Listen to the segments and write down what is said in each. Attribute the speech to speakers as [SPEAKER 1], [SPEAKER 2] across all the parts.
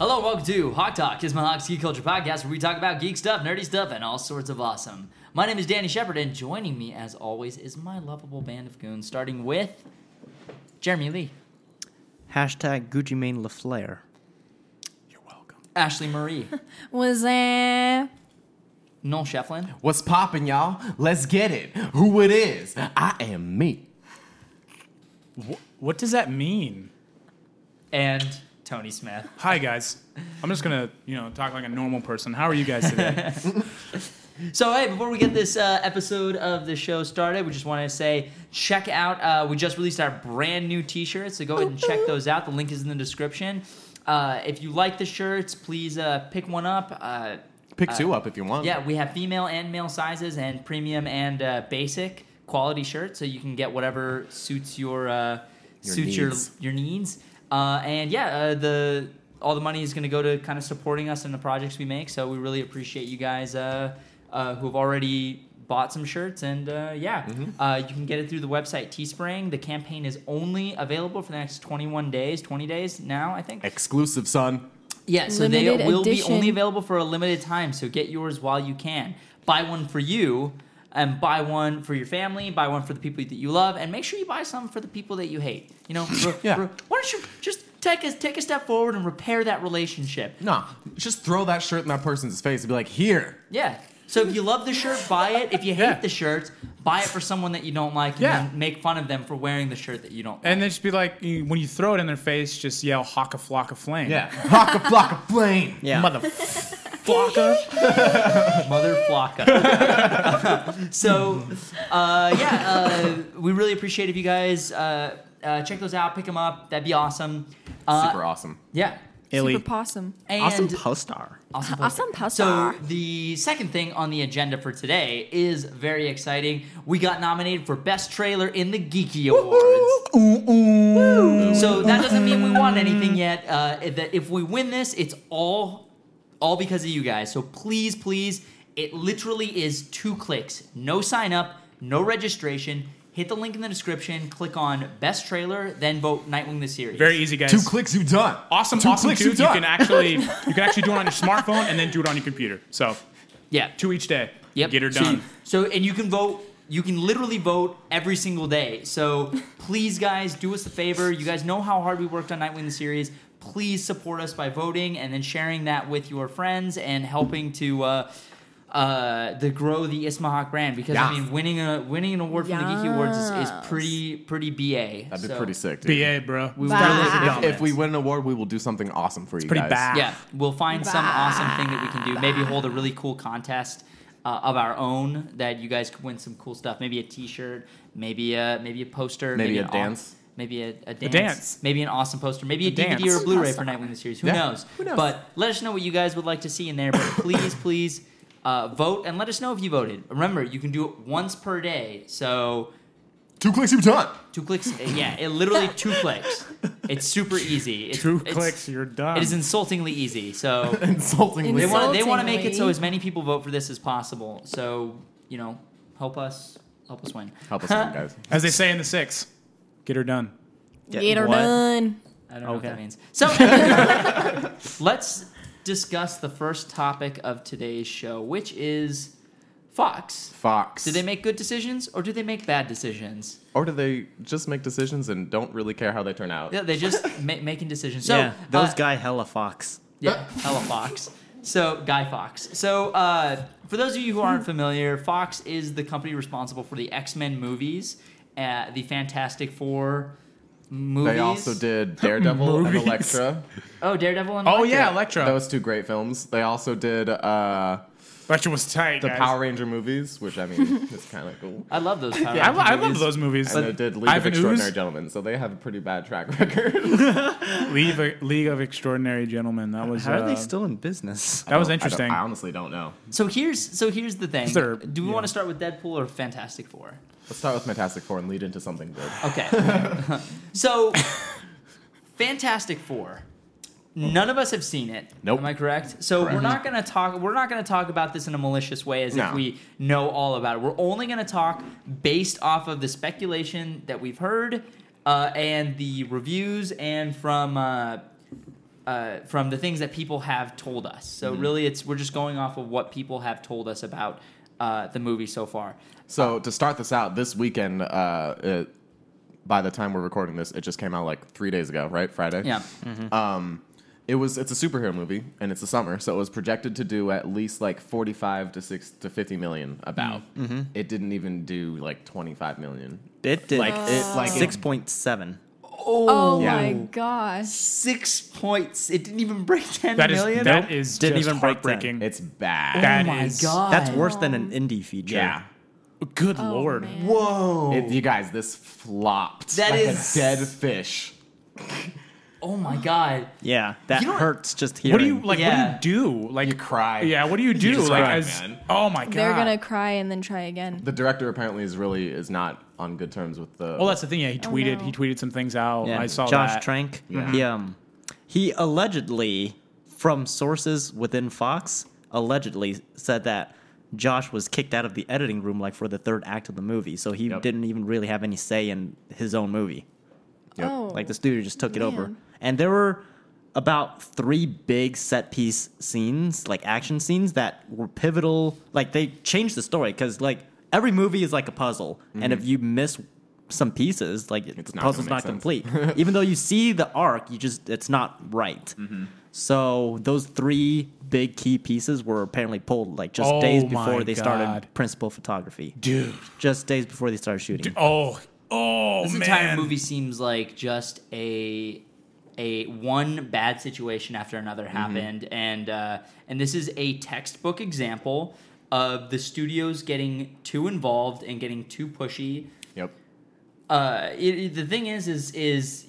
[SPEAKER 1] Welcome to Hawk Talk, is Mohawk Ski Culture Podcast, where we talk about geek stuff, nerdy stuff, and all sorts of awesome. My name is Danny Shepard, and joining me, as always, is my lovable band of goons, starting with Jeremy Lee,
[SPEAKER 2] Hashtag Gucci Mane LaFleur. You're welcome.
[SPEAKER 1] Ashley Marie,
[SPEAKER 3] Was that?
[SPEAKER 1] Noel Shefflin,
[SPEAKER 4] What's poppin', y'all? Let's get it. Who it is? I am me.
[SPEAKER 5] What does that mean?
[SPEAKER 1] and Tony Smith.
[SPEAKER 5] Hi guys. I'm just gonna, you know, talk like a normal person. How are you guys today?
[SPEAKER 1] So, hey, before we get this uh, episode of the show started, we just want to say check out, uh, we just released our brand new t shirts, so go ahead and check those out. The link is in the description. Uh, if you like the shirts, please uh, pick one up. Uh,
[SPEAKER 4] Pick two up if you want.
[SPEAKER 1] Yeah, we have female and male sizes, and premium and uh, basic quality shirts, so you can get whatever suits your, uh,
[SPEAKER 4] Your
[SPEAKER 1] suits
[SPEAKER 4] needs.
[SPEAKER 1] your your needs. Uh, and yeah, uh, the all the money is going to go to kind of supporting us in the projects we make. So we really appreciate you guys uh, uh, who have already bought some shirts and uh, yeah
[SPEAKER 4] Mm-hmm.
[SPEAKER 1] uh, you can get it through the website teespring the campaign is only available for the next 21 days 20 days now i think
[SPEAKER 4] Exclusive, son.
[SPEAKER 1] yeah, so they
[SPEAKER 3] Limited
[SPEAKER 1] will be
[SPEAKER 3] edition.
[SPEAKER 1] only available for a limited time. So get yours while you can. Buy one for you, and buy one for your family. Buy one for the people that you love, and make sure you buy some for the people that you hate. You know, re-
[SPEAKER 4] Yeah.
[SPEAKER 1] re- why don't you just take a take a step forward and repair that relationship?
[SPEAKER 4] Nah, just throw that shirt in that person's face and be like, here.
[SPEAKER 1] Yeah. So if you love the shirt, buy it. If you hate
[SPEAKER 5] Yeah.
[SPEAKER 1] the shirt, buy it for someone that you don't like, and
[SPEAKER 5] Yeah.
[SPEAKER 1] then make fun of them for wearing the shirt that you don't. like.
[SPEAKER 5] and then just be like, you- when you throw it in their face, just yell "Hawk a flock of flame."
[SPEAKER 4] Yeah. Hawk a flock of flame.
[SPEAKER 2] Yeah.
[SPEAKER 5] Flocka.
[SPEAKER 1] Mother Flocka. so, uh, yeah, uh, we really appreciate if you guys uh, uh, check those out, pick them up. That'd be awesome. Uh,
[SPEAKER 4] Super awesome.
[SPEAKER 1] Yeah.
[SPEAKER 2] Illy.
[SPEAKER 3] Super possum.
[SPEAKER 1] And
[SPEAKER 2] Awesome postar.
[SPEAKER 1] Awesome
[SPEAKER 3] Awesome
[SPEAKER 1] So
[SPEAKER 3] poster.
[SPEAKER 1] the second thing on the agenda for today is very exciting. We got nominated for Best Trailer in the Geeky Awards. So that doesn't mean we won anything yet. Uh, that if we win this, it's all all because of you guys. So please, please, it literally is two clicks. No sign up, no registration. Hit the link in the description, click on Best Trailer, then vote Nightwing the series.
[SPEAKER 5] Very easy, guys.
[SPEAKER 4] Two clicks, you done.
[SPEAKER 5] Awesome,
[SPEAKER 4] Two
[SPEAKER 5] awesome.
[SPEAKER 4] clicks,
[SPEAKER 5] too.
[SPEAKER 4] you
[SPEAKER 5] You
[SPEAKER 4] done.
[SPEAKER 5] can actually, you can actually do it on your smartphone and then do it on your computer. So
[SPEAKER 1] yeah.
[SPEAKER 5] two each day.
[SPEAKER 1] Yep.
[SPEAKER 5] Get her
[SPEAKER 1] So you-
[SPEAKER 5] done.
[SPEAKER 1] So, and you can vote. You can literally vote every single day. So please, guys, do us a favor. You guys know how hard we worked on Nightwing the series. Please support us by voting and then sharing that with your friends and helping to uh, uh, the grow the Ismahawk brand. Because I
[SPEAKER 4] Yeah.
[SPEAKER 1] mean, winning a winning an award from the Geeky Awards is, is
[SPEAKER 3] Yes.
[SPEAKER 1] pretty pretty ba.
[SPEAKER 4] That'd be
[SPEAKER 1] So,
[SPEAKER 4] pretty sick, dude.
[SPEAKER 5] BA, bro.
[SPEAKER 1] We
[SPEAKER 5] We
[SPEAKER 1] will
[SPEAKER 3] Wow.
[SPEAKER 4] If we win an award, we will do something awesome for you
[SPEAKER 5] pretty
[SPEAKER 4] guys.
[SPEAKER 5] bad.
[SPEAKER 1] Yeah, we'll find some awesome thing that we can do. Maybe hold a really cool contest uh, of our own that you guys could win some cool stuff. Maybe a T-shirt, maybe a maybe a poster,
[SPEAKER 4] Maybe a
[SPEAKER 1] an aw-
[SPEAKER 4] dance.
[SPEAKER 1] maybe a, a, dance,
[SPEAKER 5] dance.
[SPEAKER 1] maybe an awesome poster, maybe a, DVD
[SPEAKER 5] dance.
[SPEAKER 1] or a Blu-ray for Nightwing the series. Who
[SPEAKER 4] Yeah.
[SPEAKER 1] knows?
[SPEAKER 4] Who knows?
[SPEAKER 1] But let us know what you guys would like to see in there. But please, please. Uh, vote and let us know if you voted. Remember, you can do it once per day. So
[SPEAKER 4] Two clicks, you done.
[SPEAKER 1] two clicks, eh, yeah, it literally two clicks. It's super easy. It's,
[SPEAKER 5] Two
[SPEAKER 1] it's-
[SPEAKER 5] clicks, you're done.
[SPEAKER 1] It is insultingly easy. So
[SPEAKER 4] Insultingly.
[SPEAKER 1] they
[SPEAKER 3] Insult-
[SPEAKER 1] want they want to make it so
[SPEAKER 3] Insultingly.
[SPEAKER 1] as many people vote for this as possible. So you know, help us help us win.
[SPEAKER 4] Help us out, guys.
[SPEAKER 5] As they say in the six, get her done.
[SPEAKER 3] Get her
[SPEAKER 2] what?
[SPEAKER 3] done.
[SPEAKER 1] I don't know what that
[SPEAKER 5] Okay.
[SPEAKER 1] means. So let's discuss the first topic of today's show, which is Fox.
[SPEAKER 4] Fox.
[SPEAKER 1] Do they make good decisions or do they make bad decisions?
[SPEAKER 4] or do they just make decisions and don't really care how they turn out?
[SPEAKER 1] Yeah, they just ma- making decisions. So
[SPEAKER 2] yeah, those
[SPEAKER 1] uh,
[SPEAKER 2] guy hella fox.
[SPEAKER 1] Yeah, hella Fox. So, Guy Fox. So, uh, for those of you who aren't familiar, Fox is the company responsible for the X Men movies, uh, the Fantastic Four movies.
[SPEAKER 4] They also did Daredevil and
[SPEAKER 5] Movies.
[SPEAKER 4] Elektra.
[SPEAKER 1] Oh, Daredevil and
[SPEAKER 5] Oh
[SPEAKER 1] Electra.
[SPEAKER 5] yeah, Electra.
[SPEAKER 4] Those two great films. They also did uh,
[SPEAKER 5] Electra was tight.
[SPEAKER 4] the
[SPEAKER 5] guys.
[SPEAKER 4] Power Ranger movies, which I mean is kind of cool.
[SPEAKER 1] I love those. Power
[SPEAKER 5] I,
[SPEAKER 1] Ranger
[SPEAKER 5] lo- I love
[SPEAKER 1] movies.
[SPEAKER 5] those movies.
[SPEAKER 4] And they did League
[SPEAKER 5] Ivan
[SPEAKER 4] of Extraordinary
[SPEAKER 5] Ooze?
[SPEAKER 4] Gentlemen, so they have a pretty bad track record.
[SPEAKER 5] League of, League of Extraordinary Gentlemen. That was
[SPEAKER 2] How are
[SPEAKER 5] uh,
[SPEAKER 2] they still in business?
[SPEAKER 5] That was
[SPEAKER 4] I don't-
[SPEAKER 5] interesting.
[SPEAKER 4] I, honestly don't know.
[SPEAKER 1] So here's so here's the thing.
[SPEAKER 5] They're-
[SPEAKER 1] Do we
[SPEAKER 5] yeah.
[SPEAKER 1] want to start with Deadpool or Fantastic Four?
[SPEAKER 4] Let's start with Fantastic Four and lead into something good.
[SPEAKER 1] Okay. so, Fantastic Four. None of us have seen it.
[SPEAKER 4] Nope. Mm-hmm.
[SPEAKER 1] Am I correct? So we're not gonna talk. We're not gonna talk about this in a malicious way, as if
[SPEAKER 4] No.
[SPEAKER 1] we know all about it. We're only gonna talk based off of the speculation that we've heard, uh, and the reviews, and from uh, uh, from the things that people have told us.
[SPEAKER 4] Mm-hmm.
[SPEAKER 1] So really, it's we're just going off of what people have told us about uh, the movie so far.
[SPEAKER 4] So to start this out, this weekend, uh, it, by the time we're recording this, it just came out like three days ago, right? Friday.
[SPEAKER 1] Yeah.
[SPEAKER 4] Um, it was. It's a superhero movie, and it's the summer, so it was projected to do at least like forty-five to six to fifty million. About.
[SPEAKER 5] Mm-hmm.
[SPEAKER 4] It didn't even do like twenty-five million.
[SPEAKER 2] It did
[SPEAKER 4] Like
[SPEAKER 1] Uh,
[SPEAKER 4] it. Like
[SPEAKER 2] six point seven.
[SPEAKER 3] Oh
[SPEAKER 4] Yeah.
[SPEAKER 3] my gosh.
[SPEAKER 1] Six points. It didn't even break ten
[SPEAKER 5] That
[SPEAKER 1] million.
[SPEAKER 5] is that is
[SPEAKER 2] Didn't
[SPEAKER 5] just
[SPEAKER 2] even break that.
[SPEAKER 5] heartbreaking.
[SPEAKER 4] It's bad.
[SPEAKER 5] That
[SPEAKER 1] oh my
[SPEAKER 5] is-
[SPEAKER 1] god.
[SPEAKER 2] That's worse than an indie feature.
[SPEAKER 4] yeah.
[SPEAKER 5] Good
[SPEAKER 3] Oh,
[SPEAKER 5] lord.
[SPEAKER 3] man.
[SPEAKER 1] Whoa.
[SPEAKER 4] It, you guys, this flopped.
[SPEAKER 1] That
[SPEAKER 4] That is
[SPEAKER 1] is-
[SPEAKER 4] a dead fish.
[SPEAKER 1] Oh my god.
[SPEAKER 2] Yeah, that
[SPEAKER 1] You know what-
[SPEAKER 2] hurts just hearing.
[SPEAKER 5] What do you like?
[SPEAKER 1] Yeah.
[SPEAKER 5] What do you do? Like
[SPEAKER 4] You cry.
[SPEAKER 5] Yeah. What do you do?
[SPEAKER 4] just
[SPEAKER 5] like
[SPEAKER 4] cry,
[SPEAKER 5] as
[SPEAKER 4] man.
[SPEAKER 5] oh my god.
[SPEAKER 3] They're gonna cry and then try again.
[SPEAKER 4] The director apparently is really is not on good terms with the.
[SPEAKER 5] Well, that's the thing. Yeah, he tweeted.
[SPEAKER 3] no.
[SPEAKER 5] He tweeted some things out.
[SPEAKER 2] Yeah,
[SPEAKER 5] I saw
[SPEAKER 2] Josh
[SPEAKER 5] that.
[SPEAKER 2] Trank. He um, he allegedly, from sources within Fox, allegedly said that Josh was kicked out of the editing room like for the third act of the movie, so he
[SPEAKER 4] Yep.
[SPEAKER 2] didn't even really have any say in his own movie.
[SPEAKER 4] Yep.
[SPEAKER 3] Oh.
[SPEAKER 2] Like the studio just took it over,
[SPEAKER 3] Man.
[SPEAKER 2] and there were about three big set piece scenes, like action scenes that were pivotal. Like they changed the story because like every movie is like a puzzle, and if you miss some pieces, like the
[SPEAKER 4] Mm-hmm. not
[SPEAKER 2] puzzle's
[SPEAKER 4] gonna make
[SPEAKER 2] not
[SPEAKER 4] sense.
[SPEAKER 2] complete complete. Even though you see the arc, you just it's not right.
[SPEAKER 4] Mm-hmm.
[SPEAKER 2] So those three big key pieces were apparently pulled like just
[SPEAKER 5] Oh
[SPEAKER 2] days
[SPEAKER 5] my
[SPEAKER 2] before they
[SPEAKER 5] God.
[SPEAKER 2] started principal photography.
[SPEAKER 5] Dude.
[SPEAKER 2] Just days before they started shooting.
[SPEAKER 5] Oh. Oh
[SPEAKER 1] This
[SPEAKER 5] man.
[SPEAKER 1] entire movie seems like just a a one bad situation after another happened, and uh, and this is a textbook example of the studios getting too involved and getting too pushy.
[SPEAKER 4] Yep.
[SPEAKER 1] Uh, it, it- the thing is, is is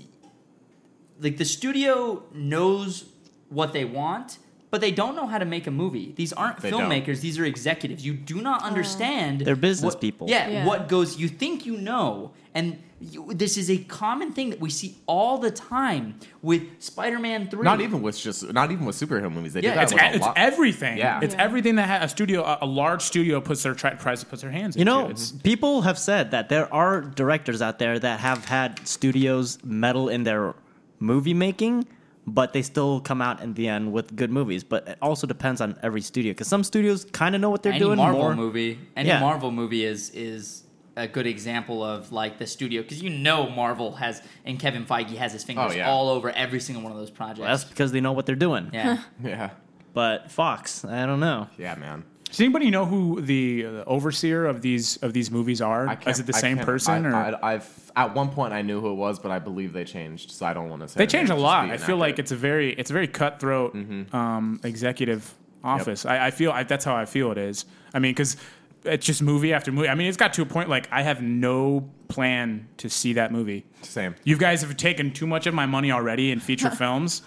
[SPEAKER 1] like the studio knows what they want, but they don't know how to make a movie. These aren't
[SPEAKER 4] They don't.
[SPEAKER 1] filmmakers; these are executives. You do not understand.
[SPEAKER 2] They're business
[SPEAKER 1] what-
[SPEAKER 2] people.
[SPEAKER 1] Yeah,
[SPEAKER 3] Yeah.
[SPEAKER 1] what goes? You think you know, and you, this is a common thing that we see all the time with Spider-Man Three.
[SPEAKER 4] Not even with just not even with superhero movies. They
[SPEAKER 1] Yeah,
[SPEAKER 4] did that
[SPEAKER 5] It's,
[SPEAKER 4] with
[SPEAKER 5] e-
[SPEAKER 4] a
[SPEAKER 5] it's
[SPEAKER 4] lot.
[SPEAKER 5] everything.
[SPEAKER 4] Yeah.
[SPEAKER 5] It's
[SPEAKER 3] Yeah.
[SPEAKER 5] everything that ha- a studio, a, a large studio, puts their try, tries to put their hands.
[SPEAKER 2] You know,
[SPEAKER 5] into. It's-
[SPEAKER 2] people have said that there are directors out there that have had studios meddle in their movie making, but they still come out in the end with good movies. But it also depends on every studio because some studios kind of know what they're
[SPEAKER 1] any
[SPEAKER 2] doing.
[SPEAKER 1] Marvel
[SPEAKER 2] more.
[SPEAKER 1] movie. Any
[SPEAKER 2] Yeah.
[SPEAKER 1] Marvel movie is is a good example of like the studio because you know Marvel has and Kevin Feige has his fingers
[SPEAKER 4] Oh, yeah.
[SPEAKER 1] all over every single one of those projects.
[SPEAKER 2] That's because they know what they're doing.
[SPEAKER 1] yeah.
[SPEAKER 4] yeah.
[SPEAKER 2] But Fox, I don't know.
[SPEAKER 4] Yeah, man.
[SPEAKER 5] does anybody know who the uh, overseer of these of these movies are?
[SPEAKER 4] I
[SPEAKER 5] Is it the
[SPEAKER 4] I
[SPEAKER 5] same
[SPEAKER 4] can't-
[SPEAKER 5] person?
[SPEAKER 4] I,
[SPEAKER 5] or
[SPEAKER 4] I, have at one point I knew who it was, but I believe they changed, so I don't want to say.
[SPEAKER 5] they
[SPEAKER 4] their
[SPEAKER 5] changed a
[SPEAKER 4] name, just
[SPEAKER 5] lot.
[SPEAKER 4] be
[SPEAKER 5] I feel like
[SPEAKER 4] inaccurate.
[SPEAKER 5] it's a very it's a very cutthroat
[SPEAKER 2] Mm-hmm.
[SPEAKER 5] um, executive office. I, I feel I, that's how I feel it is. I mean, because it's just movie after movie. I mean, it's got to a point like I have no plan to see that movie.
[SPEAKER 4] same.
[SPEAKER 5] You guys have taken too much of my money already in feature films.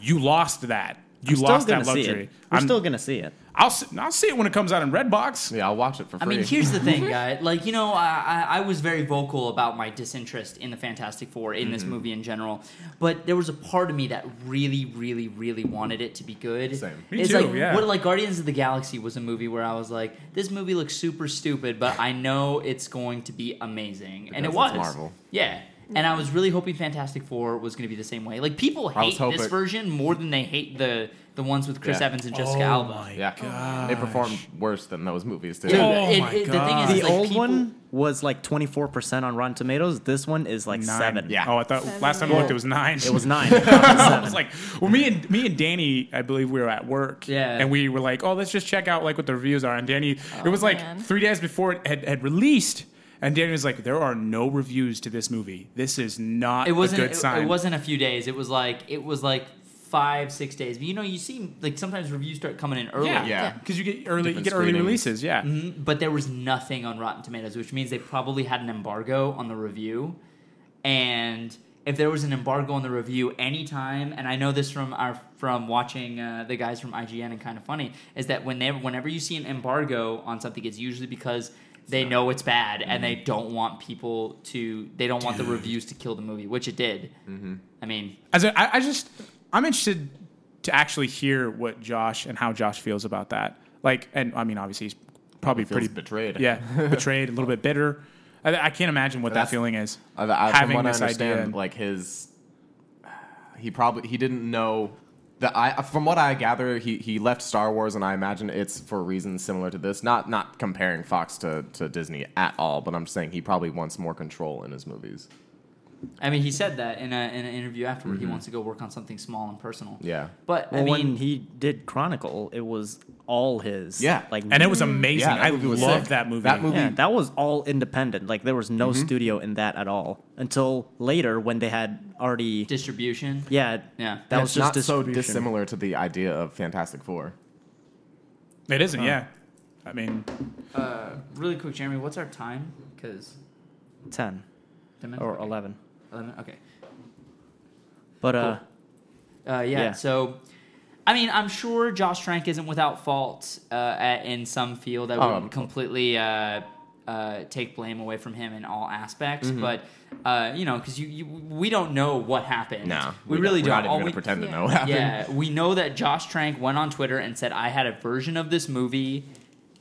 [SPEAKER 5] You lost that. You
[SPEAKER 2] Still
[SPEAKER 5] lost
[SPEAKER 2] gonna
[SPEAKER 5] that
[SPEAKER 2] See
[SPEAKER 5] luxury.
[SPEAKER 2] it. We're
[SPEAKER 5] I'm
[SPEAKER 2] still gonna see it.
[SPEAKER 5] I'll see, I'll see it when it comes out in Redbox.
[SPEAKER 4] Yeah, I'll watch it for
[SPEAKER 1] I
[SPEAKER 4] free.
[SPEAKER 1] mean, here's the
[SPEAKER 5] Mm-hmm.
[SPEAKER 1] thing, guy. Like, you know, I, I, I was very vocal about my disinterest in the Fantastic Four, in this movie in general. But there was a part of me that really, really, really wanted it to be good.
[SPEAKER 4] Same.
[SPEAKER 5] Me
[SPEAKER 1] it's
[SPEAKER 5] too,
[SPEAKER 1] like,
[SPEAKER 5] yeah.
[SPEAKER 1] What, like, Guardians of the Galaxy was a movie where I was like, this movie looks super stupid, but I know it's going to be amazing. and it
[SPEAKER 4] Because
[SPEAKER 1] was.
[SPEAKER 4] it's Marvel.
[SPEAKER 1] Yeah. And
[SPEAKER 5] Mm-hmm.
[SPEAKER 1] I was really hoping Fantastic Four was going to be the same way. Like, people
[SPEAKER 4] I was
[SPEAKER 1] hate this
[SPEAKER 4] hoping-
[SPEAKER 1] version more than they hate the, the ones with Chris
[SPEAKER 4] Yeah.
[SPEAKER 1] Evans and Jessica
[SPEAKER 5] Oh
[SPEAKER 1] Alba.
[SPEAKER 5] my
[SPEAKER 4] yeah, they performed worse than those movies too.
[SPEAKER 1] Dude,
[SPEAKER 5] Oh
[SPEAKER 1] it-
[SPEAKER 5] my
[SPEAKER 1] it- the thing is,
[SPEAKER 5] God.
[SPEAKER 2] The
[SPEAKER 1] is, like,
[SPEAKER 2] old
[SPEAKER 1] people-
[SPEAKER 2] one was like twenty four percent on Rotten Tomatoes. This one is like
[SPEAKER 5] Nine.
[SPEAKER 2] seven.
[SPEAKER 4] Yeah.
[SPEAKER 5] Oh, I thought
[SPEAKER 3] Seven.
[SPEAKER 5] last time I looked, it was nine.
[SPEAKER 2] it was nine.
[SPEAKER 5] I was like, well, me and me and Danny, I believe we were at work.
[SPEAKER 1] Yeah.
[SPEAKER 5] And we were like, oh, let's just check out like what the reviews are. And Danny, it was like
[SPEAKER 3] man.
[SPEAKER 5] three days before it had, had released. And Danny was like, there are no reviews to this movie. This is not
[SPEAKER 1] it wasn't
[SPEAKER 5] a good
[SPEAKER 1] it,
[SPEAKER 5] sign.
[SPEAKER 1] it wasn't a few days it was like it was like five six days but you know you see like sometimes reviews start coming in early
[SPEAKER 5] Yeah.
[SPEAKER 4] Yeah.
[SPEAKER 5] Because you get early, you
[SPEAKER 4] Different
[SPEAKER 5] get early
[SPEAKER 4] screenings.
[SPEAKER 5] releases. Yeah.
[SPEAKER 1] but there was nothing on rotten tomatoes which means they probably had an embargo on the review and if there was an embargo on the review anytime and i know this from our from watching uh, the guys from ign and kind of funny is that when they, whenever you see an embargo on something it's usually because they know it's bad
[SPEAKER 5] Mm-hmm.
[SPEAKER 1] and they don't want people to they don't want the reviews to kill the movie which it did mm-hmm. i mean
[SPEAKER 5] As a, I, I just, I'm interested to actually hear what Josh and how Josh feels about that. Like, and I mean, obviously, he's probably
[SPEAKER 4] Feels
[SPEAKER 5] pretty
[SPEAKER 4] betrayed.
[SPEAKER 5] Yeah, betrayed, a little bit bitter. I, I can't imagine what that
[SPEAKER 4] That's-
[SPEAKER 5] feeling is.
[SPEAKER 4] I, I,
[SPEAKER 5] having
[SPEAKER 4] from what
[SPEAKER 5] this
[SPEAKER 4] I
[SPEAKER 5] idea.
[SPEAKER 4] understand, like his, he probably he didn't know The, I, from what I gather, he, he left Star Wars, and I imagine it's for reasons similar to this. Not not comparing Fox to, to Disney at all, but I'm just saying he probably wants more control in his movies.
[SPEAKER 1] I mean, he said that in, a, in an interview afterward. He wants to go work on something small and personal.
[SPEAKER 4] Yeah.
[SPEAKER 1] But
[SPEAKER 2] Mm-hmm. Well,
[SPEAKER 1] I
[SPEAKER 2] when
[SPEAKER 1] mean,
[SPEAKER 2] he did Chronicle, it was all his.
[SPEAKER 4] Yeah.
[SPEAKER 2] like
[SPEAKER 5] and it was amazing.
[SPEAKER 4] Yeah, that
[SPEAKER 5] I
[SPEAKER 4] movie was
[SPEAKER 5] loved
[SPEAKER 4] sick.
[SPEAKER 5] that movie.
[SPEAKER 4] That movie-
[SPEAKER 2] Yeah, that was all independent. Like there was no studio in that at all until later when they had already.
[SPEAKER 1] distribution.
[SPEAKER 2] yeah,
[SPEAKER 1] Yeah.
[SPEAKER 2] That
[SPEAKER 1] And
[SPEAKER 2] was
[SPEAKER 4] It's
[SPEAKER 2] just
[SPEAKER 4] not so
[SPEAKER 2] distribution.
[SPEAKER 4] dissimilar to the idea of Fantastic Four.
[SPEAKER 5] It isn't. Yeah, I mean,
[SPEAKER 1] Uh, really quick, Jeremy, what's our time? Because
[SPEAKER 2] Ten or eleven,
[SPEAKER 1] eleven. Okay.
[SPEAKER 2] but uh,
[SPEAKER 1] Uh, yeah,
[SPEAKER 2] Yeah.
[SPEAKER 1] So, I mean, I'm sure Josh Trank isn't without fault uh, at, in some field. I
[SPEAKER 4] Oh,
[SPEAKER 1] wouldn't
[SPEAKER 4] I'm-
[SPEAKER 1] completely uh, uh, take blame away from him in all aspects, but uh, you know, because you, you we don't know what happened. we, really don't.
[SPEAKER 4] we're Not even
[SPEAKER 1] All
[SPEAKER 4] gonna
[SPEAKER 1] we-
[SPEAKER 4] pretend to
[SPEAKER 3] Yeah.
[SPEAKER 4] know what happened.
[SPEAKER 1] yeah, we know that Josh Trank went on Twitter and said, "I had a version of this movie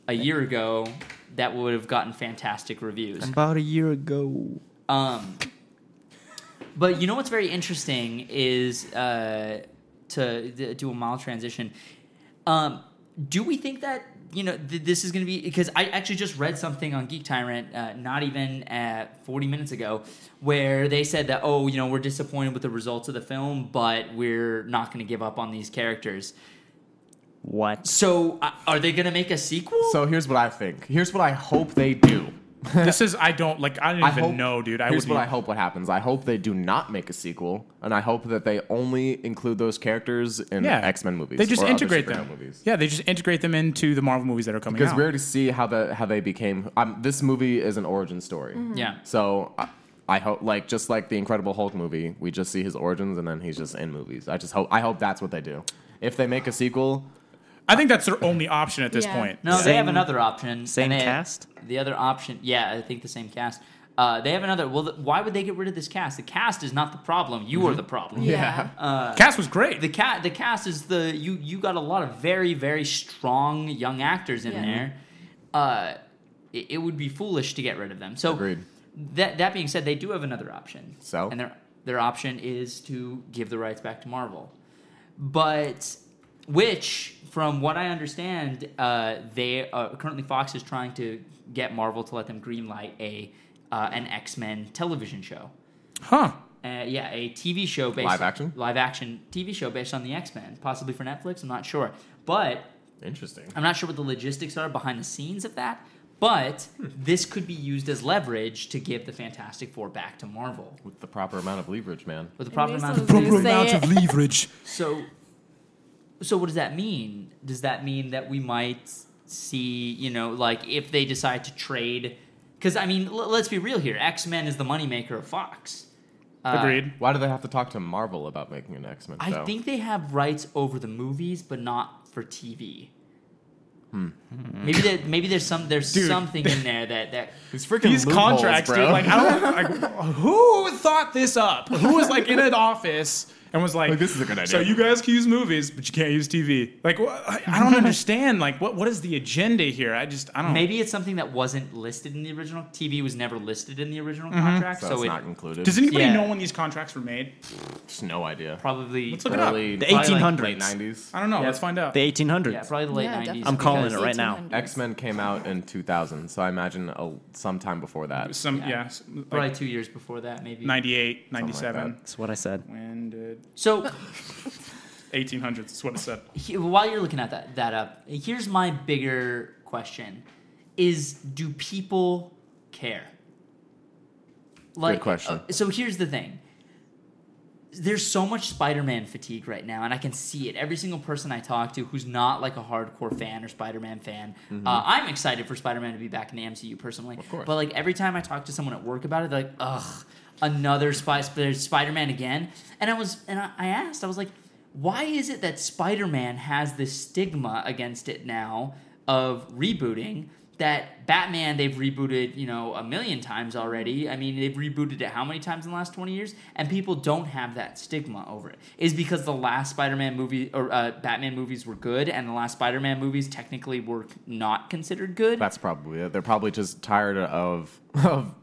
[SPEAKER 1] a year ago that would have gotten fantastic reviews."
[SPEAKER 2] about a year ago.
[SPEAKER 1] Um, but you know what's very interesting is uh, to d- do a mild transition. Um, do we think that you know th- this is going to be because I actually just read something on Geek Tyrant uh, not even at 40 minutes ago where they said that oh you know we're disappointed with the results of the film but we're not going to give up on these characters.
[SPEAKER 2] What?
[SPEAKER 1] So uh, are they going to make a sequel?
[SPEAKER 4] So here's what I think. Here's what I hope they do.
[SPEAKER 5] this is. I don't like. I don't
[SPEAKER 4] I
[SPEAKER 5] even
[SPEAKER 4] hope-
[SPEAKER 5] know, dude. I
[SPEAKER 4] here's
[SPEAKER 5] would.
[SPEAKER 4] what I hope what happens. I hope they do not make a sequel, and I hope that they only include those characters in
[SPEAKER 5] Yeah,
[SPEAKER 4] X Men movies.
[SPEAKER 5] They just
[SPEAKER 4] or other
[SPEAKER 5] integrate
[SPEAKER 4] superhero
[SPEAKER 5] them.
[SPEAKER 4] Movies.
[SPEAKER 5] Yeah, they just integrate them into the Marvel movies that are coming
[SPEAKER 4] Because
[SPEAKER 5] out.
[SPEAKER 4] we already see how the how they became. Um, this movie is an origin story.
[SPEAKER 1] yeah.
[SPEAKER 4] So I, I hope, like just like the Incredible Hulk movie, we just see his origins and then he's just in movies. I just hope I hope that's what they do. If they make a sequel,
[SPEAKER 5] I think that's their only option at this
[SPEAKER 3] Yeah.
[SPEAKER 5] point.
[SPEAKER 1] No, they have
[SPEAKER 2] Same-
[SPEAKER 1] another option. and
[SPEAKER 2] same
[SPEAKER 1] they-
[SPEAKER 2] cast?
[SPEAKER 1] The other option, yeah, I think the same cast. Uh, they have another. Well, th- why would they get rid of this cast? The cast is not the problem. You
[SPEAKER 2] Mm-hmm.
[SPEAKER 1] are the problem.
[SPEAKER 3] Yeah.
[SPEAKER 5] Cast was great.
[SPEAKER 1] The cat, the cast is the you. You got a lot of very, very strong young actors in
[SPEAKER 3] Yeah.
[SPEAKER 1] there. Uh, it, it would be foolish to get rid of them. So
[SPEAKER 4] Agreed.
[SPEAKER 1] That that being said, they do have another option.
[SPEAKER 4] So?
[SPEAKER 1] and their their option is to give the rights back to Marvel, but which, from what I understand, uh, they uh, currently Fox is trying to get Marvel to let them greenlight a uh, an X Men television show
[SPEAKER 5] huh.
[SPEAKER 1] uh, yeah, a TV show based
[SPEAKER 4] Live action?
[SPEAKER 1] live action TV show based on the X Men, possibly for Netflix. I'm not sure, but
[SPEAKER 4] interesting.
[SPEAKER 1] I'm not sure what the logistics are behind the scenes of that. But
[SPEAKER 4] Hmm.
[SPEAKER 1] this could be used as leverage to give the Fantastic Four back to Marvel
[SPEAKER 4] With the proper amount of leverage, man.
[SPEAKER 1] with the proper
[SPEAKER 3] least
[SPEAKER 1] amount of
[SPEAKER 3] those Proper
[SPEAKER 1] leverage.
[SPEAKER 3] Say amount it. of
[SPEAKER 5] leverage.
[SPEAKER 1] So, so what does that mean? Does that mean that we might see, you know, like if they decide to trade? Because I mean, l- let's be real here. X Men is the moneymaker of Fox. Uh,
[SPEAKER 5] Agreed.
[SPEAKER 4] Why do they have to talk to Marvel about making an X Men?
[SPEAKER 1] I
[SPEAKER 4] show?
[SPEAKER 1] think they have rights over the movies, but not for TV. Maybe there, maybe there's some there's
[SPEAKER 5] Dude.
[SPEAKER 1] something in there that that
[SPEAKER 4] These freaking
[SPEAKER 5] These
[SPEAKER 4] loopholes,
[SPEAKER 5] contracts,
[SPEAKER 4] bro.
[SPEAKER 5] dude. Like, I don't, like, who thought this up? Who was like in an office and was like,
[SPEAKER 4] Like, this is a good idea.
[SPEAKER 5] So you guys can use movies, but you can't use TV. Like, wh- I I don't understand. Like, what what is the agenda here? I just, I don't.
[SPEAKER 1] maybe it's something that wasn't listed in the original. TV was never listed in the original contract,
[SPEAKER 4] so,
[SPEAKER 1] so,
[SPEAKER 4] it's
[SPEAKER 1] it
[SPEAKER 4] not included.
[SPEAKER 5] Does anybody
[SPEAKER 1] Yeah.
[SPEAKER 5] know when these contracts were made?
[SPEAKER 4] Just no idea.
[SPEAKER 1] probably
[SPEAKER 5] Let's look it up.
[SPEAKER 4] Early
[SPEAKER 2] The
[SPEAKER 1] like
[SPEAKER 2] eighteen
[SPEAKER 4] late
[SPEAKER 2] hundreds.
[SPEAKER 4] nineties.
[SPEAKER 5] I don't know.
[SPEAKER 1] Yeah.
[SPEAKER 5] Let's find out.
[SPEAKER 2] The eighteen
[SPEAKER 1] yeah,
[SPEAKER 2] hundreds.
[SPEAKER 1] probably the late
[SPEAKER 3] Yeah,
[SPEAKER 1] 90s.
[SPEAKER 3] definitely.
[SPEAKER 2] I'm calling
[SPEAKER 1] because-
[SPEAKER 2] it right now.
[SPEAKER 3] 1800s.
[SPEAKER 4] X Men came out in two thousand, so I imagine a, sometime before that.
[SPEAKER 5] Some,
[SPEAKER 1] Yeah.
[SPEAKER 5] yeah, s- like
[SPEAKER 1] Probably two years before that, maybe.
[SPEAKER 5] 98,
[SPEAKER 4] like
[SPEAKER 5] 97.
[SPEAKER 4] that.
[SPEAKER 2] That's what I said.
[SPEAKER 5] when did
[SPEAKER 1] So
[SPEAKER 5] 1800s? That's what it said.
[SPEAKER 1] he- while you're looking at that that up, here's my bigger question: Is do people care? Like,
[SPEAKER 4] question.
[SPEAKER 1] uh, so here's the thing: There's so much Spider-Man fatigue right now, and I can see it. Every single person I talk to who's not like a hardcore fan or Spider-Man fan, uh, I'm excited for Spider-Man to be back in the MCU personally. Of
[SPEAKER 4] Mm-hmm. course.
[SPEAKER 1] But like every time I talk to someone at work about it, they're like, "Ugh, another Spy- Sp- Spider-Man again." And I was, and I, I asked, I was like, "Why is it that Spider-Man has this stigma against it now of rebooting?" That Batman they've rebooted, you know, a million times already. I mean, they've rebooted it how many times in the last 20 years? And people don't have that stigma over it. Is because the last Spider-Man movie or uh, Batman movies were good and the last Spider-Man movies technically were not considered good?
[SPEAKER 4] That's probably it. They're probably just tired of of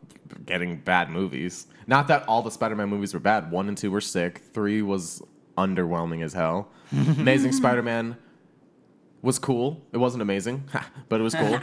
[SPEAKER 4] getting bad movies. Not that all the Spider-Man movies were bad. One and two were sick. Three was underwhelming as hell. Amazing Spider-Man was cool. It wasn't amazing, but it was cool.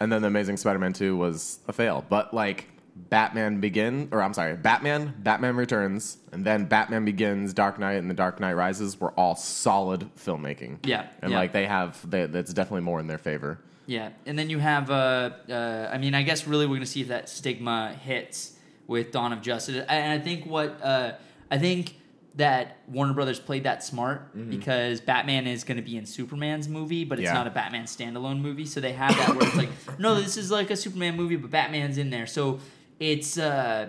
[SPEAKER 4] and then the Amazing Spider-Man 2 was a fail. But like Batman Begin, or I'm sorry, Batman, Batman Returns, and then Batman Begins, Dark Knight, and The Dark Knight Rises were all solid filmmaking.
[SPEAKER 1] Yeah,
[SPEAKER 4] and
[SPEAKER 1] yeah.
[SPEAKER 4] like they have they, that's definitely more in their favor.
[SPEAKER 1] Yeah, and then you have. Uh, uh, I mean, I guess really we're gonna see if that stigma hits with Dawn of Justice, and I think what uh, I think that Warner Brothers played that smart because Batman is gonna be in Superman's movie, but it's
[SPEAKER 4] Yeah.
[SPEAKER 1] not a Batman standalone movie, so they have that where it's like, no, this is like a Superman movie, but Batman's in there, so it's. Uh,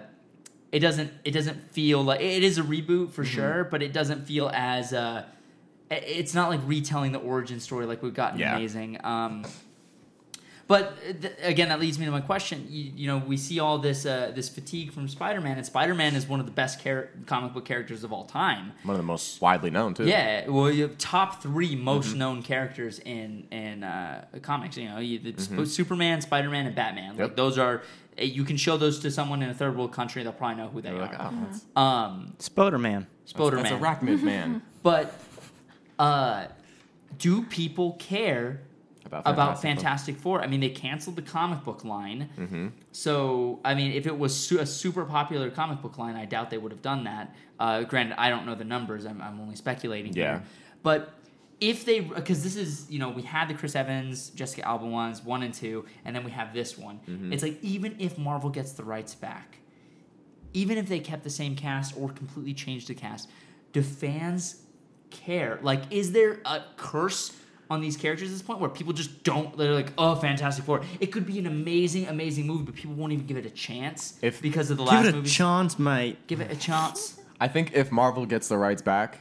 [SPEAKER 1] it doesn't it doesn't feel like it is a reboot for sure, but it doesn't feel as uh, i- it's not like retelling the origin story like we've gotten
[SPEAKER 4] Yeah.
[SPEAKER 1] amazing. Um, but th- again, that leads me to my question. You, you know, we see all this uh, this fatigue from Spider Man, and Spider Man is one of the best char- comic book characters of all time.
[SPEAKER 4] One of the most widely known too. Mm-hmm.
[SPEAKER 1] Yeah, well, you have top three most known characters in in uh, comics. You know, you, it's Superman, Spider Man, and Batman. Like
[SPEAKER 4] Mm-hmm. Yep.
[SPEAKER 1] those are eh, you can show those to someone in a third world country, they'll probably know who they
[SPEAKER 4] They're like,
[SPEAKER 1] are.
[SPEAKER 4] oh, that's,
[SPEAKER 1] Um,
[SPEAKER 2] Spider Man.
[SPEAKER 1] Spider
[SPEAKER 4] that's a
[SPEAKER 1] Man,
[SPEAKER 4] Rockman man.
[SPEAKER 1] but uh, do people care
[SPEAKER 4] About
[SPEAKER 1] about
[SPEAKER 4] Fantastic Four.
[SPEAKER 1] Fantastic Four. I mean, they canceled the comic book line. So, I mean, if it was su- a super popular comic book line, I doubt they would have done that. Uh, granted, I don't know the numbers. I'm, I'm only speculating
[SPEAKER 4] Yeah.
[SPEAKER 1] here. But if they, because this is, you know, we had the Chris Evans, Jessica Alba ones, one and two, and then we have this one. It's like, even if Marvel gets the rights back, even if they kept the same cast or completely changed the cast, do fans care? Like, is there a curse on these characters at this point where people just don't? They're like, oh, Fantastic Four. It could be an amazing, amazing movie, but people won't even give it a chance
[SPEAKER 4] If-
[SPEAKER 1] because of the
[SPEAKER 2] Give
[SPEAKER 1] last
[SPEAKER 2] it a
[SPEAKER 1] movie.
[SPEAKER 2] chance, mate.
[SPEAKER 1] give it a chance.
[SPEAKER 4] I think if Marvel gets the rights back,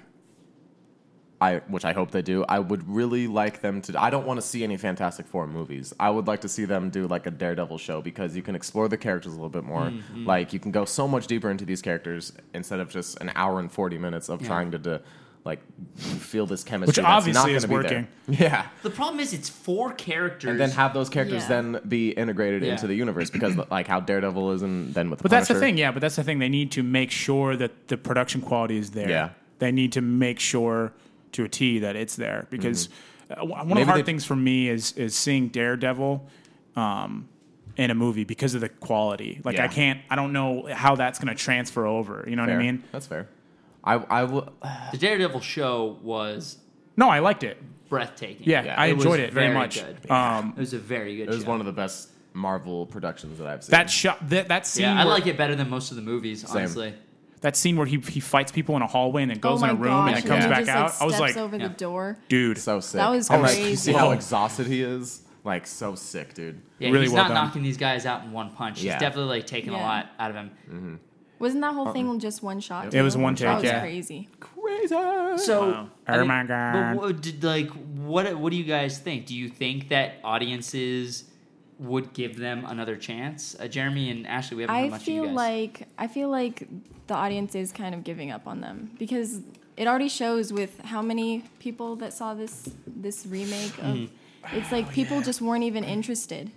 [SPEAKER 4] I which I hope they do, I would really like them to. I don't want to see any Fantastic Four movies. I would like to see them do like a Daredevil show because you can explore the characters a little bit more. Like you can go so much deeper into these characters instead of just an hour and forty minutes of trying to, to like feel this chemistry. that's not
[SPEAKER 5] obviously is
[SPEAKER 4] gonna be there. Yeah.
[SPEAKER 1] The problem is it's four characters.
[SPEAKER 4] And then have those characters
[SPEAKER 3] Yeah.
[SPEAKER 4] then be integrated
[SPEAKER 1] Yeah.
[SPEAKER 4] into the universe because like how Daredevil is and then with the
[SPEAKER 5] But that's the
[SPEAKER 4] Punisher.
[SPEAKER 5] thing, yeah. But that's the thing. They need to make sure that the production quality is there.
[SPEAKER 4] Yeah.
[SPEAKER 5] They need to make sure to a T that it's there because uh, one of
[SPEAKER 4] Mm-hmm. Maybe
[SPEAKER 5] the hard
[SPEAKER 4] they-
[SPEAKER 5] things for me is is seeing Daredevil um, in a movie because of the quality. Like
[SPEAKER 4] Yeah.
[SPEAKER 5] I can't, I don't know how that's going to transfer over. You know
[SPEAKER 4] Fair.
[SPEAKER 5] what I mean?
[SPEAKER 4] That's fair. I I will.
[SPEAKER 1] the Daredevil show was
[SPEAKER 5] No, I liked it.
[SPEAKER 1] breathtaking.
[SPEAKER 5] Yeah,
[SPEAKER 4] Yeah.
[SPEAKER 5] I
[SPEAKER 4] It
[SPEAKER 1] was
[SPEAKER 5] enjoyed it very,
[SPEAKER 1] very
[SPEAKER 5] much.
[SPEAKER 1] good.
[SPEAKER 5] Um,
[SPEAKER 1] It was a very good
[SPEAKER 4] It was
[SPEAKER 1] show.
[SPEAKER 4] one of the best Marvel productions that I've seen.
[SPEAKER 5] that shot, that, that scene,
[SPEAKER 1] yeah, I
[SPEAKER 5] where,
[SPEAKER 1] like it better than most of the movies, honestly.
[SPEAKER 5] that scene where he he fights people in a hallway and then
[SPEAKER 3] Oh
[SPEAKER 5] goes
[SPEAKER 3] my
[SPEAKER 5] in a room
[SPEAKER 3] gosh!
[SPEAKER 5] and then comes
[SPEAKER 3] he
[SPEAKER 5] back
[SPEAKER 3] just,
[SPEAKER 5] out.
[SPEAKER 3] Like,
[SPEAKER 5] I was
[SPEAKER 3] steps
[SPEAKER 5] like,
[SPEAKER 3] over
[SPEAKER 1] Yeah.
[SPEAKER 3] the door.
[SPEAKER 5] dude,
[SPEAKER 4] so sick.
[SPEAKER 3] That was
[SPEAKER 4] and, like, you
[SPEAKER 3] crazy.
[SPEAKER 4] see how
[SPEAKER 5] Whoa.
[SPEAKER 4] exhausted he is? Like so sick, dude.
[SPEAKER 1] Yeah,
[SPEAKER 5] Really
[SPEAKER 1] he's
[SPEAKER 5] well
[SPEAKER 1] not
[SPEAKER 5] done.
[SPEAKER 1] knocking these guys out in one punch.
[SPEAKER 4] Yeah.
[SPEAKER 1] He's definitely like taking a
[SPEAKER 3] Yeah.
[SPEAKER 1] lot out of him.
[SPEAKER 3] Wasn't that whole thing just one shot?
[SPEAKER 5] Uh-uh. It was
[SPEAKER 3] too?
[SPEAKER 5] one
[SPEAKER 3] That
[SPEAKER 5] take,
[SPEAKER 3] was
[SPEAKER 5] yeah.
[SPEAKER 3] crazy.
[SPEAKER 4] Crazy.
[SPEAKER 1] So,
[SPEAKER 5] Wow.
[SPEAKER 1] I
[SPEAKER 5] Oh
[SPEAKER 1] think-
[SPEAKER 5] my
[SPEAKER 1] But
[SPEAKER 5] God.
[SPEAKER 1] what, did, like, what what do you guys think? Do you think that audiences would give them another chance? Uh, Jeremy and Ashley, we haven't heard
[SPEAKER 3] I
[SPEAKER 1] much
[SPEAKER 3] feel
[SPEAKER 1] of you guys.
[SPEAKER 3] like I feel like the audience is kind of giving up on them because it already shows with how many people that saw this this remake of it's like people just weren't even interested.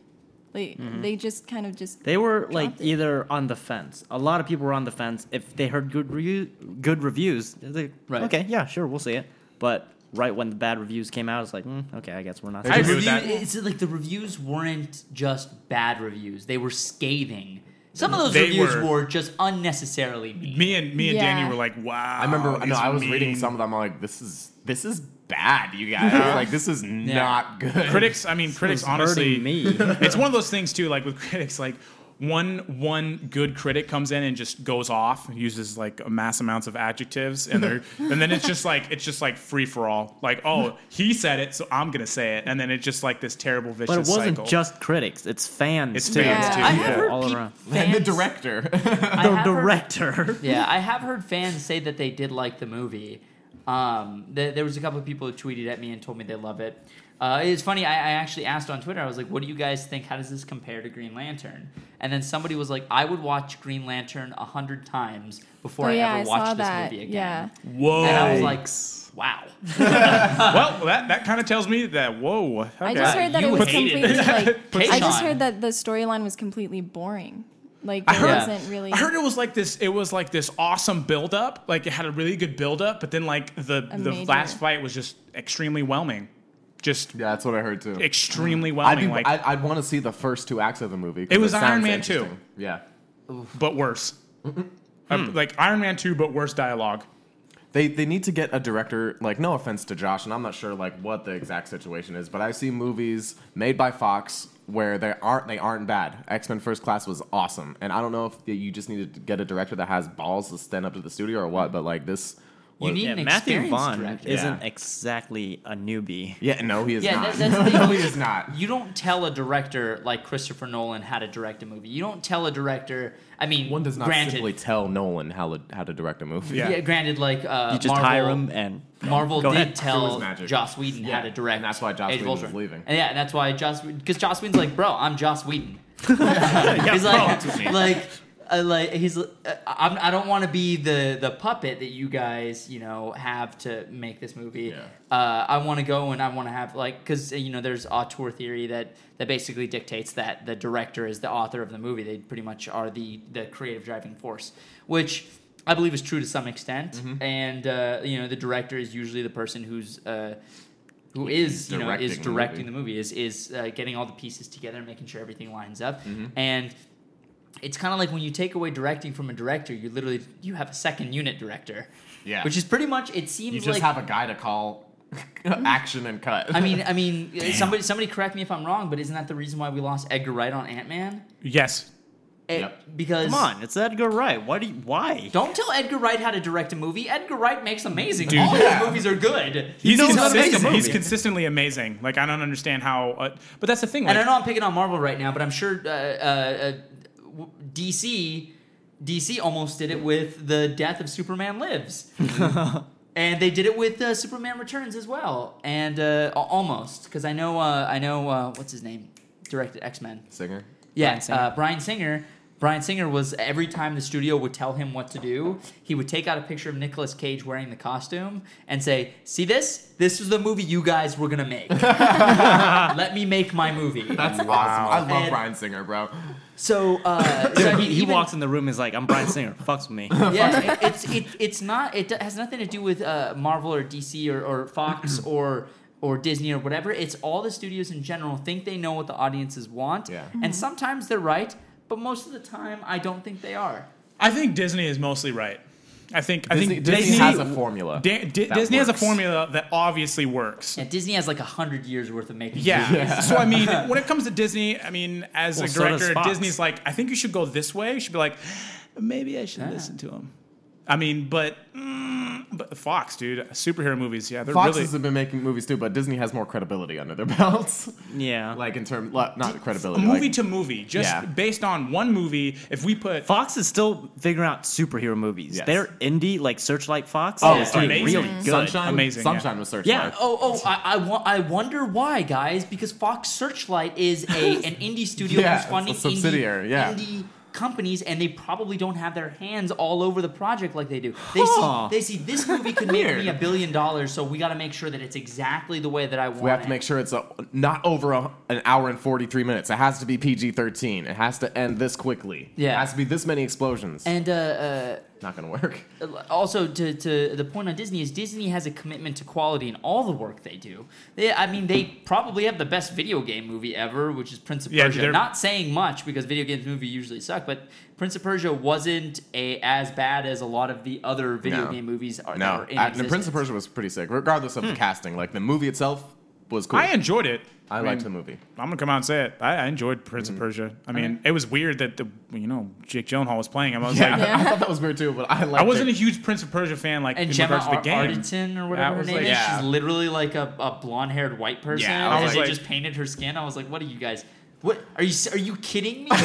[SPEAKER 3] Like they just kind of just Oh,
[SPEAKER 2] They were like
[SPEAKER 3] it.
[SPEAKER 2] either on the fence. A lot of people were on the fence. If they heard good re- good reviews, they
[SPEAKER 1] Right.
[SPEAKER 2] okay, yeah, sure, we'll see it. But right when the bad reviews came out, it's like, mm, okay, I guess we're not.
[SPEAKER 5] I
[SPEAKER 1] The
[SPEAKER 5] agree with
[SPEAKER 1] review-
[SPEAKER 5] that.
[SPEAKER 1] It's like the reviews weren't just bad reviews; they were scathing. Some of those
[SPEAKER 5] They
[SPEAKER 1] reviews
[SPEAKER 5] were.
[SPEAKER 1] were. just unnecessarily mean.
[SPEAKER 5] me and me and
[SPEAKER 3] Yeah.
[SPEAKER 5] Danny were like, wow.
[SPEAKER 4] I remember. no,
[SPEAKER 5] these
[SPEAKER 4] I was
[SPEAKER 5] Oh, mean-
[SPEAKER 4] reading some of them. I'm like, this is this is bad, you guys. like this is not good.
[SPEAKER 5] critics. I mean, critics.
[SPEAKER 2] It's hurting
[SPEAKER 5] Honestly,
[SPEAKER 2] me.
[SPEAKER 5] it's one of those things too. Like with critics, like one one good critic comes in and just goes off, uses like mass amounts of adjectives, and they're and then it's just like it's just like free for all. Like oh, he said it, so I'm gonna say it, and then it's just like this terrible vicious
[SPEAKER 2] but it wasn't
[SPEAKER 5] cycle.
[SPEAKER 2] just critics; it's fans.
[SPEAKER 5] It's
[SPEAKER 2] too.
[SPEAKER 5] fans,
[SPEAKER 3] Yeah.
[SPEAKER 1] I
[SPEAKER 3] too, yeah.
[SPEAKER 1] have heard
[SPEAKER 2] all
[SPEAKER 1] peop-
[SPEAKER 2] around.
[SPEAKER 4] and the
[SPEAKER 1] fans-
[SPEAKER 4] director.
[SPEAKER 1] I
[SPEAKER 2] The
[SPEAKER 1] have heard-
[SPEAKER 2] director.
[SPEAKER 1] yeah, I have heard fans say that they did like the movie. Um, th- there was a couple of people who tweeted at me and told me they love it. Uh, it's funny. I, I actually asked on Twitter. I was like, "What do you guys think? How does this compare to Green Lantern?" And then somebody was like, "I would watch Green Lantern a hundred times before
[SPEAKER 3] Oh,
[SPEAKER 1] I
[SPEAKER 3] yeah,
[SPEAKER 1] ever
[SPEAKER 3] I
[SPEAKER 1] watched
[SPEAKER 3] saw
[SPEAKER 1] this
[SPEAKER 3] that.
[SPEAKER 1] movie
[SPEAKER 3] Yeah.
[SPEAKER 1] again."
[SPEAKER 5] Whoa!
[SPEAKER 1] And I was like, "Wow."
[SPEAKER 5] well, that that kind of tells me that whoa. Okay.
[SPEAKER 3] I just heard that
[SPEAKER 1] You
[SPEAKER 3] it was
[SPEAKER 1] hated
[SPEAKER 3] completely like
[SPEAKER 1] Kate
[SPEAKER 3] I just
[SPEAKER 1] Sean.
[SPEAKER 3] heard that the storyline was completely boring. Like
[SPEAKER 5] I
[SPEAKER 3] there
[SPEAKER 5] heard,
[SPEAKER 3] wasn't really.
[SPEAKER 5] I heard it was like this. It was like this awesome build up. Like it had a really good build up, but then like the
[SPEAKER 3] A
[SPEAKER 5] the
[SPEAKER 3] major-
[SPEAKER 5] last fight was just extremely whelming, just
[SPEAKER 4] Yeah, that's what I heard too.
[SPEAKER 5] extremely
[SPEAKER 4] I'd,
[SPEAKER 5] whelming.
[SPEAKER 4] be,
[SPEAKER 5] like,
[SPEAKER 4] I'd, I'd want to see the first two acts of the movie. 'cause
[SPEAKER 5] It was Iron
[SPEAKER 4] sounds
[SPEAKER 5] Man 2.
[SPEAKER 4] interesting. Yeah.
[SPEAKER 5] but worse. Um, like Iron Man two, but worse dialogue.
[SPEAKER 4] They, they need to get a director, like, no offense to Josh, and I'm not sure, like, what the exact situation is, but I see movies made by Fox where they aren't, they aren't bad. X-Men First Class was awesome, and I don't know if you just need to get a director that has balls to stand up to the studio or what, but, like, this...
[SPEAKER 1] You need
[SPEAKER 2] Yeah,
[SPEAKER 1] an
[SPEAKER 2] Matthew
[SPEAKER 1] experienced
[SPEAKER 2] Vaughn
[SPEAKER 1] director.
[SPEAKER 2] isn't
[SPEAKER 4] Yeah.
[SPEAKER 2] exactly a newbie.
[SPEAKER 4] Yeah, no, he is
[SPEAKER 1] Yeah,
[SPEAKER 4] not.
[SPEAKER 1] that- that's the thing.
[SPEAKER 4] no, he is not.
[SPEAKER 1] You don't tell a director like Christopher Nolan how to direct a movie. You don't tell a director. I mean,
[SPEAKER 4] One does not
[SPEAKER 1] granted,
[SPEAKER 4] simply tell Nolan how to, how to direct a movie.
[SPEAKER 5] Yeah.
[SPEAKER 1] yeah. granted, like uh,
[SPEAKER 2] You just
[SPEAKER 1] Marvel,
[SPEAKER 2] hire him and
[SPEAKER 1] Marvel
[SPEAKER 2] Go
[SPEAKER 1] did
[SPEAKER 2] ahead.
[SPEAKER 4] It was
[SPEAKER 1] tell
[SPEAKER 4] magic.
[SPEAKER 1] Joss Whedon
[SPEAKER 4] Yeah,
[SPEAKER 1] how to direct,
[SPEAKER 4] and that's why Joss
[SPEAKER 1] Age of
[SPEAKER 4] Whedon was
[SPEAKER 1] Ultron.
[SPEAKER 4] leaving.
[SPEAKER 1] And yeah, and that's why Joss because Joss Whedon's like, bro, I'm Joss Whedon. he's
[SPEAKER 5] oh,
[SPEAKER 2] bro,
[SPEAKER 1] like,
[SPEAKER 2] it's me.
[SPEAKER 1] like, uh, like he's, uh, I'm, I don't want to be the the puppet that you guys, you know, have to make this movie.
[SPEAKER 4] Yeah.
[SPEAKER 1] Uh, I want to go and I want to have like, because you know, there's auteur theory that that basically dictates that the director is the author of the movie. They pretty much are the the creative driving force, which. I believe is true to some extent, and uh, you know the director is usually the person who's uh, who is you know is
[SPEAKER 4] directing the
[SPEAKER 1] directing
[SPEAKER 4] movie.
[SPEAKER 1] the movie, is is uh, getting all the pieces together and making sure everything lines up
[SPEAKER 4] Mm-hmm.
[SPEAKER 1] and it's kind of like when you take away directing from a director you literally you have a second unit director
[SPEAKER 4] Yeah.
[SPEAKER 1] which is pretty much it seems
[SPEAKER 4] You just
[SPEAKER 1] like
[SPEAKER 4] have a guy to call action and cut.
[SPEAKER 1] I mean, I mean, somebody, somebody correct me if I'm wrong, but isn't that the reason why we lost Edgar Wright on Ant Man?
[SPEAKER 5] Yes,
[SPEAKER 4] Yep.
[SPEAKER 1] Because
[SPEAKER 2] Come on, it's Edgar Wright. Why do you, why?
[SPEAKER 1] don't tell Edgar Wright how to direct a movie. Edgar Wright makes amazing.
[SPEAKER 5] Dude,
[SPEAKER 1] All
[SPEAKER 4] yeah.
[SPEAKER 1] his movies are good.
[SPEAKER 5] he's,
[SPEAKER 2] knows how to make a
[SPEAKER 5] consistent, he's
[SPEAKER 2] movie.
[SPEAKER 5] consistently amazing. Like I don't understand how, uh, but that's the thing. Like,
[SPEAKER 1] And I know I'm picking on Marvel right now, but I'm sure uh, uh, uh, w- DC DC almost did it with the death of Superman Lives, and they did it with uh, Superman Returns as well, and uh, al- almost because I know uh, I know uh, what's his name directed X Men.
[SPEAKER 4] Singer.
[SPEAKER 1] Yeah,
[SPEAKER 2] Singer.
[SPEAKER 1] Uh, Brian Singer. Brian Singer was every time the studio would tell him what to do, he would take out a picture of Nicolas Cage wearing the costume and say, "See this? This is the movie you guys were gonna make. Let me make my movie."
[SPEAKER 4] That's awesome. I love
[SPEAKER 1] And-
[SPEAKER 4] Brian Singer, bro.
[SPEAKER 1] So, uh, so I
[SPEAKER 2] he,
[SPEAKER 1] mean,
[SPEAKER 2] he
[SPEAKER 1] even-
[SPEAKER 2] walks in the room and is like, I'm Brian Singer. Fucks with me.
[SPEAKER 1] Yeah, it- it's it, it's not. It do- has nothing to do with uh, Marvel or DC or, or Fox or or Disney or whatever. It's all the studios in general think they know what the audiences want,
[SPEAKER 4] Yeah.
[SPEAKER 1] and sometimes they're right, but most of the time I don't think they are.
[SPEAKER 5] I think Disney is mostly right. I think I
[SPEAKER 4] Disney,
[SPEAKER 5] think
[SPEAKER 4] Disney,
[SPEAKER 5] Disney
[SPEAKER 4] has a formula.
[SPEAKER 5] Da- Di-
[SPEAKER 4] that
[SPEAKER 5] Disney has a
[SPEAKER 4] works.
[SPEAKER 5] formula that obviously works.
[SPEAKER 1] And Disney has like a hundred years worth of making.
[SPEAKER 5] Yeah. So I mean, when it comes to Disney, I mean, as
[SPEAKER 2] Well,
[SPEAKER 5] a
[SPEAKER 2] so does
[SPEAKER 5] director,
[SPEAKER 2] Fox.
[SPEAKER 5] Disney's like, I think you should go this way. You should be like, maybe I should listen to him. I mean, but mm, but Fox, dude, superhero movies, yeah, they're
[SPEAKER 4] Foxes
[SPEAKER 5] really.
[SPEAKER 4] have been making movies too, but Disney has more credibility under their belts.
[SPEAKER 2] Yeah.
[SPEAKER 4] like in terms, not
[SPEAKER 5] a
[SPEAKER 4] credibility.
[SPEAKER 5] movie
[SPEAKER 4] like,
[SPEAKER 5] to movie, just
[SPEAKER 4] Yeah.
[SPEAKER 5] based on one movie. If we put
[SPEAKER 2] Fox is still figuring out superhero movies.
[SPEAKER 4] Yes.
[SPEAKER 2] They're indie, like Searchlight Fox.
[SPEAKER 4] Oh,
[SPEAKER 2] and it's doing
[SPEAKER 5] amazing.
[SPEAKER 2] really good.
[SPEAKER 4] Sunshine,
[SPEAKER 5] Amazing,
[SPEAKER 4] Sunshine
[SPEAKER 5] yeah.
[SPEAKER 4] was searching.
[SPEAKER 2] Yeah.
[SPEAKER 1] Oh, oh! I, I, wa- I wonder why, guys. Because Fox Searchlight is a an indie studio
[SPEAKER 4] Yeah,
[SPEAKER 1] who's funding
[SPEAKER 4] it's a subsidiary,
[SPEAKER 1] indie,
[SPEAKER 4] yeah.
[SPEAKER 1] indie companies, and they probably don't have their hands all over the project like they do. They
[SPEAKER 2] Huh.
[SPEAKER 1] see, they see this movie could make
[SPEAKER 4] Weird.
[SPEAKER 1] me a billion dollars, so we got to make sure that it's exactly the way that I want.
[SPEAKER 4] We have
[SPEAKER 1] it.
[SPEAKER 4] to make sure it's a, not over a, an hour and 43 minutes. It has to be PG 13. It has to end this quickly.
[SPEAKER 1] Yeah.
[SPEAKER 4] It has to be this many explosions.
[SPEAKER 1] And uh, uh,
[SPEAKER 4] not going to work.
[SPEAKER 1] also to, to the point on disney is disney has a commitment to quality in all the work they do they, i mean they probably have the best video game movie ever which is prince of
[SPEAKER 5] Yeah,
[SPEAKER 1] persia
[SPEAKER 5] they're-
[SPEAKER 1] not saying much because video games movie usually suck but prince of persia wasn't a, as bad as a lot of the other video
[SPEAKER 4] No.
[SPEAKER 1] game movies are that
[SPEAKER 4] No,
[SPEAKER 1] are in
[SPEAKER 4] I- the Prince of
[SPEAKER 1] existence.
[SPEAKER 4] Persia was pretty sick, regardless of the casting. Like the movie itself was cool.
[SPEAKER 5] I enjoyed it.
[SPEAKER 4] I
[SPEAKER 5] mean,
[SPEAKER 4] liked the movie.
[SPEAKER 5] I'm gonna come out and say it. I, I enjoyed Prince of Persia. I mean, it was weird that the you know Jake Gyllenhaal was playing him. I was like,
[SPEAKER 3] Yeah.
[SPEAKER 4] I thought that was weird too, but I liked
[SPEAKER 5] I wasn't a
[SPEAKER 4] it.
[SPEAKER 5] huge Prince of Persia fan. Like
[SPEAKER 1] and
[SPEAKER 5] in
[SPEAKER 1] Gemma
[SPEAKER 5] regards to the
[SPEAKER 1] Ar-
[SPEAKER 5] game,
[SPEAKER 1] Arterton or whatever her
[SPEAKER 5] was
[SPEAKER 1] name
[SPEAKER 5] like-
[SPEAKER 1] is,
[SPEAKER 4] Yeah.
[SPEAKER 1] she's literally like a, a blonde-haired white person,
[SPEAKER 5] Yeah, I
[SPEAKER 1] and
[SPEAKER 5] was
[SPEAKER 1] they
[SPEAKER 5] like-
[SPEAKER 1] just painted her skin. I was like, "What are you guys? What are you? s- Are you kidding me? are,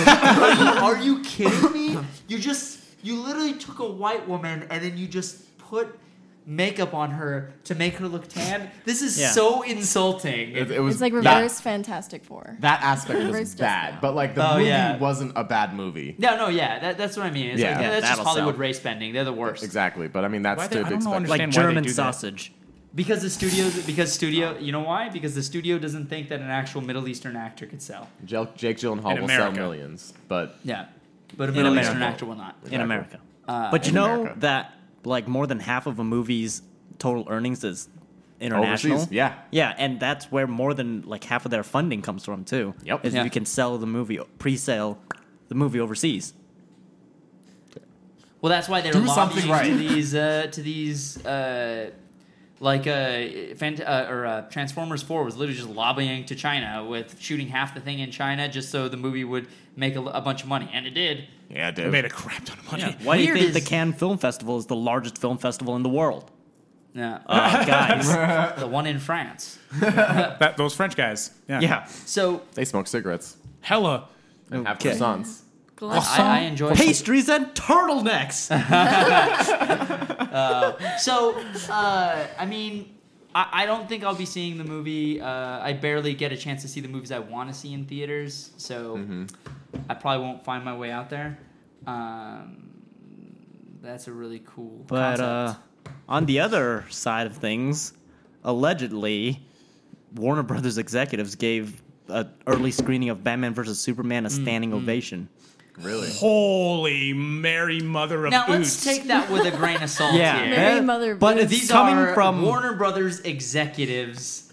[SPEAKER 1] you, are you kidding me? You just you literally took a white woman and then you just put makeup on her to make her look tan. This is
[SPEAKER 2] Yeah.
[SPEAKER 1] so insulting.
[SPEAKER 4] It, it was
[SPEAKER 3] it's like
[SPEAKER 4] that-
[SPEAKER 3] reverse Fantastic Four.
[SPEAKER 4] That, aspect
[SPEAKER 3] Reverse
[SPEAKER 4] was
[SPEAKER 3] just
[SPEAKER 4] bad,
[SPEAKER 3] now.
[SPEAKER 4] but like the
[SPEAKER 1] Oh,
[SPEAKER 4] movie
[SPEAKER 1] yeah.
[SPEAKER 4] wasn't a bad movie.
[SPEAKER 1] no, no, yeah, that, that's what I mean. It's
[SPEAKER 4] Yeah.
[SPEAKER 1] like,
[SPEAKER 4] Yeah,
[SPEAKER 1] that's just
[SPEAKER 2] that'll
[SPEAKER 1] Hollywood
[SPEAKER 2] sell.
[SPEAKER 1] race bending. They're the worst.
[SPEAKER 4] Exactly, but I mean that's
[SPEAKER 5] Why
[SPEAKER 4] to
[SPEAKER 5] they- I
[SPEAKER 4] be
[SPEAKER 5] don't know,
[SPEAKER 4] expected.
[SPEAKER 5] understand
[SPEAKER 2] like
[SPEAKER 5] why they
[SPEAKER 2] German
[SPEAKER 5] do that.
[SPEAKER 2] sausage.
[SPEAKER 1] Because the studio, because studio, you know why? Because the studio doesn't think that an actual Middle Eastern actor could sell.
[SPEAKER 4] Jel- Jake Gyllenhaal
[SPEAKER 5] In
[SPEAKER 4] will sell
[SPEAKER 5] America.
[SPEAKER 4] millions, but
[SPEAKER 1] Yeah. but a Middle
[SPEAKER 2] America.
[SPEAKER 1] Eastern actor will not.
[SPEAKER 2] in America.
[SPEAKER 1] Uh,
[SPEAKER 2] but you
[SPEAKER 4] in
[SPEAKER 2] know
[SPEAKER 4] America.
[SPEAKER 2] that like more than half of a movie's total earnings is international.
[SPEAKER 4] Overseas, yeah.
[SPEAKER 2] yeah, and that's where more than like half of their funding comes from too.
[SPEAKER 4] Yep.
[SPEAKER 2] is
[SPEAKER 1] Yeah.
[SPEAKER 2] you can sell the movie, pre-sale the movie overseas.
[SPEAKER 1] Well, that's why they're
[SPEAKER 4] Do
[SPEAKER 1] lobbying
[SPEAKER 4] something right.
[SPEAKER 1] to these uh, to these uh, like uh, fant- uh, or uh, Transformers Four was literally just lobbying to China with shooting half the thing in China just so the movie would make a, a bunch of money, and it did.
[SPEAKER 4] Yeah,
[SPEAKER 5] I
[SPEAKER 4] dude.
[SPEAKER 5] made a crap ton of money.
[SPEAKER 2] Why
[SPEAKER 1] Weird
[SPEAKER 2] do you
[SPEAKER 1] is-
[SPEAKER 2] think the Cannes Film Festival is the largest film festival in the world?
[SPEAKER 1] Yeah,
[SPEAKER 2] Uh, guys,
[SPEAKER 1] the one in France.
[SPEAKER 5] That, those French guys. Yeah.
[SPEAKER 2] yeah,
[SPEAKER 1] So
[SPEAKER 4] They smoke cigarettes
[SPEAKER 5] Hella.
[SPEAKER 4] and have
[SPEAKER 2] Okay.
[SPEAKER 4] croissants.
[SPEAKER 1] I, I enjoy
[SPEAKER 2] pastries and turtlenecks.
[SPEAKER 1] So, uh, I mean, I, I don't think I'll be seeing the movie. Uh, I barely get a chance to see the movies I want to see in theaters, so
[SPEAKER 4] Mm-hmm.
[SPEAKER 1] I probably won't find my way out there. Um, that's a really cool
[SPEAKER 2] But uh,
[SPEAKER 1] concept.
[SPEAKER 2] on the other side of things, allegedly, Warner Brothers executives gave an early screening of Batman vs Superman a standing
[SPEAKER 1] Mm-hmm.
[SPEAKER 2] ovation.
[SPEAKER 4] Really?
[SPEAKER 5] Holy Mary, mother of
[SPEAKER 1] now
[SPEAKER 5] oots.
[SPEAKER 1] let's take that with a grain of salt
[SPEAKER 2] uh, Yeah,
[SPEAKER 1] here.
[SPEAKER 3] Mary
[SPEAKER 2] that-
[SPEAKER 3] Mother of
[SPEAKER 2] but
[SPEAKER 3] Earth.
[SPEAKER 2] it's
[SPEAKER 1] These
[SPEAKER 2] coming
[SPEAKER 1] are
[SPEAKER 2] from
[SPEAKER 1] Warner Brothers executives.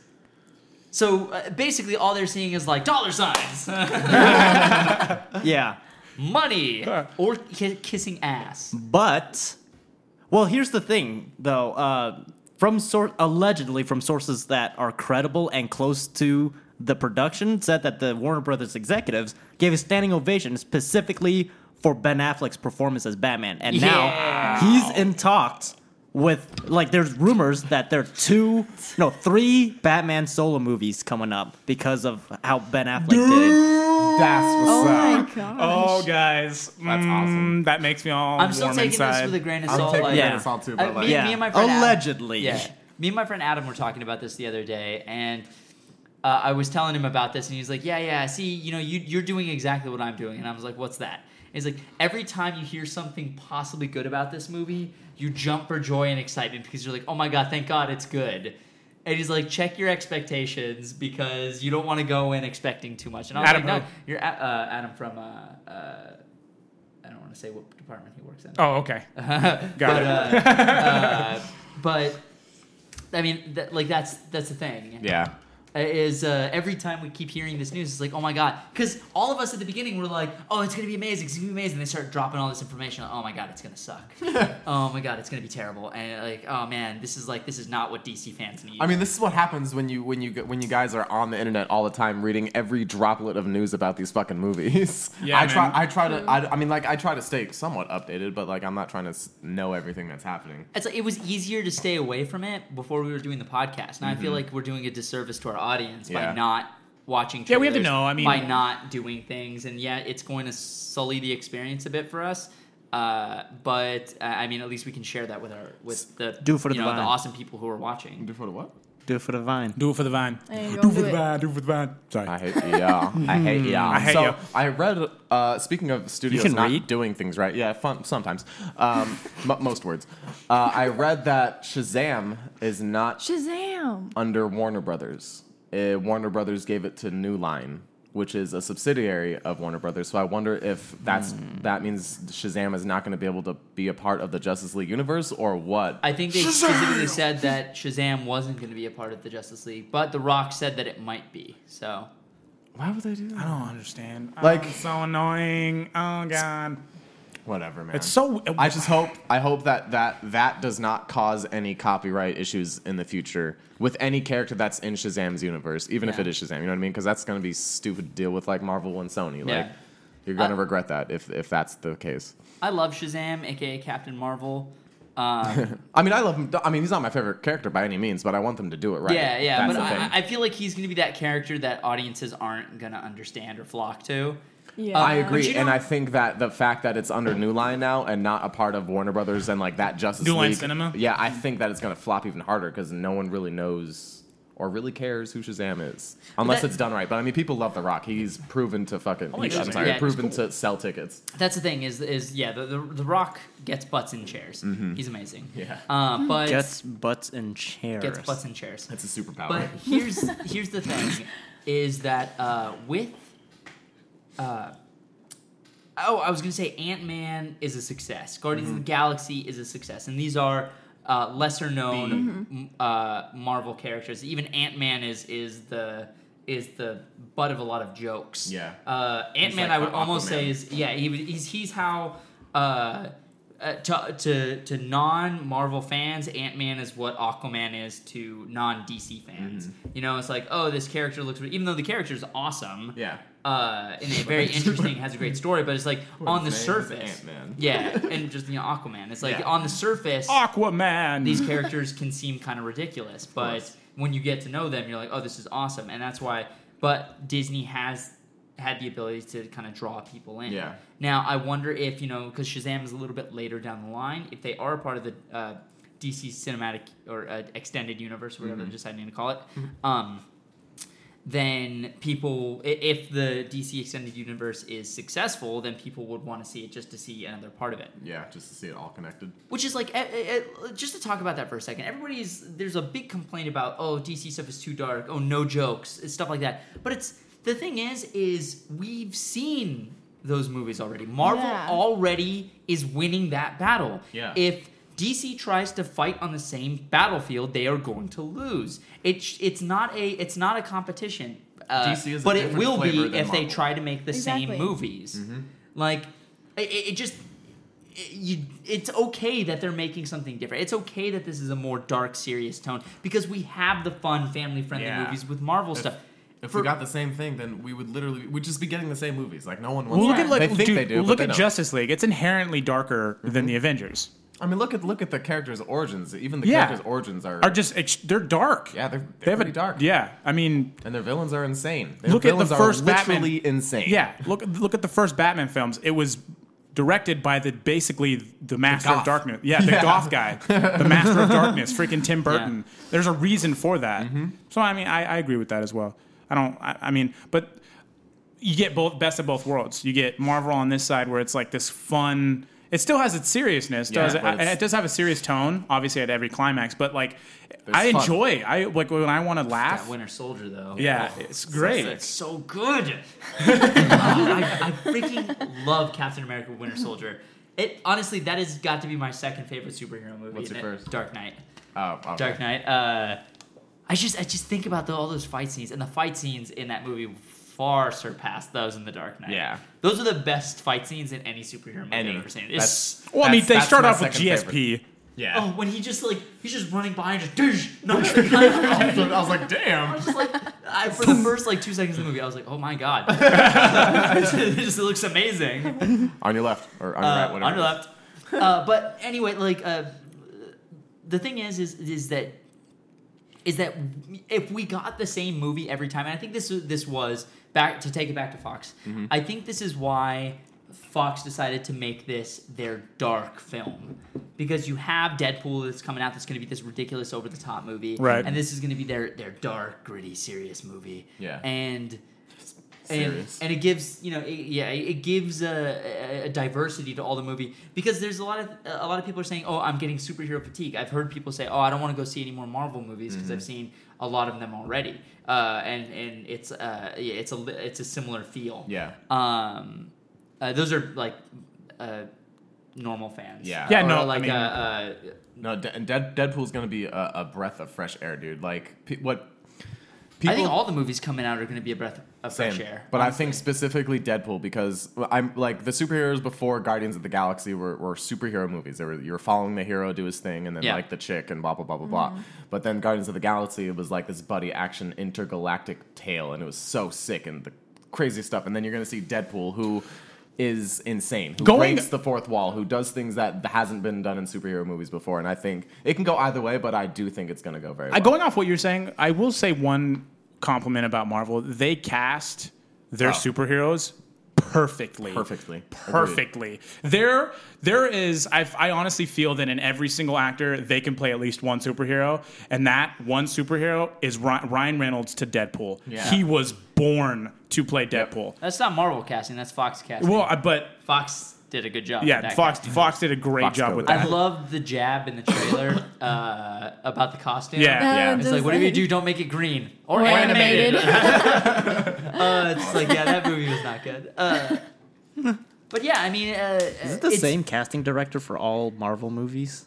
[SPEAKER 1] So uh, basically, all they're seeing is like dollar signs,
[SPEAKER 2] yeah,
[SPEAKER 1] money, or ki- kissing ass.
[SPEAKER 2] but well, here's the thing though. Uh, from sor- allegedly from sources that are credible and close to the production, said that the Warner Brothers executives gave a standing ovation specifically for Ben Affleck's performance as Batman, and
[SPEAKER 1] Yeah.
[SPEAKER 2] now he's in talks with like there's rumors that there are two no three Batman solo movies coming up because of how Ben Affleck did. it.
[SPEAKER 4] That's what's
[SPEAKER 3] Oh
[SPEAKER 4] up.
[SPEAKER 3] my gosh.
[SPEAKER 5] Oh, guys. Mm,
[SPEAKER 4] That's awesome.
[SPEAKER 5] That makes me all
[SPEAKER 1] I'm still
[SPEAKER 5] warm
[SPEAKER 1] taking
[SPEAKER 5] inside.
[SPEAKER 1] this with a grain of
[SPEAKER 4] I'm
[SPEAKER 1] salt.
[SPEAKER 4] taking
[SPEAKER 1] like-
[SPEAKER 4] a
[SPEAKER 2] Yeah.
[SPEAKER 4] grain of salt too,
[SPEAKER 1] Uh,
[SPEAKER 4] but like,
[SPEAKER 1] me,
[SPEAKER 2] Yeah.
[SPEAKER 1] me and my friend Adam-
[SPEAKER 2] Allegedly.
[SPEAKER 1] yeah, me and my friend Adam were talking about this the other day, and uh, I was telling him about this, and he's like, "Yeah, yeah, see, you know, you, you're doing exactly what I'm doing," and I was like, "What's that?" And he's like, "Every time you hear something possibly good about this movie, you jump for joy and excitement because you're like, oh my god, thank God it's good." And he's like, check your expectations because you don't want to go in expecting too much. And I was
[SPEAKER 5] Adam
[SPEAKER 1] like, no,
[SPEAKER 5] who?
[SPEAKER 1] you're a- uh, Adam from, uh, uh, I don't want to say what department he works in.
[SPEAKER 5] Oh, okay. Got
[SPEAKER 1] but,
[SPEAKER 5] it.
[SPEAKER 1] uh, uh, but I mean, that, like that's that's the thing.
[SPEAKER 4] yeah.
[SPEAKER 1] Is uh, every time we keep hearing this news, it's like, oh my god, because all of us at the beginning were like, oh, it's gonna be amazing, it's gonna be amazing. They start dropping all this information. oh my god, it's gonna suck. oh my god, it's gonna be terrible. And like, oh man, this is like this is not what DC fans need.
[SPEAKER 4] I mean, this is what happens when you when you when you guys are on the internet all the time, reading every droplet of news about these fucking movies.
[SPEAKER 5] Yeah,
[SPEAKER 4] I try.
[SPEAKER 5] man.
[SPEAKER 4] I try to. I, I mean, like, I try to stay somewhat updated, but like, I'm not trying to s- know everything that's happening.
[SPEAKER 1] it's like, it was easier to stay away from it before we were doing the podcast. Now I
[SPEAKER 5] Mm-hmm.
[SPEAKER 1] feel like we're doing a disservice to our audience
[SPEAKER 4] Yeah.
[SPEAKER 1] by not watching. Trailers,
[SPEAKER 5] Yeah, we have to know, I mean-
[SPEAKER 1] by not doing things, and yeah, it's going to sully the experience a bit for us. Uh, but uh, I mean, at least we can share that with our with the
[SPEAKER 2] Do for the
[SPEAKER 1] you know, the
[SPEAKER 2] vine.
[SPEAKER 1] awesome people who are watching.
[SPEAKER 4] Do for the what?
[SPEAKER 2] Do it for the vine.
[SPEAKER 5] do it for the vine.
[SPEAKER 3] I ain't
[SPEAKER 5] Do
[SPEAKER 3] gonna
[SPEAKER 5] it
[SPEAKER 3] do
[SPEAKER 5] for the
[SPEAKER 3] it.
[SPEAKER 5] vine. Do it for the vine. Sorry.
[SPEAKER 4] I hate y'all. I hate y'all.
[SPEAKER 5] I hate
[SPEAKER 4] so
[SPEAKER 5] y'all.
[SPEAKER 4] I read. Uh, speaking of studios
[SPEAKER 2] can
[SPEAKER 4] not
[SPEAKER 2] read?
[SPEAKER 4] doing things right, yeah, fun, sometimes, um, m- most words. Uh, I read that Shazam is not
[SPEAKER 3] Shazam.
[SPEAKER 4] under Warner Brothers. Uh, Warner Brothers gave it to New Line, which is a subsidiary of Warner Brothers. So I wonder if that's
[SPEAKER 1] Hmm.
[SPEAKER 4] that means Shazam is not going to be able to be a part of the Justice League universe or what.
[SPEAKER 1] I think they specifically said that Shazam wasn't going to be a part of the Justice League, but The Rock said that it might be. So
[SPEAKER 4] Why would they do
[SPEAKER 5] I
[SPEAKER 4] that?
[SPEAKER 5] don't understand.
[SPEAKER 4] Like-
[SPEAKER 5] Like so annoying. Oh god.
[SPEAKER 4] Whatever, man.
[SPEAKER 5] It's so.
[SPEAKER 4] I just hope I hope that that that does not cause any copyright issues in the future with any character that's in Shazam's universe, even if
[SPEAKER 1] Yeah.
[SPEAKER 4] it is Shazam. You know what I mean? Because that's going to be stupid to deal with like Marvel and Sony. Like
[SPEAKER 1] Yeah.
[SPEAKER 4] you're going to
[SPEAKER 1] I-
[SPEAKER 4] regret that if if that's the case.
[SPEAKER 1] I love Shazam, aka Captain Marvel. Um,
[SPEAKER 4] I mean, I love him. I mean, he's not my favorite character by any means, but I want them to do it right.
[SPEAKER 1] Yeah, yeah,
[SPEAKER 4] That's
[SPEAKER 1] but
[SPEAKER 4] the thing.
[SPEAKER 1] I, I feel like he's going to be that character that audiences aren't going to understand or flock to.
[SPEAKER 3] Yeah.
[SPEAKER 4] I agree,
[SPEAKER 1] you
[SPEAKER 4] and
[SPEAKER 1] know-
[SPEAKER 4] I think that the fact that it's under New Line now and not a part of Warner Brothers and like that Justice
[SPEAKER 5] New Line
[SPEAKER 4] League-
[SPEAKER 5] Cinema?
[SPEAKER 4] Yeah, I think that it's gonna flop even harder because no one really knows or really cares who Shazam is unless
[SPEAKER 1] that-
[SPEAKER 4] it's done right. But I mean, people love The Rock. He's proven to fucking.
[SPEAKER 5] like
[SPEAKER 4] he- I'm
[SPEAKER 5] Shazam.
[SPEAKER 4] sorry,
[SPEAKER 1] Oh Yeah, he's
[SPEAKER 4] proven to sell tickets.
[SPEAKER 1] That's the thing is is yeah, the the, the Rock gets butts in chairs. He's amazing.
[SPEAKER 4] Mm-hmm. Yeah.
[SPEAKER 1] Uh, but
[SPEAKER 2] Gets butts and chairs.
[SPEAKER 1] gets butts in chairs.
[SPEAKER 4] That's a superpower.
[SPEAKER 1] But here's here's the thing, is that uh, with uh, I, oh, I was gonna say Ant Man is a success. Guardians
[SPEAKER 4] Mm-hmm.
[SPEAKER 1] of the Galaxy is a success, and these are uh, lesser known m- uh, Marvel characters. Even Ant Man is is the is the butt of a lot of jokes.
[SPEAKER 4] Yeah.
[SPEAKER 1] uh, Ant Man,
[SPEAKER 4] like
[SPEAKER 1] I would
[SPEAKER 4] Aquaman.
[SPEAKER 1] almost say is yeah. He, would- he's he's how. Uh, uh, to, to to non-Marvel fans, Ant-Man is what Aquaman is to non-DC fans.
[SPEAKER 4] Mm-hmm.
[SPEAKER 1] You know, it's like, oh, this character looks... Even though the character is awesome,
[SPEAKER 4] Yeah.
[SPEAKER 1] uh, and a very interesting, has a great story, but it's like on the
[SPEAKER 4] his name is
[SPEAKER 1] surface,
[SPEAKER 4] Ant-Man.
[SPEAKER 1] yeah, and just you know Aquaman. It's like
[SPEAKER 4] Yeah.
[SPEAKER 1] on the surface,
[SPEAKER 5] Aquaman.
[SPEAKER 1] these characters can seem kind of ridiculous, but when you get to know them, you're like, oh, this is awesome, and that's why. But Disney has had the ability to kind of draw people in.
[SPEAKER 4] Yeah.
[SPEAKER 1] Now I wonder if you know because Shazam is a little bit later down the line. If they are a part of the uh, DC cinematic or uh, extended universe, whatever they're deciding to call it, um, then people, i- if the DC extended universe is successful, then people would want to see it just to see another part of it
[SPEAKER 4] Yeah, just to see it all connected.
[SPEAKER 1] which is like eh, eh, eh, just to talk about that for a second everybody's there's a big complaint about oh dc stuff is too dark oh no jokes and stuff like that but it's the thing is is we've seen those movies already marvel
[SPEAKER 3] Yeah.
[SPEAKER 1] already is winning that battle
[SPEAKER 4] Yeah.
[SPEAKER 1] if dc tries to fight on the same battlefield they are going to lose it, sh- it's not a it's not a competition uh,
[SPEAKER 4] DC is a
[SPEAKER 1] but it
[SPEAKER 4] different
[SPEAKER 1] will
[SPEAKER 4] flavor
[SPEAKER 1] be
[SPEAKER 4] than
[SPEAKER 1] if they
[SPEAKER 4] Marvel.
[SPEAKER 1] try to make the
[SPEAKER 3] Exactly.
[SPEAKER 1] same movies
[SPEAKER 5] Mm-hmm.
[SPEAKER 1] like it, it it just it- you, it's okay that they're making something different. It's okay that this is a more dark, serious tone because we have the fun, family-friendly
[SPEAKER 5] Yeah.
[SPEAKER 1] movies with Marvel stuff.
[SPEAKER 4] If
[SPEAKER 1] For-
[SPEAKER 4] we got the same thing, then we would literally we'd just be getting the same movies. Like no one wants.
[SPEAKER 5] well, look
[SPEAKER 4] that.
[SPEAKER 5] at like
[SPEAKER 4] they think
[SPEAKER 5] dude,
[SPEAKER 4] they do.
[SPEAKER 5] look
[SPEAKER 4] but
[SPEAKER 5] at
[SPEAKER 4] they don't. Mm-hmm.
[SPEAKER 5] Justice League. It's inherently darker than the Avengers.
[SPEAKER 4] I mean, look at look at the characters' origins. Even the
[SPEAKER 5] Yeah.
[SPEAKER 4] characters' origins are,
[SPEAKER 5] Are just ex- they're dark.
[SPEAKER 4] yeah, they're, they're
[SPEAKER 5] they have a
[SPEAKER 4] pretty dark.
[SPEAKER 5] Yeah, I mean,
[SPEAKER 4] and their villains are insane. Their
[SPEAKER 5] Look at the
[SPEAKER 4] villains
[SPEAKER 5] first
[SPEAKER 4] are
[SPEAKER 5] Batman-
[SPEAKER 4] literally insane.
[SPEAKER 5] yeah. Look look at the first Batman films. It was directed by the basically the master of
[SPEAKER 4] goth.
[SPEAKER 5] darkness. Yeah, the goth guy, the master of darkness, freaking Tim Burton. There's a reason for that.
[SPEAKER 4] Mm-hmm.
[SPEAKER 5] So I mean, I, I agree with that as well. I don't. I, I mean, but you get both best of both worlds. You get Marvel on this side where it's like this fun. It still has its seriousness.
[SPEAKER 4] Yeah,
[SPEAKER 5] does it?
[SPEAKER 4] but
[SPEAKER 5] And
[SPEAKER 4] it's-
[SPEAKER 5] it does have a serious tone, obviously at every climax. But like, I
[SPEAKER 4] fun.
[SPEAKER 5] enjoy. I like when I want to
[SPEAKER 1] That
[SPEAKER 5] laugh.
[SPEAKER 1] Winter Soldier, though,
[SPEAKER 5] Yeah, it's great.
[SPEAKER 1] that's so good. I, I freaking love Captain America: Winter Soldier. It honestly, that has got to be my second favorite superhero movie.
[SPEAKER 4] What's your
[SPEAKER 1] and it-
[SPEAKER 4] first?
[SPEAKER 1] Dark Knight.
[SPEAKER 4] Oh, okay.
[SPEAKER 1] Dark Knight. Uh, I just I just think about the, all those fight scenes, and the fight scenes in that movie far surpass those in the Dark Knight.
[SPEAKER 4] Yeah.
[SPEAKER 1] those are the best fight scenes in any superhero movie
[SPEAKER 4] Any.
[SPEAKER 1] I've ever seen.
[SPEAKER 4] That's-
[SPEAKER 1] It's,
[SPEAKER 5] well, I mean,
[SPEAKER 4] That's-
[SPEAKER 5] they
[SPEAKER 4] that's
[SPEAKER 5] start
[SPEAKER 4] my
[SPEAKER 5] off with
[SPEAKER 4] second
[SPEAKER 5] GSP.
[SPEAKER 4] Yeah.
[SPEAKER 1] oh, when he just like he's just running by and just douche, knocks the guy off.
[SPEAKER 4] I was like,
[SPEAKER 1] I
[SPEAKER 4] damn.
[SPEAKER 1] was just like, I, for the first like two seconds of the movie, I was like, oh my god, it just looks amazing.
[SPEAKER 4] On your left or on your right,
[SPEAKER 1] uh,
[SPEAKER 4] whatever.
[SPEAKER 1] on your left. Uh, but anyway, like uh, the thing is, is is that is that if we got the same movie every time, and I think this this was back to take it back to Fox.
[SPEAKER 4] Mm-hmm.
[SPEAKER 1] I think this is why Fox decided to make this their dark film because you have Deadpool that's coming out that's going to be this ridiculous over the top movie,
[SPEAKER 5] Right.
[SPEAKER 1] And this is going to be their their dark, gritty, serious movie,
[SPEAKER 4] Yeah.
[SPEAKER 1] and and,
[SPEAKER 4] Serious.
[SPEAKER 1] and it gives you know it, yeah it it gives a, a, a diversity to all the movie because there's a lot of a lot of people are saying oh I'm getting superhero fatigue I've heard people say oh I don't want to go see any more Marvel movies because I've
[SPEAKER 4] Mm-hmm.
[SPEAKER 1] seen a lot of them already uh, and and it's uh yeah, it's a li- it's a similar feel
[SPEAKER 4] Yeah.
[SPEAKER 1] um uh, those are like uh normal fans
[SPEAKER 4] Yeah.
[SPEAKER 5] Yeah,
[SPEAKER 1] Or
[SPEAKER 5] no, I
[SPEAKER 1] like
[SPEAKER 5] mean-
[SPEAKER 1] uh, uh
[SPEAKER 4] No, De- and Dead- Deadpool's gonna be a, a breath of fresh air, dude. Like pe- what? People,
[SPEAKER 1] I think all the movies coming out are going to be a breath of
[SPEAKER 4] Same.
[SPEAKER 1] fresh air
[SPEAKER 4] But I think specifically Deadpool because I'm like the superheroes before Guardians of the Galaxy were, were superhero movies. They were you were following the hero do his thing and then
[SPEAKER 1] Yeah.
[SPEAKER 4] like the chick and blah blah blah blah blah. But then Guardians of the Galaxy was like this buddy action intergalactic tale and it was so sick and the crazy stuff. And then you're gonna see Deadpool who is insane, who
[SPEAKER 5] Going-
[SPEAKER 4] breaks the fourth wall, who does things that hasn't been done in superhero movies before. And I think it can go either way, but I do think it's gonna go very.
[SPEAKER 5] I,
[SPEAKER 4] well.
[SPEAKER 5] going off what you're saying, I will say one compliment about Marvel. They cast their
[SPEAKER 4] Oh.
[SPEAKER 5] superheroes perfectly.
[SPEAKER 4] Perfectly.
[SPEAKER 5] Perfectly. There there is I I honestly feel that in every single actor they can play at least one superhero and that one superhero is Ry- Ryan Reynolds to Deadpool.
[SPEAKER 4] Yeah.
[SPEAKER 5] He was born to play Deadpool.
[SPEAKER 1] that's not Marvel casting that's Fox casting
[SPEAKER 5] Well, I- but
[SPEAKER 1] Fox did a good job with
[SPEAKER 5] yeah,
[SPEAKER 1] that
[SPEAKER 5] Fox Fox did a great
[SPEAKER 4] Fox
[SPEAKER 5] job
[SPEAKER 4] killed
[SPEAKER 5] with
[SPEAKER 4] it.
[SPEAKER 5] that.
[SPEAKER 1] I loved the jab in the trailer uh, about the costume.
[SPEAKER 5] Yeah.
[SPEAKER 4] Yeah.
[SPEAKER 1] It's
[SPEAKER 3] just
[SPEAKER 1] like, whatever you do, don't make it green or,
[SPEAKER 3] Or
[SPEAKER 1] animated.
[SPEAKER 3] animated.
[SPEAKER 1] uh, it's like, yeah, that movie was not good. Uh, But yeah, I mean, uh,
[SPEAKER 2] Is it the same casting director for all Marvel movies?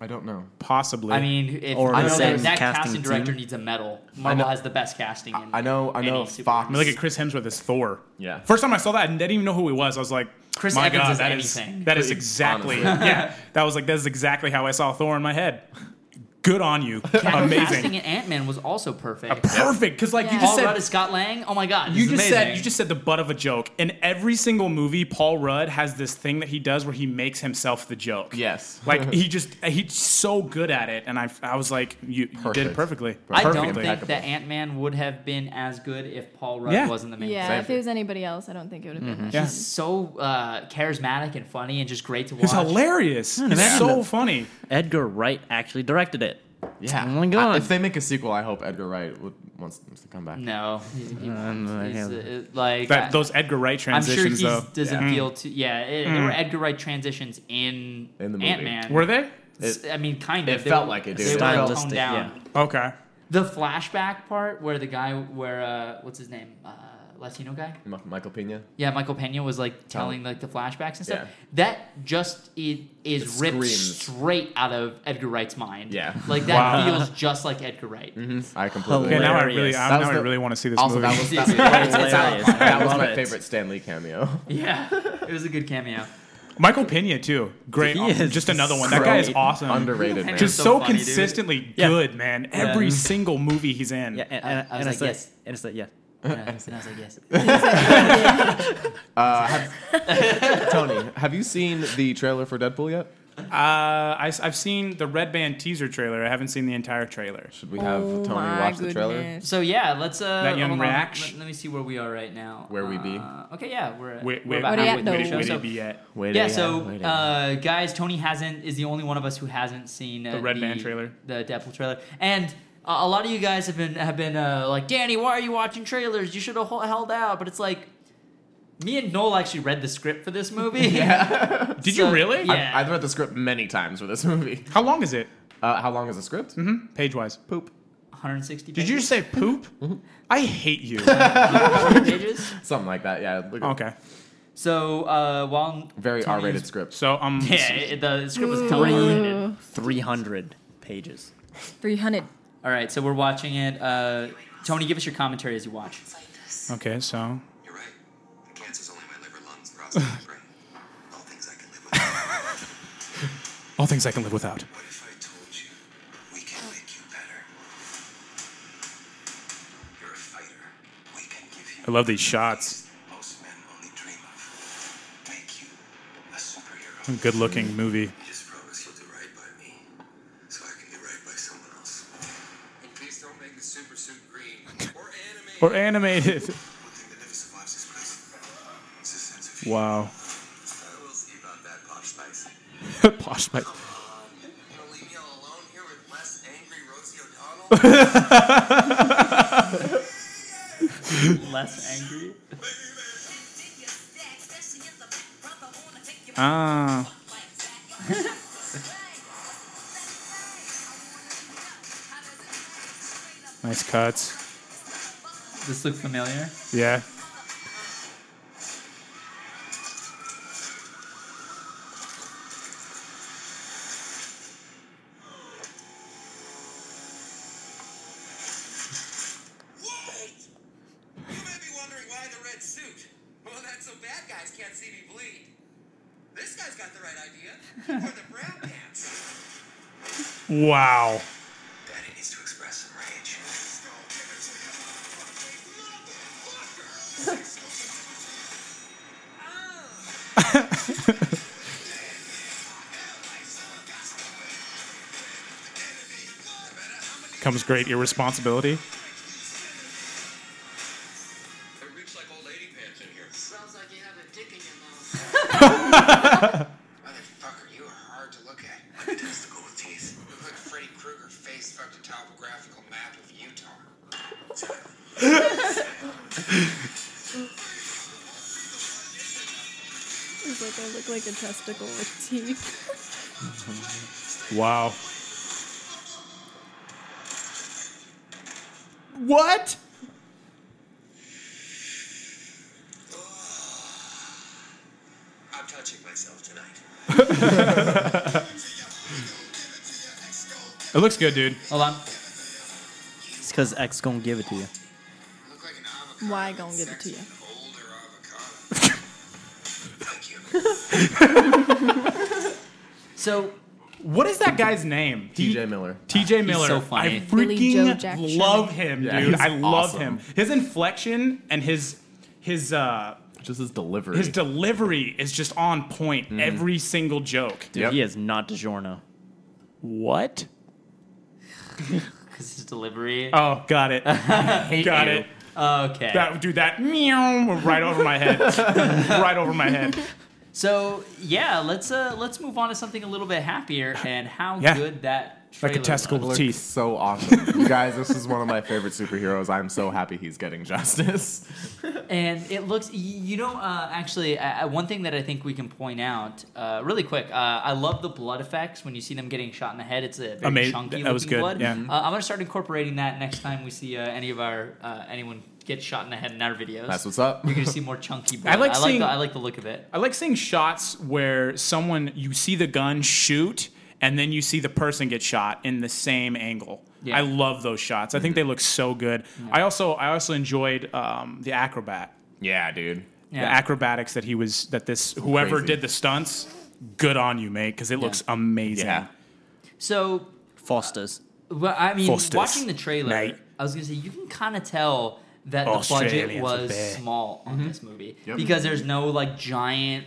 [SPEAKER 4] I don't know.
[SPEAKER 5] Possibly.
[SPEAKER 1] I mean, if
[SPEAKER 2] Or
[SPEAKER 1] I
[SPEAKER 2] the
[SPEAKER 1] know
[SPEAKER 2] same
[SPEAKER 1] that, that
[SPEAKER 2] casting
[SPEAKER 1] casting director
[SPEAKER 2] team?
[SPEAKER 1] needs a medal. Marvel
[SPEAKER 4] know-
[SPEAKER 1] has the best casting. In
[SPEAKER 4] I know. I
[SPEAKER 1] any
[SPEAKER 4] know.
[SPEAKER 1] superhero.
[SPEAKER 4] Fox.
[SPEAKER 5] I mean, look at Chris Hemsworth as Thor.
[SPEAKER 4] Yeah.
[SPEAKER 5] First time I saw that, I didn't even know who he was. I was like,
[SPEAKER 1] Chris
[SPEAKER 5] my
[SPEAKER 1] Evans
[SPEAKER 5] God,
[SPEAKER 1] is
[SPEAKER 5] that is-
[SPEAKER 1] anything.
[SPEAKER 5] that is
[SPEAKER 4] Pretty-
[SPEAKER 5] exactly.
[SPEAKER 4] honestly.
[SPEAKER 5] yeah, that was like that is exactly how I saw Thor in my head. Good on you,
[SPEAKER 1] That casting
[SPEAKER 5] amazing,
[SPEAKER 1] in Ant Man was also perfect.
[SPEAKER 5] perfect. Because like you
[SPEAKER 3] Yeah.
[SPEAKER 5] just
[SPEAKER 1] Paul
[SPEAKER 5] said,
[SPEAKER 1] Rudd is Scott Lang. Oh my God, this
[SPEAKER 5] you
[SPEAKER 1] is
[SPEAKER 5] just
[SPEAKER 1] amazing.
[SPEAKER 5] said you just said the butt of a joke. In every single movie, Paul Rudd has this thing that he does where he makes himself the joke.
[SPEAKER 4] Yes.
[SPEAKER 5] like he just he's so good at it, and I I was like, you, you did
[SPEAKER 4] Perfect.
[SPEAKER 5] it perfectly.
[SPEAKER 1] I don't
[SPEAKER 5] Perfectly.
[SPEAKER 1] think that
[SPEAKER 4] Impeccable.
[SPEAKER 1] Ant Man would have been as good if Paul Rudd
[SPEAKER 5] Yeah.
[SPEAKER 1] wasn't the main.
[SPEAKER 3] Yeah,
[SPEAKER 4] Same. Mm-hmm.
[SPEAKER 3] if it was anybody else, I don't think it would have been. that.
[SPEAKER 5] Yeah.
[SPEAKER 1] He's so uh, charismatic and funny and just great to watch.
[SPEAKER 5] He's hilarious. He's
[SPEAKER 2] imagine
[SPEAKER 5] so
[SPEAKER 2] that.
[SPEAKER 5] funny.
[SPEAKER 2] Edgar Wright actually directed it.
[SPEAKER 4] Yeah.
[SPEAKER 2] Oh my God.
[SPEAKER 4] I- if they make a sequel, I hope Edgar Wright would, wants, wants to come back.
[SPEAKER 1] No, he's, he's,
[SPEAKER 2] I
[SPEAKER 1] he's,
[SPEAKER 2] have-
[SPEAKER 1] uh, like
[SPEAKER 5] That
[SPEAKER 1] I-
[SPEAKER 5] those Edgar Wright
[SPEAKER 1] I'm sure
[SPEAKER 5] transitions
[SPEAKER 1] he
[SPEAKER 5] though. Mm.
[SPEAKER 1] doesn't feel too. Yeah, it, there were Edgar Wright transitions in,
[SPEAKER 4] In the movie.
[SPEAKER 1] Ant Man.
[SPEAKER 5] Hmm. Were they?
[SPEAKER 1] I mean, kind of.
[SPEAKER 4] it
[SPEAKER 1] They
[SPEAKER 4] felt
[SPEAKER 1] were-
[SPEAKER 4] like it, dude.
[SPEAKER 1] They were
[SPEAKER 2] Stylistic,
[SPEAKER 1] toned down.
[SPEAKER 5] Okay.
[SPEAKER 1] The flashback part where the guy, where uh, what's his name, uh, Latino guy.
[SPEAKER 4] M- Michael Pena.
[SPEAKER 1] Yeah, Michael Pena was like telling like the flashbacks and stuff.
[SPEAKER 4] Yeah.
[SPEAKER 1] That just it is
[SPEAKER 4] It
[SPEAKER 1] ripped
[SPEAKER 4] screams.
[SPEAKER 1] straight out of Edgar Wright's mind.
[SPEAKER 4] Yeah.
[SPEAKER 1] like that
[SPEAKER 5] Wow.
[SPEAKER 1] feels just like Edgar Wright.
[SPEAKER 4] I completely.
[SPEAKER 5] Okay, now I
[SPEAKER 2] Hilarious.
[SPEAKER 5] really,
[SPEAKER 4] That
[SPEAKER 5] I,
[SPEAKER 4] was
[SPEAKER 5] now I
[SPEAKER 4] the-
[SPEAKER 5] really want to see this
[SPEAKER 4] Also,
[SPEAKER 5] movie.
[SPEAKER 4] that was, that was,
[SPEAKER 1] Hilarious.
[SPEAKER 4] that was
[SPEAKER 2] Love
[SPEAKER 4] my
[SPEAKER 2] it.
[SPEAKER 4] favorite Stan Lee cameo.
[SPEAKER 1] Yeah, it was a good cameo.
[SPEAKER 5] Michael Pena too. Great,
[SPEAKER 2] He is
[SPEAKER 5] just another one. That guy is
[SPEAKER 4] Great.
[SPEAKER 5] awesome.
[SPEAKER 4] Underrated, man.
[SPEAKER 5] Just
[SPEAKER 1] So
[SPEAKER 5] so,
[SPEAKER 1] funny, dude.
[SPEAKER 5] consistently
[SPEAKER 2] Yeah.
[SPEAKER 5] good, man. Every
[SPEAKER 2] Yeah.
[SPEAKER 5] single movie he's in.
[SPEAKER 2] Yeah, and,
[SPEAKER 1] I-
[SPEAKER 2] and,
[SPEAKER 1] I was
[SPEAKER 2] and
[SPEAKER 1] like,
[SPEAKER 2] it's like,
[SPEAKER 1] yes.
[SPEAKER 2] and it's like, yeah.
[SPEAKER 1] And I and I was like, yes.
[SPEAKER 4] Uh, have, Tony, have you seen the trailer for Deadpool yet?
[SPEAKER 5] Uh, I, have seen the Red Band teaser trailer. I haven't seen the entire trailer.
[SPEAKER 4] Should we have
[SPEAKER 3] Oh
[SPEAKER 4] Tony watch the trailer?
[SPEAKER 1] So yeah, let's uh.
[SPEAKER 5] That young
[SPEAKER 1] hold on.
[SPEAKER 5] reaction.
[SPEAKER 1] Let, let me see where we are right now.
[SPEAKER 4] Where we be?
[SPEAKER 1] Uh, Okay, yeah, we're
[SPEAKER 5] Where,
[SPEAKER 1] we're
[SPEAKER 5] where,
[SPEAKER 1] about
[SPEAKER 3] What do you
[SPEAKER 1] halfway
[SPEAKER 3] have,
[SPEAKER 1] through the
[SPEAKER 3] though?
[SPEAKER 1] show.
[SPEAKER 5] where
[SPEAKER 1] So,
[SPEAKER 5] did he be at?
[SPEAKER 4] Wait,
[SPEAKER 1] yeah, so uh, guys, Tony hasn't is the only one of us who hasn't seen uh,
[SPEAKER 5] The Red Band trailer.
[SPEAKER 1] the Deadpool trailer, and. Uh, a lot of you guys have been have been uh, like, Danny, why are you watching trailers? You should have held out. But it's like, me and Noel actually read the script for this movie.
[SPEAKER 5] Did
[SPEAKER 1] So-
[SPEAKER 5] you really?
[SPEAKER 1] Yeah.
[SPEAKER 4] I've, I've read the script many times for this movie.
[SPEAKER 5] How long is it?
[SPEAKER 4] Uh, how long is the script?
[SPEAKER 5] Page wise.
[SPEAKER 4] Poop.
[SPEAKER 1] 160.
[SPEAKER 5] Did you just
[SPEAKER 1] pages?
[SPEAKER 5] say poop? I hate you.
[SPEAKER 1] pages?
[SPEAKER 4] Something like that. Yeah. Look at-
[SPEAKER 5] okay.
[SPEAKER 1] So uh, while
[SPEAKER 4] Very
[SPEAKER 1] Tony
[SPEAKER 4] R-rated
[SPEAKER 1] is-
[SPEAKER 4] script.
[SPEAKER 5] So um.
[SPEAKER 1] Yeah, it, the script was totally rated.
[SPEAKER 3] Ooh,
[SPEAKER 2] 300 pages.
[SPEAKER 3] 300.
[SPEAKER 1] All right, so we're watching it. Uh, Tony, give us your commentary as you watch.
[SPEAKER 5] Okay, so
[SPEAKER 6] You're right. The cancer's only my liver, lungs, prostate, and brain. All things I can live without.
[SPEAKER 5] all things I can live without.
[SPEAKER 6] what if I told you we can make you better? You're a fighter. We can give you.
[SPEAKER 5] I love these shots.
[SPEAKER 6] things Most men only dream of. Make you a superhero.
[SPEAKER 5] Good looking movie.
[SPEAKER 6] I just promise you'll do right by me, so I can do right by someone else. And please don't make the super suit green or animated.
[SPEAKER 5] Or animated.
[SPEAKER 6] One thing that never survives this place is a sense of humor.
[SPEAKER 5] Wow.
[SPEAKER 6] Uh, we'll see about that, Pop Spice.
[SPEAKER 5] Posh mic.
[SPEAKER 6] Gonna leave me all alone here with less angry Rosie O'Donnell?
[SPEAKER 1] Less angry.
[SPEAKER 5] Ah. Nice cuts.
[SPEAKER 1] This look familiar?
[SPEAKER 5] Yeah.
[SPEAKER 6] what? You may be wondering why the red suit. Well, that's so bad guys can't see me bleed. This guy's got the right idea. Or the brown pants.
[SPEAKER 5] Wow.
[SPEAKER 6] Daddy needs to express some rage.
[SPEAKER 5] Comes great irresponsibility.
[SPEAKER 6] It reeks like old lady pants in here.
[SPEAKER 7] Sounds like you have a dick in your mouth.
[SPEAKER 6] Motherfucker, you are hard to look at. Like a testicle with teeth. You look like Freddy Krueger face fucked a topographical map of Utah.
[SPEAKER 3] It's like I look like a testicle with teeth.
[SPEAKER 5] Wow. What?
[SPEAKER 6] touching myself tonight.
[SPEAKER 5] It looks good, dude.
[SPEAKER 1] Hold on.
[SPEAKER 2] It's because X gonna give it to you.
[SPEAKER 6] Look like an avocado.
[SPEAKER 3] Why gonna give it to you?
[SPEAKER 6] Sexy, Older avocado. Thank you.
[SPEAKER 1] So
[SPEAKER 5] What is that guy's name?
[SPEAKER 4] TJ Miller.
[SPEAKER 5] TJ Miller.
[SPEAKER 1] so funny.
[SPEAKER 5] I
[SPEAKER 3] Billy Joe
[SPEAKER 5] freaking
[SPEAKER 3] Jackson.
[SPEAKER 5] love him,
[SPEAKER 4] Yeah,
[SPEAKER 5] dude.
[SPEAKER 4] he's
[SPEAKER 5] I love
[SPEAKER 4] awesome.
[SPEAKER 5] him. His inflection and his his uh
[SPEAKER 4] Just his delivery.
[SPEAKER 5] his delivery is just on point every single joke.
[SPEAKER 2] Dude,
[SPEAKER 4] Yep.
[SPEAKER 2] he is not DiGiorno.
[SPEAKER 5] What?
[SPEAKER 1] because his delivery.
[SPEAKER 5] Oh, got it. got
[SPEAKER 1] you.
[SPEAKER 5] it.
[SPEAKER 1] Oh, Okay.
[SPEAKER 5] That dude, that meow went right over my head. right over my head.
[SPEAKER 1] So yeah, let's uh let's move on to something a little bit happier and how
[SPEAKER 5] Yeah.
[SPEAKER 1] good that
[SPEAKER 5] Like
[SPEAKER 1] trailer
[SPEAKER 5] a testicle
[SPEAKER 1] was.
[SPEAKER 5] with
[SPEAKER 4] Looks
[SPEAKER 5] teeth.
[SPEAKER 4] so awesome. you guys, this is one of my favorite superheroes. I'm so happy he's getting justice.
[SPEAKER 1] and it looks y- you know uh, actually uh, one thing that i think we can point out uh, really quick uh, i love the blood effects when you see them getting shot in the head it's a very
[SPEAKER 5] Amazing.
[SPEAKER 1] chunky
[SPEAKER 5] That was
[SPEAKER 1] looking
[SPEAKER 5] good,
[SPEAKER 1] blood
[SPEAKER 5] yeah.
[SPEAKER 4] Mm-hmm.
[SPEAKER 1] uh, i'm gonna start incorporating that next time we see uh, any of our uh, anyone get shot in the head in our videos
[SPEAKER 4] That's what's up.
[SPEAKER 1] you're gonna see more chunky blood.
[SPEAKER 5] I like seeing-
[SPEAKER 1] the, I like the look of it.
[SPEAKER 5] I like seeing shots where someone you see the gun shoot and then you see the person get shot in the same angle.
[SPEAKER 1] Yeah.
[SPEAKER 5] I love those shots. I think they look so good. I also I also enjoyed um, the acrobat,
[SPEAKER 4] Yeah, dude.
[SPEAKER 5] the
[SPEAKER 1] Yeah.
[SPEAKER 5] acrobatics that he was that this whoever
[SPEAKER 4] Crazy.
[SPEAKER 5] did the stunts. Good on you, mate, because it looks amazing.
[SPEAKER 4] Yeah.
[SPEAKER 1] so
[SPEAKER 2] Foster's.
[SPEAKER 1] Well, I mean,
[SPEAKER 5] Foster's.
[SPEAKER 1] watching the trailer,
[SPEAKER 5] Mate.
[SPEAKER 1] I was gonna say you can kind of tell that the budget
[SPEAKER 5] Australians are
[SPEAKER 1] was
[SPEAKER 5] bad.
[SPEAKER 1] small on this movie
[SPEAKER 4] Mm-hmm. Yep.
[SPEAKER 1] because there's no like giant,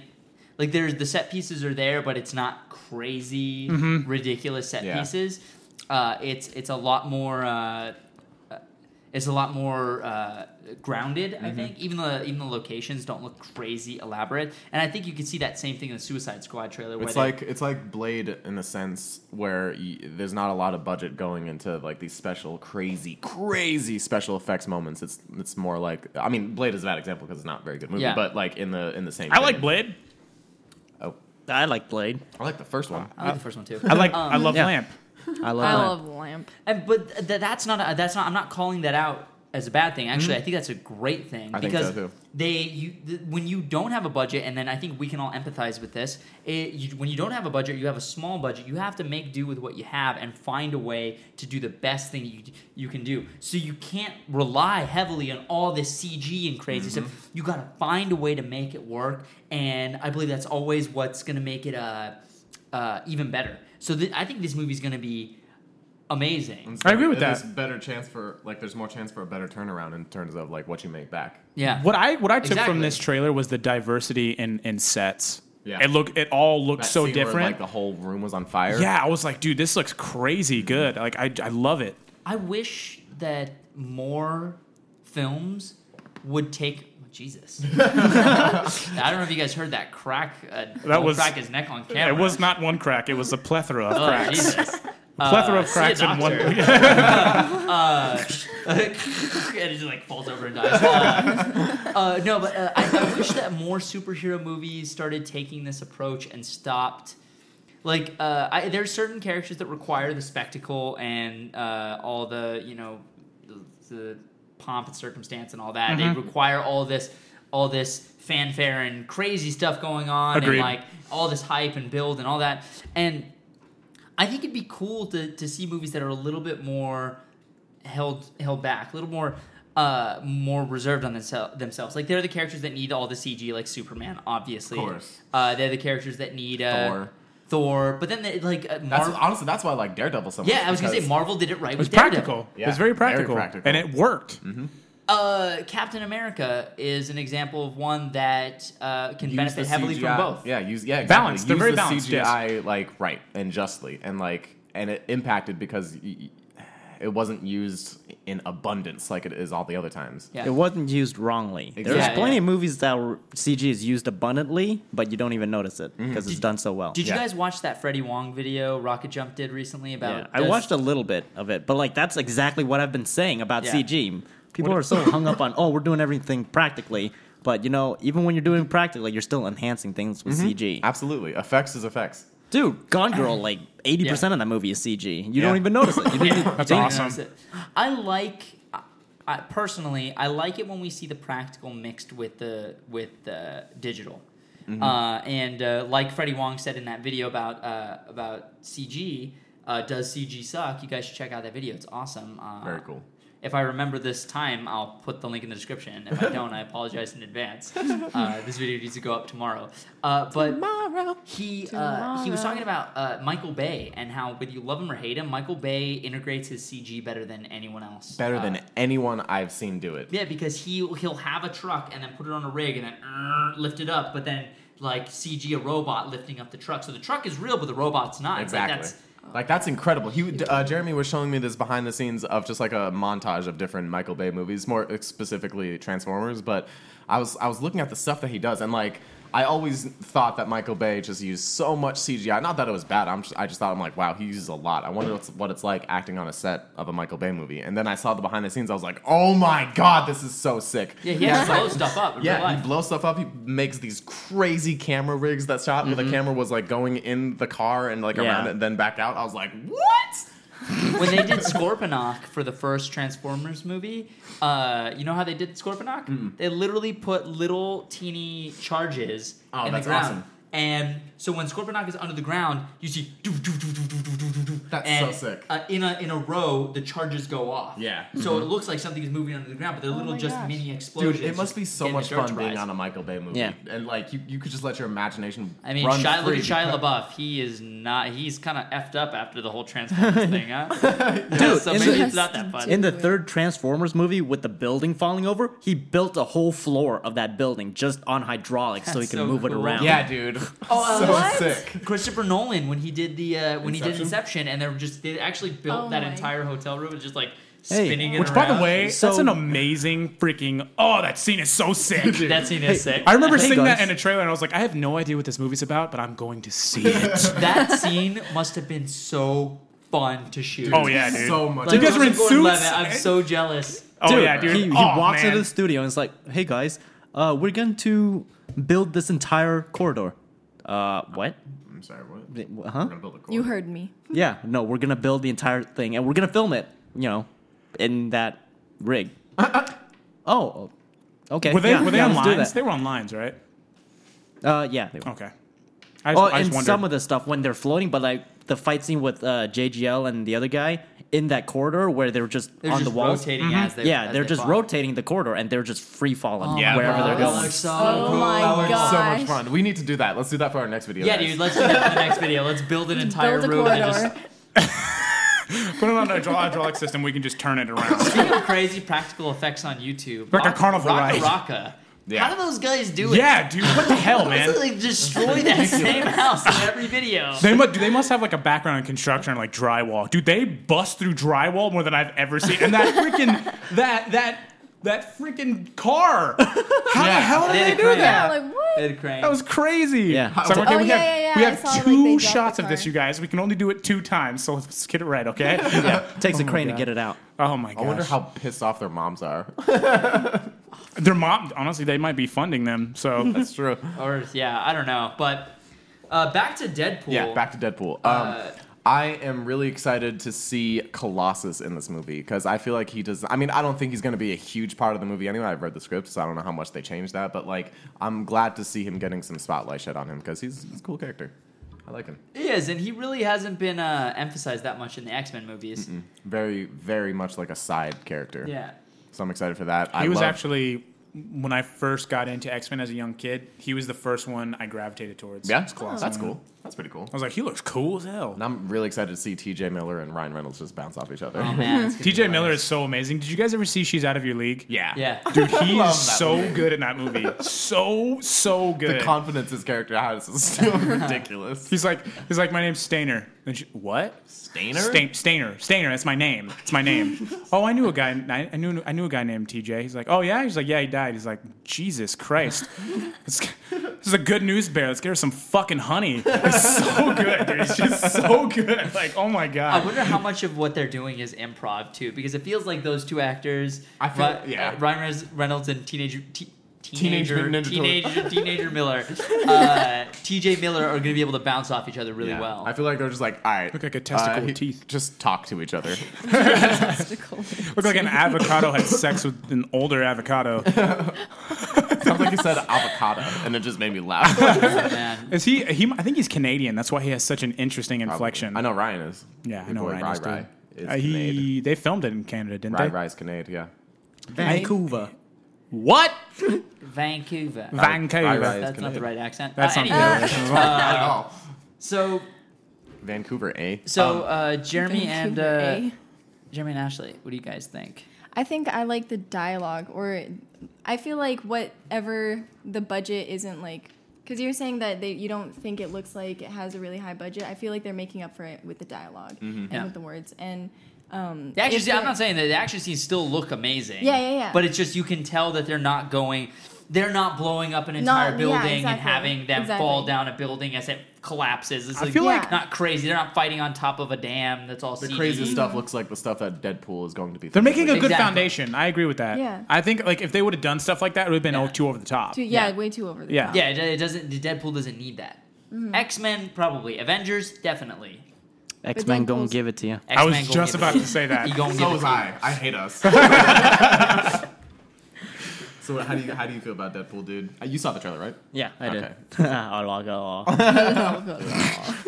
[SPEAKER 1] like there's the set pieces are there, but it's not crazy
[SPEAKER 5] Mm-hmm.
[SPEAKER 1] ridiculous set
[SPEAKER 4] Yeah.
[SPEAKER 1] pieces. Uh, it's it's a lot more. Uh, it's a lot more uh, grounded,
[SPEAKER 4] Mm-hmm.
[SPEAKER 1] I think. Even the even the locations don't look crazy elaborate, and I think you can see that same thing in the Suicide Squad trailer. Where
[SPEAKER 4] It's
[SPEAKER 1] they-
[SPEAKER 4] like it's like Blade in the sense where y- there's not a lot of budget going into like these special crazy crazy special effects moments. It's it's more like I mean Blade is a bad example because it's not a very good movie,
[SPEAKER 1] Yeah.
[SPEAKER 4] but like in the in the same.
[SPEAKER 5] I like
[SPEAKER 4] vein.
[SPEAKER 5] Blade.
[SPEAKER 4] Oh,
[SPEAKER 2] I like Blade.
[SPEAKER 4] I like the first one.
[SPEAKER 1] I like the first one too.
[SPEAKER 5] I like I love
[SPEAKER 2] yeah.
[SPEAKER 5] Lamp.
[SPEAKER 2] I love.
[SPEAKER 3] I
[SPEAKER 2] that.
[SPEAKER 3] love Lamp.
[SPEAKER 1] And, but th- th- that's not a, that's not. I'm not calling that out as a bad thing. Actually, I think that's a great thing
[SPEAKER 4] Hmm. I think
[SPEAKER 1] because
[SPEAKER 4] so, too.
[SPEAKER 1] they you th- when you don't have a budget, and then I think we can all empathize with this. It, you, when you don't have a budget, you have a small budget. You have to make do with what you have and find a way to do the best thing you you can do. So you can't rely heavily on all this CG and crazy stuff.
[SPEAKER 4] Mm-hmm.
[SPEAKER 1] You got to find a way to make it work, and I believe that's always what's going to make it uh, uh, even better. So th- I think this movie's going to be amazing.
[SPEAKER 5] I agree with
[SPEAKER 4] There's
[SPEAKER 5] that.
[SPEAKER 4] better chance for like there's more chance for a better turnaround in terms of like what you make back.
[SPEAKER 1] Yeah.
[SPEAKER 5] What I what I took
[SPEAKER 1] Exactly.
[SPEAKER 5] from this trailer was the diversity in in sets.
[SPEAKER 4] Yeah.
[SPEAKER 5] It look it all looked
[SPEAKER 4] That
[SPEAKER 5] so
[SPEAKER 4] scene
[SPEAKER 5] different.
[SPEAKER 4] Where, like the whole room was on fire.
[SPEAKER 5] Yeah, I was like, dude, this looks crazy good. Like, I, I love it.
[SPEAKER 1] I wish that more films would take oh, Jesus. I don't know if you guys heard that crack. Uh, that
[SPEAKER 5] was-
[SPEAKER 1] crack his neck on camera.
[SPEAKER 5] It was not one crack; it was a plethora of
[SPEAKER 1] Oh,
[SPEAKER 5] cracks.
[SPEAKER 1] Jesus.
[SPEAKER 5] plethora of
[SPEAKER 1] see a
[SPEAKER 5] cracks in one.
[SPEAKER 1] doctor.
[SPEAKER 5] Yeah.
[SPEAKER 1] and it just like falls over and dies. Uh, uh, no, but uh, I, I wish that more superhero movies started taking this approach and stopped. Like, uh, I, there's certain characters that require the spectacle and uh, all the you know the, the pomp and circumstance and all that. They require all this all this fanfare and crazy stuff going on
[SPEAKER 5] Agreed.
[SPEAKER 1] and like all this hype and build and all that and. I think it'd be cool to, to see movies that are a little bit more held held back, a little more uh more reserved on themsel- themselves. Like they're the characters that need all the CG, like Superman, obviously.
[SPEAKER 4] Of course.
[SPEAKER 1] Uh, they're the characters that need uh,
[SPEAKER 4] Thor.
[SPEAKER 1] Thor, but then they, like uh,
[SPEAKER 4] That's
[SPEAKER 1] Marvel.
[SPEAKER 4] honestly that's why I like Daredevil so much.
[SPEAKER 1] Yeah, I was gonna say
[SPEAKER 4] because-
[SPEAKER 1] Marvel did it right.
[SPEAKER 5] It was
[SPEAKER 1] with Daredevil.
[SPEAKER 5] practical.
[SPEAKER 4] Yeah,
[SPEAKER 5] It was very
[SPEAKER 4] very
[SPEAKER 5] practical,
[SPEAKER 4] practical.
[SPEAKER 5] and it worked.
[SPEAKER 1] Uh, Captain America is an example of one that uh, can
[SPEAKER 4] use
[SPEAKER 1] benefit
[SPEAKER 4] the
[SPEAKER 1] heavily
[SPEAKER 4] CGI
[SPEAKER 1] from both.
[SPEAKER 4] Yeah, use yeah, exactly.
[SPEAKER 5] Balanced. They're
[SPEAKER 4] Use
[SPEAKER 5] very
[SPEAKER 4] the
[SPEAKER 5] balanced, yes.
[SPEAKER 4] CGI like right and justly, and like and it impacted because y- y- it wasn't used in abundance like it is all the other times.
[SPEAKER 1] Yeah.
[SPEAKER 2] It wasn't used wrongly. There's
[SPEAKER 1] Exactly.
[SPEAKER 2] plenty
[SPEAKER 1] Yeah.
[SPEAKER 2] of movies that were, CG is used abundantly, but you don't even notice it because it's done so well.
[SPEAKER 1] Did you
[SPEAKER 4] Yeah.
[SPEAKER 1] guys watch that Freddie Wong video Rocket Jump did recently about?
[SPEAKER 2] Yeah, I
[SPEAKER 1] does-
[SPEAKER 2] watched a little bit of it, but like that's exactly what I've been saying about
[SPEAKER 1] Yeah.
[SPEAKER 2] CG. People are so hung up on oh we're doing everything practically, but you know even when you're doing practically, you're still enhancing things with CG.
[SPEAKER 4] Absolutely, effects is effects.
[SPEAKER 2] Dude, Gone Girl, like eighty percent of that movie is CG. You don't
[SPEAKER 4] Yeah.
[SPEAKER 2] even notice it. You don't even-
[SPEAKER 5] That's
[SPEAKER 2] they-
[SPEAKER 5] awesome.
[SPEAKER 1] That's it. I like, I, I, personally, I like it when we see the practical mixed with the with the digital.
[SPEAKER 4] Mm-hmm.
[SPEAKER 1] Uh, and uh, like Freddie Wong said in that video about uh, about CG, uh, does CG suck? You guys should check out that video. It's awesome. Uh,
[SPEAKER 4] Very cool.
[SPEAKER 1] If I remember this time, I'll put the link in the description. If I don't, I apologize in advance. Uh, this video needs to go up tomorrow. Uh, but
[SPEAKER 3] Tomorrow.
[SPEAKER 1] he uh, he was
[SPEAKER 3] Tomorrow.
[SPEAKER 1] talking about uh, Michael Bay and how whether you love him or hate him, Michael Bay integrates his CG better than anyone else.
[SPEAKER 4] Better
[SPEAKER 1] Uh,
[SPEAKER 4] than anyone I've seen do it.
[SPEAKER 1] yeah, because he he'll have a truck and then put it on a rig and then uh, lift it up, but then like CG a robot lifting up the truck. So the truck is real, but the robot's not. It's
[SPEAKER 4] Exactly.
[SPEAKER 1] Like that's,
[SPEAKER 4] Like that's incredible. He would- uh, Jeremy was showing me this behind the scenes of just like a montage of different Michael Bay movies, more specifically Transformers. But I was I was looking at the stuff that he does, and like I always thought that Michael Bay just used so much CGI. Not that it was bad. I'm just, I just thought I'm like, wow, he uses a lot. I wonder what's, what it's like acting on a set of a Michael Bay movie. And then I saw the behind the scenes. I was like, oh my god, this is so sick.
[SPEAKER 1] yeah, he
[SPEAKER 4] He
[SPEAKER 1] has
[SPEAKER 4] has,
[SPEAKER 1] to
[SPEAKER 4] like,
[SPEAKER 1] blow stuff up. In real
[SPEAKER 4] yeah,
[SPEAKER 1] life.
[SPEAKER 4] he blows stuff up. He makes these crazy camera rigs that shot where the camera was like going in the car and like
[SPEAKER 2] Yeah.
[SPEAKER 4] around it and then back out. I was like, what?
[SPEAKER 1] when they did Scorponok for the first Transformers movie, uh, you know how they did Scorponok?
[SPEAKER 4] Mm-hmm.
[SPEAKER 1] They literally put little teeny charges
[SPEAKER 4] Oh,
[SPEAKER 1] in
[SPEAKER 4] that's
[SPEAKER 1] the ground.
[SPEAKER 4] awesome.
[SPEAKER 1] And so when Scorponok is under the ground, you see doo doo doo doo doo doo doo doo doo.
[SPEAKER 4] That's
[SPEAKER 1] and,
[SPEAKER 4] so sick.
[SPEAKER 1] Uh, in a in a row, the charges go off.
[SPEAKER 4] Yeah. Mm-hmm.
[SPEAKER 1] So it looks like something is moving under the ground, but they're little
[SPEAKER 3] Oh my
[SPEAKER 1] just
[SPEAKER 3] gosh.
[SPEAKER 1] mini explosions.
[SPEAKER 4] Dude, it must be so
[SPEAKER 1] getting the
[SPEAKER 4] much
[SPEAKER 1] dirt
[SPEAKER 4] fun
[SPEAKER 1] to
[SPEAKER 4] being
[SPEAKER 1] rise.
[SPEAKER 4] on a Michael Bay movie.
[SPEAKER 2] Yeah.
[SPEAKER 4] And like you, you could just let your imagination
[SPEAKER 1] I mean,
[SPEAKER 4] run
[SPEAKER 1] Shia, look
[SPEAKER 4] free
[SPEAKER 1] at Shia
[SPEAKER 4] because-
[SPEAKER 1] LaBeouf. He is not. He's kind of effed up after the whole Transformers thing, huh?
[SPEAKER 2] Dude,
[SPEAKER 1] so
[SPEAKER 2] in
[SPEAKER 1] maybe
[SPEAKER 2] the-
[SPEAKER 1] it's not that fun.
[SPEAKER 2] In the third Transformers movie with the building falling over, he built a whole floor of that building just on hydraulics so he
[SPEAKER 1] That's
[SPEAKER 2] could
[SPEAKER 1] so
[SPEAKER 2] move it
[SPEAKER 1] cool.
[SPEAKER 2] around.
[SPEAKER 4] Yeah, dude.
[SPEAKER 1] Oh, uh,
[SPEAKER 4] so
[SPEAKER 3] what?
[SPEAKER 4] sick.
[SPEAKER 1] Christopher Nolan when he did the uh, when he did
[SPEAKER 4] Inception?
[SPEAKER 1] Inception, and they were just they actually built
[SPEAKER 3] Oh
[SPEAKER 1] that
[SPEAKER 3] my.
[SPEAKER 1] entire hotel room and just like
[SPEAKER 2] Hey.
[SPEAKER 1] spinning it.
[SPEAKER 5] Which, by the
[SPEAKER 1] around.
[SPEAKER 5] way,
[SPEAKER 2] So-
[SPEAKER 5] that's an amazing freaking. Oh, that scene is so sick.
[SPEAKER 1] that scene is sick.
[SPEAKER 5] I remember
[SPEAKER 2] Hey,
[SPEAKER 5] seeing that
[SPEAKER 2] guys.
[SPEAKER 5] in a trailer, and I was like, I have no idea what this movie's about, but I'm going to see it.
[SPEAKER 1] that scene must have been so fun to shoot.
[SPEAKER 5] oh yeah, dude.
[SPEAKER 4] So much.
[SPEAKER 1] Like,
[SPEAKER 5] you guys were in
[SPEAKER 1] Joseph
[SPEAKER 5] suits?
[SPEAKER 1] Gordon-Levitt, I'm so jealous.
[SPEAKER 5] oh
[SPEAKER 2] Dude,
[SPEAKER 5] yeah, dude.
[SPEAKER 2] He, he
[SPEAKER 5] oh,
[SPEAKER 2] walks
[SPEAKER 5] man.
[SPEAKER 2] into the studio and it's like, "Hey guys, uh, we're going to build this entire corridor." Uh, what?
[SPEAKER 4] I'm sorry, what? We're
[SPEAKER 2] Huh?
[SPEAKER 4] gonna build a core.
[SPEAKER 3] You heard me.
[SPEAKER 2] Yeah, no, we're gonna build the entire thing and we're gonna film it. You know, in that rig. oh, okay.
[SPEAKER 5] Uh-uh. Were they
[SPEAKER 2] yeah,
[SPEAKER 5] were they
[SPEAKER 2] yeah,
[SPEAKER 5] on
[SPEAKER 2] let's do
[SPEAKER 5] lines? They
[SPEAKER 2] that.
[SPEAKER 5] were on lines, right?
[SPEAKER 2] Uh, yeah. They were.
[SPEAKER 5] Okay. I
[SPEAKER 2] Oh,
[SPEAKER 5] I
[SPEAKER 2] and
[SPEAKER 5] wondered.
[SPEAKER 2] some of the stuff when they're floating, but like the fight scene with uh, JGL and the other guy in that corridor where they're just
[SPEAKER 1] They're
[SPEAKER 2] on
[SPEAKER 1] just
[SPEAKER 2] the walls.
[SPEAKER 1] rotating
[SPEAKER 5] Mm-hmm.
[SPEAKER 1] as they
[SPEAKER 2] yeah,
[SPEAKER 1] as
[SPEAKER 2] they're
[SPEAKER 1] they
[SPEAKER 2] just
[SPEAKER 1] fought.
[SPEAKER 2] rotating the corridor and they're just free falling
[SPEAKER 1] Oh
[SPEAKER 5] Yeah.
[SPEAKER 1] my
[SPEAKER 2] wherever
[SPEAKER 1] God,
[SPEAKER 2] they're
[SPEAKER 1] that
[SPEAKER 2] going.
[SPEAKER 1] looks so
[SPEAKER 3] Oh
[SPEAKER 1] cool.
[SPEAKER 3] my
[SPEAKER 4] That was so
[SPEAKER 3] Gosh.
[SPEAKER 4] much fun. We need to do that. Let's do that for our next video.
[SPEAKER 1] Yeah,
[SPEAKER 4] guys.
[SPEAKER 1] dude. Let's do that for the next video. Let's build an entire
[SPEAKER 3] Build a
[SPEAKER 1] room. and
[SPEAKER 3] corridor.
[SPEAKER 1] just-
[SPEAKER 5] Put it on a hydraulic hydraulic system. We can just turn it around.
[SPEAKER 1] Speaking of crazy practical effects on YouTube,
[SPEAKER 5] Like a
[SPEAKER 1] Rock-
[SPEAKER 5] carnival
[SPEAKER 1] Rocka
[SPEAKER 5] ride.
[SPEAKER 1] Rocka.
[SPEAKER 4] Yeah.
[SPEAKER 1] How do those guys do it?
[SPEAKER 5] yeah, dude. What the
[SPEAKER 4] Oh,
[SPEAKER 5] hell, man?
[SPEAKER 1] They destroy that same house in every video.
[SPEAKER 5] They must, they must have like a background in construction and like drywall. Dude, they bust through drywall more than I've ever seen. And that freaking that that that freaking car. How the hell did
[SPEAKER 1] They
[SPEAKER 5] they,
[SPEAKER 1] had a
[SPEAKER 5] do
[SPEAKER 1] crane.
[SPEAKER 5] that?
[SPEAKER 3] Like what?
[SPEAKER 1] Ed Crane.
[SPEAKER 5] That was crazy.
[SPEAKER 2] Yeah.
[SPEAKER 5] It's like, okay,
[SPEAKER 3] Oh,
[SPEAKER 5] we
[SPEAKER 3] yeah,
[SPEAKER 5] have,
[SPEAKER 3] yeah, yeah,
[SPEAKER 5] We
[SPEAKER 3] I
[SPEAKER 5] have
[SPEAKER 3] saw, like,
[SPEAKER 5] two
[SPEAKER 3] they dropped the
[SPEAKER 5] shots of this,
[SPEAKER 3] car.
[SPEAKER 5] you guys. We can only do it two times, so let's get it right, okay?
[SPEAKER 2] Takes a crane to get it out.
[SPEAKER 5] Oh my
[SPEAKER 4] I
[SPEAKER 5] gosh.
[SPEAKER 4] wonder how pissed off their moms are.
[SPEAKER 5] their mom. Honestly, they might be funding them. So
[SPEAKER 4] That's true.
[SPEAKER 1] Or yeah, I don't know. But uh, back to Deadpool.
[SPEAKER 4] Yeah, back to Deadpool. Um,
[SPEAKER 1] Uh,
[SPEAKER 4] I am really excited to see Colossus in this movie because I feel like he does. I mean, I don't think he's going to be a huge part of the movie anyway. I've read the script, so I don't know how much they changed that, but like, I'm glad to see him getting some spotlight shed on him because he's, he's a cool character. I like him.
[SPEAKER 1] He is, and he really hasn't been uh, emphasized that much in the X Men movies.
[SPEAKER 4] Very, very much like a side character.
[SPEAKER 1] Yeah.
[SPEAKER 4] So I'm excited for that. I
[SPEAKER 5] he was
[SPEAKER 4] love-
[SPEAKER 5] actually when I first got into X Men as a young kid. He was the first one I gravitated towards.
[SPEAKER 4] Yeah,
[SPEAKER 5] It's Colossus. Oh.
[SPEAKER 4] that's cool. That's pretty cool.
[SPEAKER 5] I was like, he looks cool as hell.
[SPEAKER 4] And I'm really excited to see TJ Miller and Ryan Reynolds just bounce off each other.
[SPEAKER 1] Oh man. it's gonna be
[SPEAKER 5] TJ Miller
[SPEAKER 1] hilarious.
[SPEAKER 5] is so amazing. Did you guys ever see She's Out of Your League?
[SPEAKER 4] yeah.
[SPEAKER 1] Yeah.
[SPEAKER 5] Dude, he
[SPEAKER 4] Love
[SPEAKER 5] is
[SPEAKER 4] that
[SPEAKER 5] so
[SPEAKER 4] movie.
[SPEAKER 5] good in that movie. So, so
[SPEAKER 4] The
[SPEAKER 5] good.
[SPEAKER 4] confidence his character has is so ridiculous.
[SPEAKER 5] he's like, he's like, my name's Stainer. And she, what?
[SPEAKER 4] Stainer?
[SPEAKER 5] Stain, Stainer. Stainer. That's my name. It's my name. oh, I knew a guy. I, I knew I knew a guy named TJ. He's like, oh yeah. He's like, yeah, he died. He's like, Jesus Christ. This, this is a good news bear. Let's get her some fucking honey. It's so good, dude. It's just so good. Like, oh my
[SPEAKER 1] I
[SPEAKER 5] god.
[SPEAKER 1] wonder how much of what they're doing is improv too, because it feels like those two actors,
[SPEAKER 4] I feel-
[SPEAKER 1] Ri-
[SPEAKER 4] yeah.
[SPEAKER 1] uh, Ryan Res- Reynolds and teenager, te-
[SPEAKER 4] Teenage
[SPEAKER 1] teenager,
[SPEAKER 4] Mutant Ninja
[SPEAKER 1] teenager, teenager Miller, uh, TJ Miller are going to be able to bounce off each other really
[SPEAKER 4] Yeah.
[SPEAKER 1] well.
[SPEAKER 4] I feel like they're just like, all right, uh,
[SPEAKER 5] Look like a testicle with teeth.
[SPEAKER 4] Just talk to each other.
[SPEAKER 5] Look like an avocado had sex with an older avocado.
[SPEAKER 4] I think he said avocado, and it just made me laugh.
[SPEAKER 1] man.
[SPEAKER 5] Is he? He? I think he's Canadian. That's why he has such an interesting inflection.
[SPEAKER 4] I know Ryan is.
[SPEAKER 5] Yeah, I
[SPEAKER 4] Your
[SPEAKER 5] know
[SPEAKER 4] boy
[SPEAKER 5] Ryan
[SPEAKER 4] Rai
[SPEAKER 5] is,
[SPEAKER 4] Rai
[SPEAKER 5] dude.
[SPEAKER 4] is
[SPEAKER 5] Uh, he, they filmed it in Canada, didn't
[SPEAKER 4] Rai
[SPEAKER 5] they?
[SPEAKER 4] Rai's Canadian, yeah.
[SPEAKER 2] Vancouver.
[SPEAKER 5] What?
[SPEAKER 1] Vancouver.
[SPEAKER 5] Vancouver.
[SPEAKER 4] Rai Rai
[SPEAKER 1] That's
[SPEAKER 4] is
[SPEAKER 1] not the
[SPEAKER 4] Canadian.
[SPEAKER 1] right accent.
[SPEAKER 5] That's
[SPEAKER 1] Uh,
[SPEAKER 5] something.
[SPEAKER 1] anyway,
[SPEAKER 4] Not at all.
[SPEAKER 1] so
[SPEAKER 4] Vancouver, eh?
[SPEAKER 1] so uh, Jeremy and uh,
[SPEAKER 3] Vancouver, eh?
[SPEAKER 1] Jeremy and Ashley, what do you guys think?
[SPEAKER 3] I think I like the dialogue, or I feel like whatever the budget isn't like. Because you're saying that they, you don't think it looks like it has a really high budget. I feel like they're making up for it with the dialogue and
[SPEAKER 1] Mm-hmm. Yeah.
[SPEAKER 3] with the words. And um,
[SPEAKER 1] The action
[SPEAKER 3] if
[SPEAKER 1] scene- I'm
[SPEAKER 3] they're-
[SPEAKER 1] not saying that the action scenes still look amazing.
[SPEAKER 3] Yeah, yeah, yeah.
[SPEAKER 1] But it's just you can tell that they're not going, they're not blowing up an
[SPEAKER 3] Not-
[SPEAKER 1] entire
[SPEAKER 3] yeah,
[SPEAKER 1] building and
[SPEAKER 3] exactly,
[SPEAKER 1] having them
[SPEAKER 3] exactly.
[SPEAKER 1] fall down a building as it collapses. It's
[SPEAKER 5] I
[SPEAKER 1] like,
[SPEAKER 5] feel
[SPEAKER 3] like-
[SPEAKER 1] not crazy. They're not fighting on top of a dam that's all
[SPEAKER 4] The
[SPEAKER 1] CG.
[SPEAKER 4] craziest stuff looks like the stuff that Deadpool is going to be.
[SPEAKER 5] They're making a good
[SPEAKER 1] Exactly.
[SPEAKER 5] foundation. I agree with that.
[SPEAKER 3] Yeah.
[SPEAKER 5] I think like if they would have done stuff like that, it would have been
[SPEAKER 1] Yeah.
[SPEAKER 5] oh, too over the top.
[SPEAKER 3] Too, yeah,
[SPEAKER 1] Yeah.
[SPEAKER 3] way too over the
[SPEAKER 5] Yeah.
[SPEAKER 3] top.
[SPEAKER 1] Yeah, it, it doesn't. Deadpool doesn't need that.
[SPEAKER 3] Mm-hmm.
[SPEAKER 1] X Men probably. Avengers definitely.
[SPEAKER 2] X Men gonna
[SPEAKER 3] Deadpool's-
[SPEAKER 2] give it to you.
[SPEAKER 5] I was
[SPEAKER 1] X-Men gonna give
[SPEAKER 5] just
[SPEAKER 1] it
[SPEAKER 5] about
[SPEAKER 1] you.
[SPEAKER 5] to say that.
[SPEAKER 1] He gonna give
[SPEAKER 4] So
[SPEAKER 1] it
[SPEAKER 4] was
[SPEAKER 1] to you.
[SPEAKER 4] I. I hate us. so how do you how do you feel about Deadpool, dude? Uh, You saw the trailer, right?
[SPEAKER 2] Yeah, I did.
[SPEAKER 4] Okay.
[SPEAKER 2] I'll- I'll go.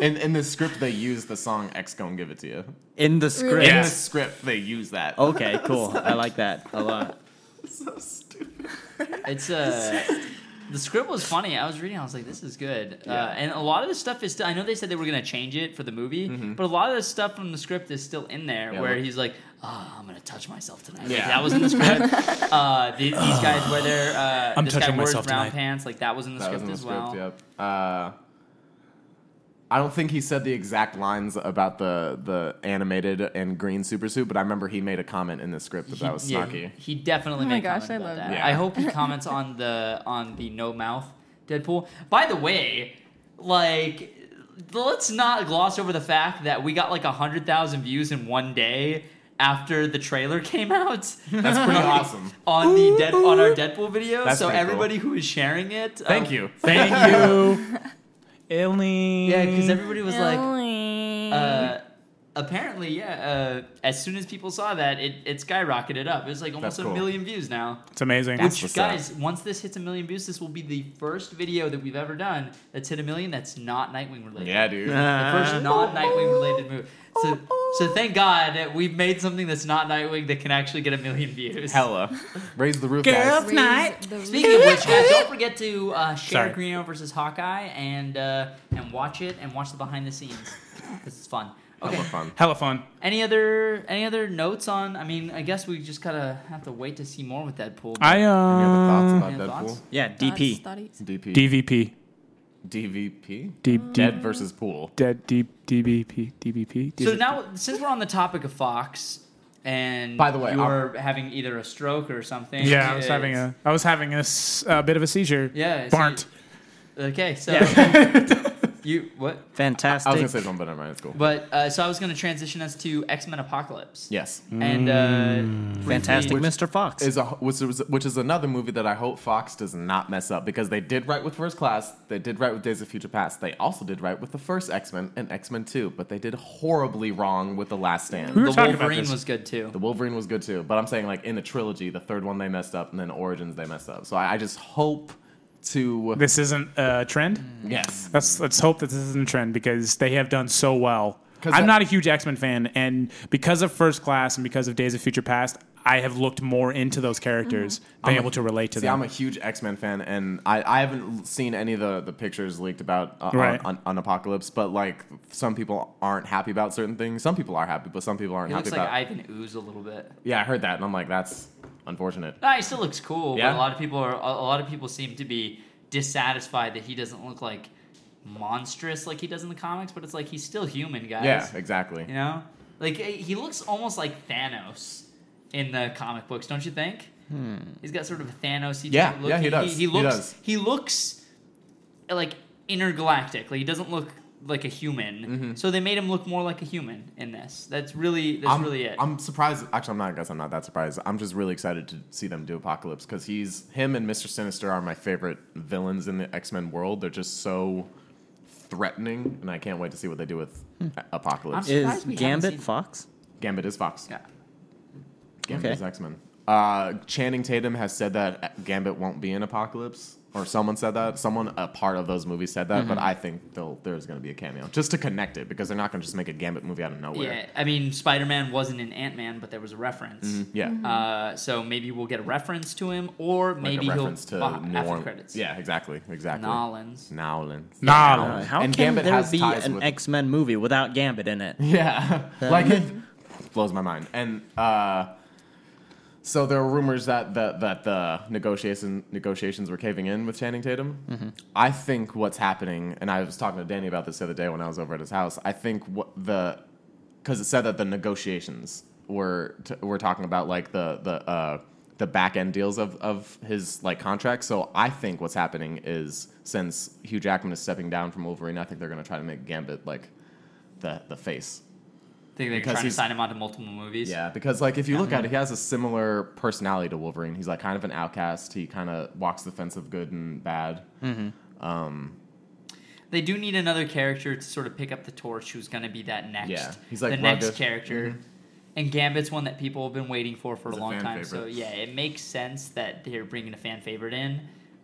[SPEAKER 4] In in the script, they use the song "X Gon' Give It to You."
[SPEAKER 2] In the script.
[SPEAKER 4] In the
[SPEAKER 5] Yes. Oh,
[SPEAKER 4] script, they use that.
[SPEAKER 2] Okay, cool. I like that a lot.
[SPEAKER 4] so stupid.
[SPEAKER 1] It's uh, the script was funny. I was reading. I was like, this is good. Uh, and a lot of the stuff is still. I know they said they were gonna change it for the movie, but a lot of the stuff from the script is still in there.
[SPEAKER 4] Mm-hmm. Yeah,
[SPEAKER 1] where
[SPEAKER 4] well-
[SPEAKER 1] he's like, oh, I'm gonna touch myself tonight. Like,
[SPEAKER 4] Yeah.
[SPEAKER 1] that was in the script. uh, the, these guys where they're uh,
[SPEAKER 5] I'm
[SPEAKER 1] this
[SPEAKER 5] touching
[SPEAKER 1] guy wears
[SPEAKER 5] myself
[SPEAKER 1] brown
[SPEAKER 5] tonight.
[SPEAKER 1] pants. Like that was in the
[SPEAKER 4] That
[SPEAKER 1] script
[SPEAKER 4] was in the
[SPEAKER 1] as
[SPEAKER 4] script.
[SPEAKER 1] well.
[SPEAKER 4] Yep. Uh, I don't think he said the exact lines about the the animated and green super suit, but I remember he made a comment in the script that that was
[SPEAKER 1] yeah,
[SPEAKER 4] snarky.
[SPEAKER 1] He definitely
[SPEAKER 3] Oh my
[SPEAKER 1] made
[SPEAKER 3] gosh,
[SPEAKER 1] comments
[SPEAKER 3] I
[SPEAKER 1] about
[SPEAKER 3] love
[SPEAKER 1] that.
[SPEAKER 4] that. Yeah.
[SPEAKER 1] I hope he comments on the on the no mouth Deadpool. By the way, like let's not gloss over the fact that we got like hundred thousand views in one day after the trailer came out
[SPEAKER 4] That's pretty awesome.
[SPEAKER 1] on the dead on our Deadpool video.
[SPEAKER 4] That's
[SPEAKER 1] so
[SPEAKER 4] pretty cool.
[SPEAKER 1] everybody who is sharing it, um,
[SPEAKER 4] Thank you.
[SPEAKER 5] Thank you, Illy.
[SPEAKER 1] Yeah, because everybody was like,
[SPEAKER 3] Ellie.
[SPEAKER 1] uh, apparently, yeah. Uh, as soon as people saw that, it, it skyrocketed up. It was like almost
[SPEAKER 4] That's cool.
[SPEAKER 1] a million views now.
[SPEAKER 5] it's amazing.
[SPEAKER 1] Which
[SPEAKER 4] what's
[SPEAKER 1] guys, once this hits a million views, this will be the first video that we've ever done that's hit a million that's not Nightwing related.
[SPEAKER 4] Yeah, dude.
[SPEAKER 1] The first non-Nightwing related move. So, so thank God that we've made something that's not Nightwing that can actually get a million views.
[SPEAKER 4] Hella. Raise the roof,
[SPEAKER 5] Girl.
[SPEAKER 4] guys.
[SPEAKER 3] Raise
[SPEAKER 5] night.
[SPEAKER 3] the roof.
[SPEAKER 1] Speaking of which, guys, don't forget to uh, share
[SPEAKER 5] Sorry.
[SPEAKER 1] Green Arrow versus Hawkeye and uh, and watch it and watch the behind the scenes. this is fun. Okay.
[SPEAKER 4] Hella fun.
[SPEAKER 5] hella fun.
[SPEAKER 1] Any other any other notes on? I mean, I guess we just gotta have to wait to see more with Deadpool. but-
[SPEAKER 5] I
[SPEAKER 4] Any other thoughts
[SPEAKER 5] um
[SPEAKER 4] about
[SPEAKER 1] Any
[SPEAKER 4] Deadpool?
[SPEAKER 1] Uh, thoughts?
[SPEAKER 2] Yeah,
[SPEAKER 3] Thoughts,
[SPEAKER 2] DP.
[SPEAKER 3] thoughties?
[SPEAKER 4] DP.
[SPEAKER 5] DVP.
[SPEAKER 4] DVP.
[SPEAKER 5] D-
[SPEAKER 4] Dead
[SPEAKER 5] D-
[SPEAKER 4] versus Pool.
[SPEAKER 5] Dead D- DBP DBP.
[SPEAKER 1] So now, since we're on the topic of Fox, and
[SPEAKER 4] By the way,
[SPEAKER 1] you were having either a stroke or something.
[SPEAKER 5] yeah, I was
[SPEAKER 1] it's-
[SPEAKER 5] having a I was having a s- a bit of a seizure.
[SPEAKER 1] Yeah, so
[SPEAKER 5] Barnt.
[SPEAKER 1] Okay, so you what?
[SPEAKER 2] Fantastic.
[SPEAKER 4] I was gonna say something, but never mind. It's cool.
[SPEAKER 1] But uh, so I was going to transition us to X Men Apocalypse.
[SPEAKER 4] Yes.
[SPEAKER 1] And
[SPEAKER 4] Mm.
[SPEAKER 1] uh, briefly-
[SPEAKER 2] Fantastic Mr. Fox.
[SPEAKER 4] Is a, which, is, which is another movie that I hope Fox does not mess up because they did right with First Class, they did right with Days of Future Past, they also did right with the first X Men and X Men Two, but they did horribly wrong with the Last Stand.
[SPEAKER 5] We were
[SPEAKER 1] the
[SPEAKER 5] talking about
[SPEAKER 1] Wolverine
[SPEAKER 5] this.
[SPEAKER 1] was good too.
[SPEAKER 4] The Wolverine was good too, but I'm saying like in the trilogy, the third one they messed up, and then Origins they messed up. So I, I just hope to
[SPEAKER 5] This isn't a trend.
[SPEAKER 1] Mm.
[SPEAKER 4] yes,
[SPEAKER 5] Let's let's hope that this isn't a trend because they have done so well.
[SPEAKER 4] 'Cause
[SPEAKER 5] I'm
[SPEAKER 4] I-
[SPEAKER 5] not a huge X Men fan, and because of First Class and because of Days of Future Past, I have looked more into those characters, been able to relate to
[SPEAKER 4] See,
[SPEAKER 5] them.
[SPEAKER 4] I'm a huge X Men fan, and I, I haven't seen any of the, the pictures leaked about uh, on-
[SPEAKER 5] Right.
[SPEAKER 4] on, on Apocalypse, but like some people aren't happy about certain things. Some people are happy, but some people aren't
[SPEAKER 1] He
[SPEAKER 4] happy
[SPEAKER 1] looks like
[SPEAKER 4] about.
[SPEAKER 1] Ivan Ooze a little bit.
[SPEAKER 4] yeah, I heard that, and I'm like, that's unfortunate.
[SPEAKER 1] Nah, he still looks cool.
[SPEAKER 4] Yeah?
[SPEAKER 1] But a lot of people are. A a lot of people seem to be dissatisfied that he doesn't look like monstrous like he does in the comics. But it's like he's still human, guys.
[SPEAKER 4] Yeah, exactly.
[SPEAKER 1] You know, like eh, he looks almost like Thanos in the comic books, don't you think? He's got sort of a Thanos.
[SPEAKER 4] Hmm. Yeah,
[SPEAKER 1] look.
[SPEAKER 4] yeah, he does.
[SPEAKER 1] He,
[SPEAKER 4] He
[SPEAKER 1] looks.
[SPEAKER 4] does.
[SPEAKER 1] he looks eh, like intergalactic. Like he doesn't look like a human.
[SPEAKER 4] Mm-hmm.
[SPEAKER 1] So they made him look more like a human in this. That's really that's
[SPEAKER 4] I'm,
[SPEAKER 1] really it.
[SPEAKER 4] I'm surprised. Actually, I'm not. I guess I'm not that surprised. I'm just really excited to see them do Apocalypse because he's him and Mister Sinister are my favorite villains in the X Men world. They're just so threatening, and I can't wait to see what they do with A- Apocalypse.
[SPEAKER 1] Hmm. I'm surprised
[SPEAKER 2] Is
[SPEAKER 1] we haven't
[SPEAKER 2] Gambit
[SPEAKER 1] seen-
[SPEAKER 2] Fox?
[SPEAKER 4] Gambit is Fox.
[SPEAKER 1] yeah.
[SPEAKER 4] Gambit
[SPEAKER 2] Okay.
[SPEAKER 4] is X Men. Uh, Channing Tatum has said that Gambit won't be in Apocalypse, or someone said that. Someone, a part of those movies said that, but
[SPEAKER 2] Mm-hmm.
[SPEAKER 4] I think they'll, there's going to be a cameo just to connect it because they're not going to just make a Gambit movie out of nowhere.
[SPEAKER 1] Yeah, I mean, Spider Man wasn't in Ant Man, but there was a reference.
[SPEAKER 4] Mm-hmm. Yeah.
[SPEAKER 1] Uh, so maybe we'll get a reference to him, or
[SPEAKER 4] Like
[SPEAKER 1] maybe
[SPEAKER 4] a
[SPEAKER 1] he'll
[SPEAKER 4] reference to
[SPEAKER 1] pop
[SPEAKER 4] New
[SPEAKER 1] after
[SPEAKER 4] Orleans.
[SPEAKER 1] credits.
[SPEAKER 4] Yeah, exactly, exactly.
[SPEAKER 1] Nolans.
[SPEAKER 4] Nowlin.
[SPEAKER 5] Nah.
[SPEAKER 2] How
[SPEAKER 4] And
[SPEAKER 2] can
[SPEAKER 4] Gambit
[SPEAKER 2] there
[SPEAKER 4] has
[SPEAKER 2] be
[SPEAKER 4] ties
[SPEAKER 2] an
[SPEAKER 4] with-
[SPEAKER 2] X Men movie without Gambit in it?
[SPEAKER 4] Yeah, like it blows my mind. And uh, so there are rumors that the, that the negotiation negotiations were caving in with Channing Tatum. I think what's happening, and I was talking to Danny about this the other day when I was over at his house. I think what the because it said that the negotiations were t- we're talking about like the the uh, the back end deals of of his like contract. So I think what's happening is since Hugh Jackman is stepping down from Wolverine, I think they're going to try to make Gambit like the the face
[SPEAKER 1] Think they're
[SPEAKER 4] Because
[SPEAKER 1] trying to
[SPEAKER 4] he's-
[SPEAKER 1] sign him onto multiple movies.
[SPEAKER 4] yeah, because like if you look at it, he has a similar personality to Wolverine. He's like kind of an outcast. He kind of walks the fence of good and bad.
[SPEAKER 1] They do need another character to sort of pick up the torch who's going to be that next.
[SPEAKER 4] Yeah, he's like
[SPEAKER 1] the next
[SPEAKER 4] rugged.
[SPEAKER 1] character. And Gambit's one that people have been waiting for for
[SPEAKER 4] He's
[SPEAKER 1] a
[SPEAKER 4] a
[SPEAKER 1] long
[SPEAKER 4] fan
[SPEAKER 1] time. So
[SPEAKER 4] favorite.
[SPEAKER 1] yeah, it makes sense that they're bringing a fan favorite in.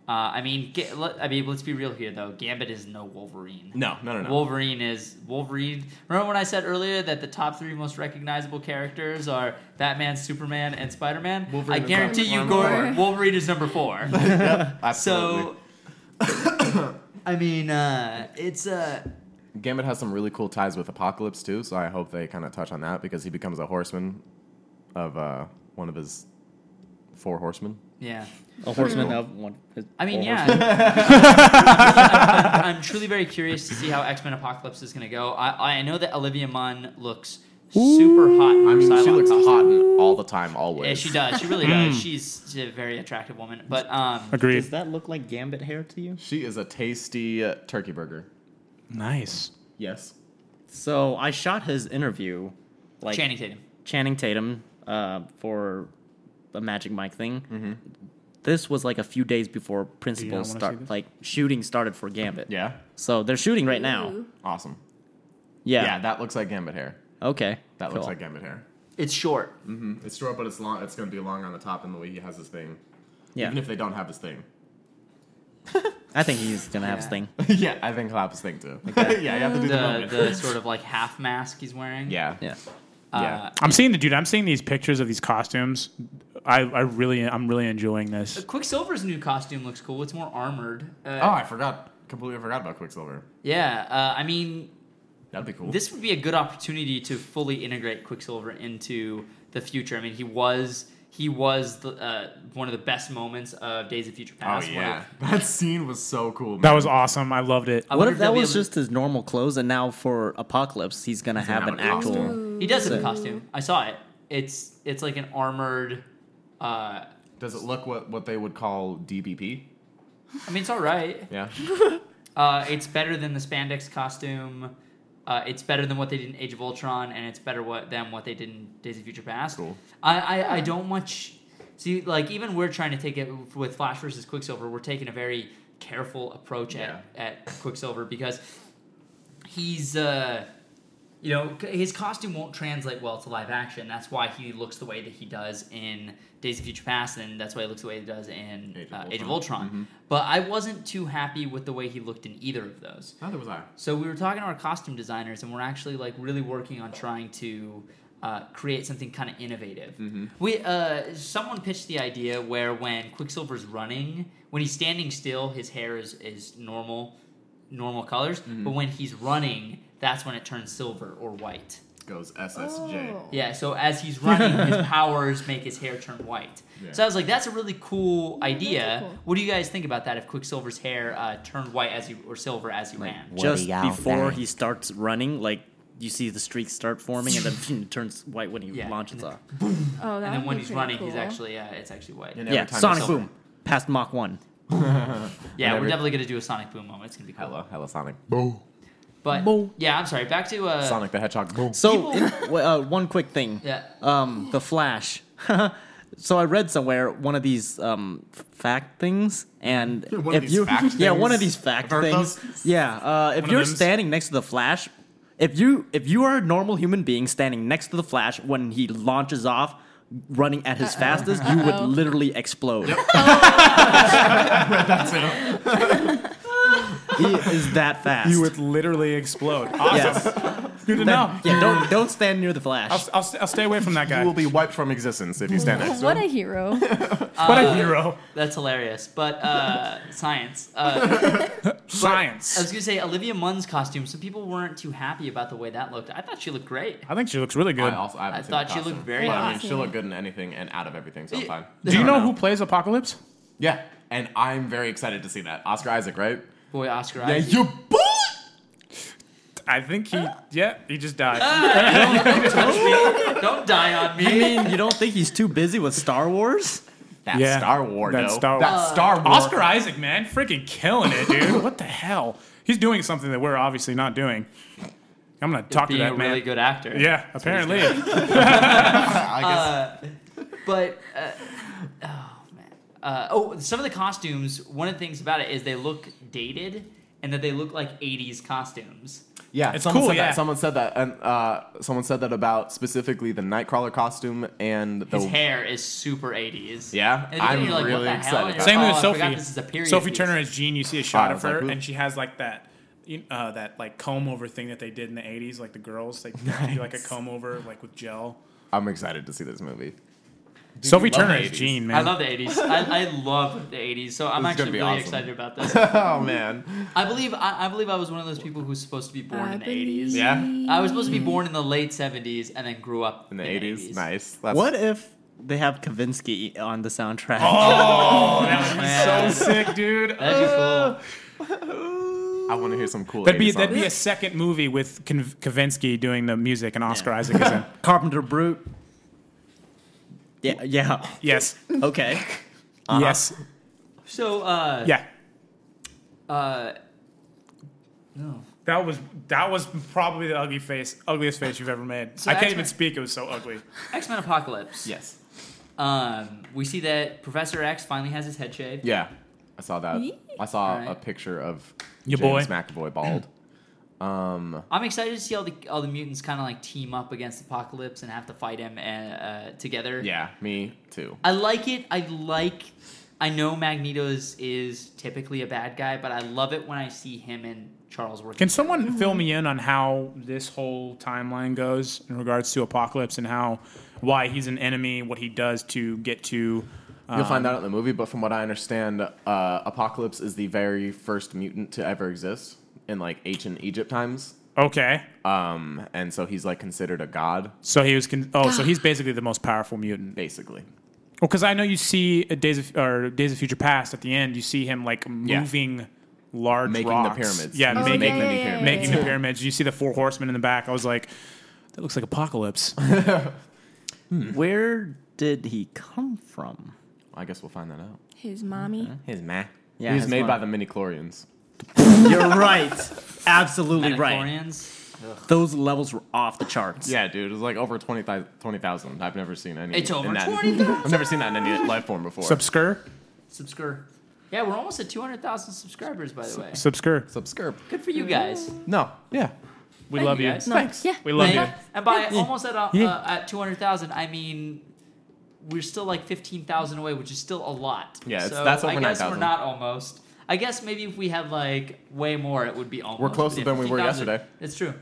[SPEAKER 1] Uh, I mean, get, let, I mean, let's be real here though. Gambit is no Wolverine.
[SPEAKER 4] No, no, no, no.
[SPEAKER 1] Wolverine is Wolverine. Remember when I said earlier that the top three most recognizable characters are Batman, Superman, and Spider Man? I
[SPEAKER 4] Wolverine is
[SPEAKER 1] guarantee you,
[SPEAKER 4] number
[SPEAKER 1] Gore,
[SPEAKER 3] four.
[SPEAKER 1] Wolverine is number four. so,
[SPEAKER 4] Absolutely.
[SPEAKER 1] I mean, uh, it's uh,
[SPEAKER 4] Gambit has some really cool ties with Apocalypse too. So I hope they kind of touch on that because he becomes a horseman of uh, one of his four horsemen.
[SPEAKER 1] yeah.
[SPEAKER 2] A horseman of one.
[SPEAKER 1] I mean, yeah. I'm- I'm, truly very curious to see how X Men Apocalypse is going to go. I, I know that Olivia Munn looks super hot. in her
[SPEAKER 4] I mean, she
[SPEAKER 1] Cylon
[SPEAKER 4] looks
[SPEAKER 1] costume.
[SPEAKER 4] hot Hmm. and all the time, always.
[SPEAKER 1] Yeah, she does. She really does. She's, she's a very attractive woman. But um,
[SPEAKER 5] Agreed.
[SPEAKER 2] Does that look like Gambit hair to you?
[SPEAKER 4] She is a tasty uh, turkey burger.
[SPEAKER 5] Nice.
[SPEAKER 4] Yes.
[SPEAKER 2] So I shot his interview, like
[SPEAKER 1] Channing Tatum.
[SPEAKER 2] Channing Tatum, uh, for a Magic Mike thing.
[SPEAKER 4] Mm-hmm.
[SPEAKER 2] This was like a few days before
[SPEAKER 5] not wanna
[SPEAKER 2] principal
[SPEAKER 5] see
[SPEAKER 2] start,
[SPEAKER 5] this?
[SPEAKER 2] like shooting started for Gambit.
[SPEAKER 4] Yeah.
[SPEAKER 2] So they're shooting right now.
[SPEAKER 3] Ooh.
[SPEAKER 4] Awesome.
[SPEAKER 2] Yeah.
[SPEAKER 4] Yeah. that looks like Gambit hair.
[SPEAKER 2] Okay.
[SPEAKER 4] That
[SPEAKER 2] cool.
[SPEAKER 4] looks like Gambit hair.
[SPEAKER 1] It's short.
[SPEAKER 4] It's short, but it's long. It's going to be long on the top, and the way he has his thing.
[SPEAKER 2] Yeah.
[SPEAKER 4] Even if they don't have his thing.
[SPEAKER 2] I think he's gonna have his
[SPEAKER 1] Yeah.
[SPEAKER 2] thing.
[SPEAKER 4] yeah, I think he'll have his thing too. yeah, you have to do the,
[SPEAKER 1] The,
[SPEAKER 4] moment.
[SPEAKER 1] the sort of like half mask he's wearing.
[SPEAKER 4] yeah,
[SPEAKER 2] Yeah.
[SPEAKER 1] Uh,
[SPEAKER 5] I'm seeing the dude. I'm seeing these pictures of these costumes. I, I really I'm really enjoying this.
[SPEAKER 1] Quicksilver's new costume looks cool. It's more armored.
[SPEAKER 4] Oh,
[SPEAKER 1] Uh,
[SPEAKER 4] I forgot. Completely forgot about Quicksilver.
[SPEAKER 1] Yeah. Uh, I mean,
[SPEAKER 4] That'd be cool.
[SPEAKER 1] this would be a good opportunity to fully integrate Quicksilver into the future. I mean, he was he was the, uh, one of the best moments of Days of Future
[SPEAKER 4] oh
[SPEAKER 1] Past. where-
[SPEAKER 4] yeah, that scene was so cool.
[SPEAKER 5] That
[SPEAKER 4] man.
[SPEAKER 5] was awesome. I loved it.
[SPEAKER 1] I
[SPEAKER 2] What
[SPEAKER 1] wonder
[SPEAKER 2] if that
[SPEAKER 1] they'll be
[SPEAKER 2] was
[SPEAKER 1] able
[SPEAKER 2] just his normal clothes, and now for Apocalypse, he's gonna
[SPEAKER 4] gonna
[SPEAKER 2] have an
[SPEAKER 4] have a costume.
[SPEAKER 2] actual.
[SPEAKER 1] to- he does have a costume. I saw it. It's it's like an armored. Uh,
[SPEAKER 4] Does it look what what they would call DBP?
[SPEAKER 1] I mean, it's all right.
[SPEAKER 4] Yeah.
[SPEAKER 1] Uh, it's better than the spandex costume. Uh, it's better than what they did in Age of Ultron, and it's better what than what they did in Days of Future Past.
[SPEAKER 4] Cool.
[SPEAKER 1] I, I, I don't much see like even we're trying to take it with Flash versus Quicksilver. We're taking a very careful approach at, at Quicksilver because he's uh, you know c- his costume won't translate well to live action. That's why he looks the way that he does in Days of Future Past, and that's why he looks the way he does in
[SPEAKER 4] Age of
[SPEAKER 1] uh, Age of
[SPEAKER 4] Ultron. Mm-hmm.
[SPEAKER 1] Ultron. But I wasn't too happy with the way he looked in either of those.
[SPEAKER 4] Neither was I.
[SPEAKER 1] So we were talking to our costume designers, and we're actually like really working on trying to uh, create something kind of innovative. We uh, someone pitched the idea where when Quicksilver's running, when he's standing still, his hair is is normal, normal colors, but when he's running, that's when it turns silver or white.
[SPEAKER 4] Goes SSJ.
[SPEAKER 3] Oh.
[SPEAKER 1] Yeah, so as he's running, his powers make his hair turn white.
[SPEAKER 4] Yeah.
[SPEAKER 1] So I was like, that's a really cool
[SPEAKER 3] Yeah, that's
[SPEAKER 1] idea.
[SPEAKER 3] cool.
[SPEAKER 1] What do you guys think about that? If Quicksilver's hair uh, turned white as he or silver as he ran,
[SPEAKER 2] just before he starts running, like you see the streaks start forming, and then it turns white when he
[SPEAKER 1] Yeah,
[SPEAKER 2] launches
[SPEAKER 1] and then-
[SPEAKER 2] off.
[SPEAKER 3] Oh, that
[SPEAKER 1] and then
[SPEAKER 3] would
[SPEAKER 1] when
[SPEAKER 3] be
[SPEAKER 1] he's
[SPEAKER 3] pretty
[SPEAKER 1] running, he's
[SPEAKER 3] cool.
[SPEAKER 1] actually uh, it's actually white.
[SPEAKER 4] And every
[SPEAKER 2] Yeah,
[SPEAKER 4] time
[SPEAKER 2] Sonic
[SPEAKER 4] it's-
[SPEAKER 2] Boom past Mach one.
[SPEAKER 1] Yeah, we're
[SPEAKER 4] Whenever-
[SPEAKER 1] definitely gonna do a Sonic Boom moment. It's gonna be cool.
[SPEAKER 4] Hello, hello, Sonic.
[SPEAKER 1] But
[SPEAKER 2] Boom.
[SPEAKER 1] yeah, I'm sorry. Back to uh,
[SPEAKER 4] Sonic the Hedgehog. Boom.
[SPEAKER 2] So it- w- uh, one quick thing.
[SPEAKER 1] Yeah.
[SPEAKER 2] Um, the Flash. so I read somewhere one of these um, f- fact things, and
[SPEAKER 4] One
[SPEAKER 2] if
[SPEAKER 4] of these
[SPEAKER 2] you
[SPEAKER 4] fact
[SPEAKER 2] yeah one of
[SPEAKER 4] things?
[SPEAKER 2] these fact
[SPEAKER 4] I've heard
[SPEAKER 2] things
[SPEAKER 4] those.
[SPEAKER 2] yeah uh, if
[SPEAKER 5] of
[SPEAKER 2] you're
[SPEAKER 5] them's-
[SPEAKER 2] standing next to the Flash, if you if you are a normal human being standing next to the Flash when he launches off, running at his fastest, you would
[SPEAKER 3] Uh-oh.
[SPEAKER 2] literally explode.
[SPEAKER 4] That's it.
[SPEAKER 2] he is that fast.
[SPEAKER 5] You would literally explode. Awesome.
[SPEAKER 2] Yes.
[SPEAKER 5] Good to
[SPEAKER 2] Then-
[SPEAKER 5] know.
[SPEAKER 2] Yeah, don't don't stand near the flash.
[SPEAKER 5] I'll, I'll, st- I'll stay away from that guy.
[SPEAKER 4] You will be wiped from existence if you stand next to
[SPEAKER 3] What a
[SPEAKER 4] him.
[SPEAKER 3] hero.
[SPEAKER 5] what a hero.
[SPEAKER 1] That's hilarious. But uh, science. Uh, I was
[SPEAKER 5] Science.
[SPEAKER 1] gonna say Olivia Munn's costume. Some people weren't too happy about the way that looked. I thought she looked great.
[SPEAKER 5] I think she looks really good.
[SPEAKER 4] I also I, haven't
[SPEAKER 1] I
[SPEAKER 4] seen
[SPEAKER 1] thought
[SPEAKER 4] the
[SPEAKER 1] she
[SPEAKER 4] costume.
[SPEAKER 1] looked very
[SPEAKER 4] But, I mean,
[SPEAKER 3] hot.
[SPEAKER 4] she looked good in anything and out of everything, so I'm
[SPEAKER 1] Yeah.
[SPEAKER 4] fine.
[SPEAKER 5] Do you
[SPEAKER 1] I
[SPEAKER 5] know
[SPEAKER 1] don't
[SPEAKER 5] who plays Apocalypse?
[SPEAKER 4] Yeah, and I'm very excited to see that Oscar Isaac, right?
[SPEAKER 1] Boy, Oscar
[SPEAKER 4] Yeah,
[SPEAKER 1] Isaac.
[SPEAKER 4] you boy.
[SPEAKER 5] I think he. Yeah, he just died.
[SPEAKER 1] Don't die on me.
[SPEAKER 2] I mean, you don't think he's too busy with Star Wars?
[SPEAKER 4] That
[SPEAKER 5] Yeah,
[SPEAKER 4] Star Wars,
[SPEAKER 5] that
[SPEAKER 4] though.
[SPEAKER 5] Star
[SPEAKER 4] That
[SPEAKER 5] War.
[SPEAKER 4] Star Wars.
[SPEAKER 5] Oscar Isaac, man, freaking killing it, dude. what the hell? He's doing something that we're obviously not doing. I'm gonna talk to
[SPEAKER 1] Being
[SPEAKER 5] that
[SPEAKER 1] a
[SPEAKER 5] man.
[SPEAKER 1] really good actor.
[SPEAKER 5] yeah, apparently.
[SPEAKER 4] I guess.
[SPEAKER 1] But uh, oh man. Uh, oh, some of the costumes. One of the things about it is they look dated, and that they look like '80s costumes.
[SPEAKER 4] Yeah,
[SPEAKER 5] It's
[SPEAKER 4] someone
[SPEAKER 5] cool,
[SPEAKER 4] Said
[SPEAKER 5] yeah.
[SPEAKER 4] That. Someone said that, and uh, someone said that about specifically the Nightcrawler costume and the
[SPEAKER 1] His hair is super '80s.
[SPEAKER 4] Yeah,
[SPEAKER 1] And at the beginning
[SPEAKER 4] I'm
[SPEAKER 1] you're like,
[SPEAKER 4] really
[SPEAKER 1] what the hell? And
[SPEAKER 4] excited about
[SPEAKER 1] you're
[SPEAKER 5] Same
[SPEAKER 1] like, oh,
[SPEAKER 5] with
[SPEAKER 1] I
[SPEAKER 5] Sophie.
[SPEAKER 1] forgot this is a period
[SPEAKER 5] Sophie
[SPEAKER 1] piece.
[SPEAKER 5] Turner as Jean. You see a shot
[SPEAKER 4] I
[SPEAKER 5] of
[SPEAKER 4] was Oh, like,
[SPEAKER 5] her,
[SPEAKER 4] who?
[SPEAKER 5] and she has like that, you- uh, that like comb over thing that they did in the '80s. Like the girls, like do like a comb over, like with gel.
[SPEAKER 4] I'm excited to see this movie.
[SPEAKER 5] Sophie
[SPEAKER 4] love
[SPEAKER 5] Turner
[SPEAKER 4] the
[SPEAKER 5] is
[SPEAKER 4] 80s.
[SPEAKER 5] Jean, man.
[SPEAKER 1] I love the '80s. I, I love the '80s. So I'm
[SPEAKER 4] This is
[SPEAKER 1] actually
[SPEAKER 4] gonna be
[SPEAKER 1] really
[SPEAKER 4] awesome.
[SPEAKER 1] excited about this.
[SPEAKER 4] oh man,
[SPEAKER 1] I believe I, I believe I was one of those people who's supposed to be born
[SPEAKER 3] I
[SPEAKER 1] in the
[SPEAKER 3] believe.
[SPEAKER 1] '80s.
[SPEAKER 4] Yeah.
[SPEAKER 1] I was supposed to be born in the late '70s and then grew up
[SPEAKER 4] in the 80s, nice. That's,
[SPEAKER 2] What if they have Kavinsky on the soundtrack?
[SPEAKER 5] Oh, that would
[SPEAKER 1] Man.
[SPEAKER 5] be so sick, dude.
[SPEAKER 1] That'd be cool.
[SPEAKER 4] I want to hear some cool.
[SPEAKER 5] That'd be
[SPEAKER 4] 80s
[SPEAKER 5] that'd be a
[SPEAKER 4] songs.
[SPEAKER 5] second movie with Kon- Kavinsky doing the music and Oscar Isaac is in.
[SPEAKER 2] Carpenter Brute. Yeah, yeah.
[SPEAKER 5] Yes,
[SPEAKER 2] Okay.
[SPEAKER 1] Uh-huh.
[SPEAKER 5] yes,
[SPEAKER 1] So, uh,
[SPEAKER 5] yeah.
[SPEAKER 1] uh, no.
[SPEAKER 5] That was that was probably the ugly face, ugliest face you've ever made.
[SPEAKER 1] So
[SPEAKER 5] I can't
[SPEAKER 1] X-Men-
[SPEAKER 5] even speak. It was so ugly.
[SPEAKER 1] X Men Apocalypse.
[SPEAKER 4] yes.
[SPEAKER 1] Um, we see that Professor X finally has his head shaved.
[SPEAKER 4] Yeah, I saw that.
[SPEAKER 3] Yee.
[SPEAKER 4] I saw
[SPEAKER 1] Alright.
[SPEAKER 4] a picture of
[SPEAKER 5] Your
[SPEAKER 4] James
[SPEAKER 5] boy.
[SPEAKER 4] McAvoy bald. um,
[SPEAKER 1] I'm excited to see all the all the mutants kind of like team up against Apocalypse and have to fight him uh, uh, together.
[SPEAKER 4] yeah, me too.
[SPEAKER 1] I like it. I like. I know Magneto is, is typically a bad guy, but I love it when I see him and Charles working.
[SPEAKER 5] Can someone fill me in on how this whole timeline goes in regards to Apocalypse and how why he's an enemy, what he does to get to? uh,
[SPEAKER 4] You'll find out in the movie, but from what I understand, uh, Apocalypse is the very first mutant to ever exist in like ancient Egypt times.
[SPEAKER 5] Okay,
[SPEAKER 4] Um, and so he's like considered a god,
[SPEAKER 5] so he was. Con- oh, so he's basically the most powerful mutant.
[SPEAKER 4] basically.
[SPEAKER 5] Well, because I know you see uh, Days of or Days of Future Past at the end, you see him like
[SPEAKER 4] Yeah.
[SPEAKER 5] moving large
[SPEAKER 4] Making
[SPEAKER 5] rocks.
[SPEAKER 4] the pyramids.
[SPEAKER 5] Yeah,
[SPEAKER 3] Oh,
[SPEAKER 5] making,
[SPEAKER 3] yeah, yeah, yeah, yeah,
[SPEAKER 5] making the pyramids. You see the four horsemen in the back. I was like, that looks like apocalypse.
[SPEAKER 2] Where did he come from?
[SPEAKER 4] I guess we'll find that out.
[SPEAKER 3] His mommy.
[SPEAKER 4] His meh.
[SPEAKER 2] Yeah,
[SPEAKER 4] he was
[SPEAKER 2] his
[SPEAKER 4] made
[SPEAKER 2] meh.
[SPEAKER 4] by the mini chlorians.
[SPEAKER 2] You're right. Absolutely right.
[SPEAKER 1] Mandalorians. Ugh.
[SPEAKER 2] Those levels were off the charts.
[SPEAKER 4] Yeah, dude, it was like over 20,000. 20,000. I've never seen any.
[SPEAKER 1] It's
[SPEAKER 4] in
[SPEAKER 1] over
[SPEAKER 4] that-
[SPEAKER 1] 20,000.
[SPEAKER 4] I've never seen that in any life form before.
[SPEAKER 5] Subscur,
[SPEAKER 1] Subscribe. Yeah, we're almost at 200,000 subscribers, by the way.
[SPEAKER 5] subscur.
[SPEAKER 4] Subscribe.
[SPEAKER 1] Good for you guys.
[SPEAKER 4] No, yeah.
[SPEAKER 5] We
[SPEAKER 1] Thank
[SPEAKER 5] love
[SPEAKER 1] you
[SPEAKER 5] you.
[SPEAKER 1] guys.
[SPEAKER 3] No,
[SPEAKER 4] Thanks.
[SPEAKER 3] Yeah.
[SPEAKER 5] We love
[SPEAKER 1] and,
[SPEAKER 5] you.
[SPEAKER 1] and by almost at uh, uh,
[SPEAKER 5] Yeah.
[SPEAKER 1] at 200,000, I mean we're still like 15,000 away, which is still a lot.
[SPEAKER 4] Yeah, it's-
[SPEAKER 1] so
[SPEAKER 4] that's
[SPEAKER 1] I
[SPEAKER 4] over
[SPEAKER 1] guess we're
[SPEAKER 4] 9,000.
[SPEAKER 1] not almost. I guess maybe if we had like way more, it would be almost. but
[SPEAKER 4] closer
[SPEAKER 1] yeah,
[SPEAKER 4] than we were
[SPEAKER 1] 15,000.
[SPEAKER 4] yesterday.
[SPEAKER 1] It's true.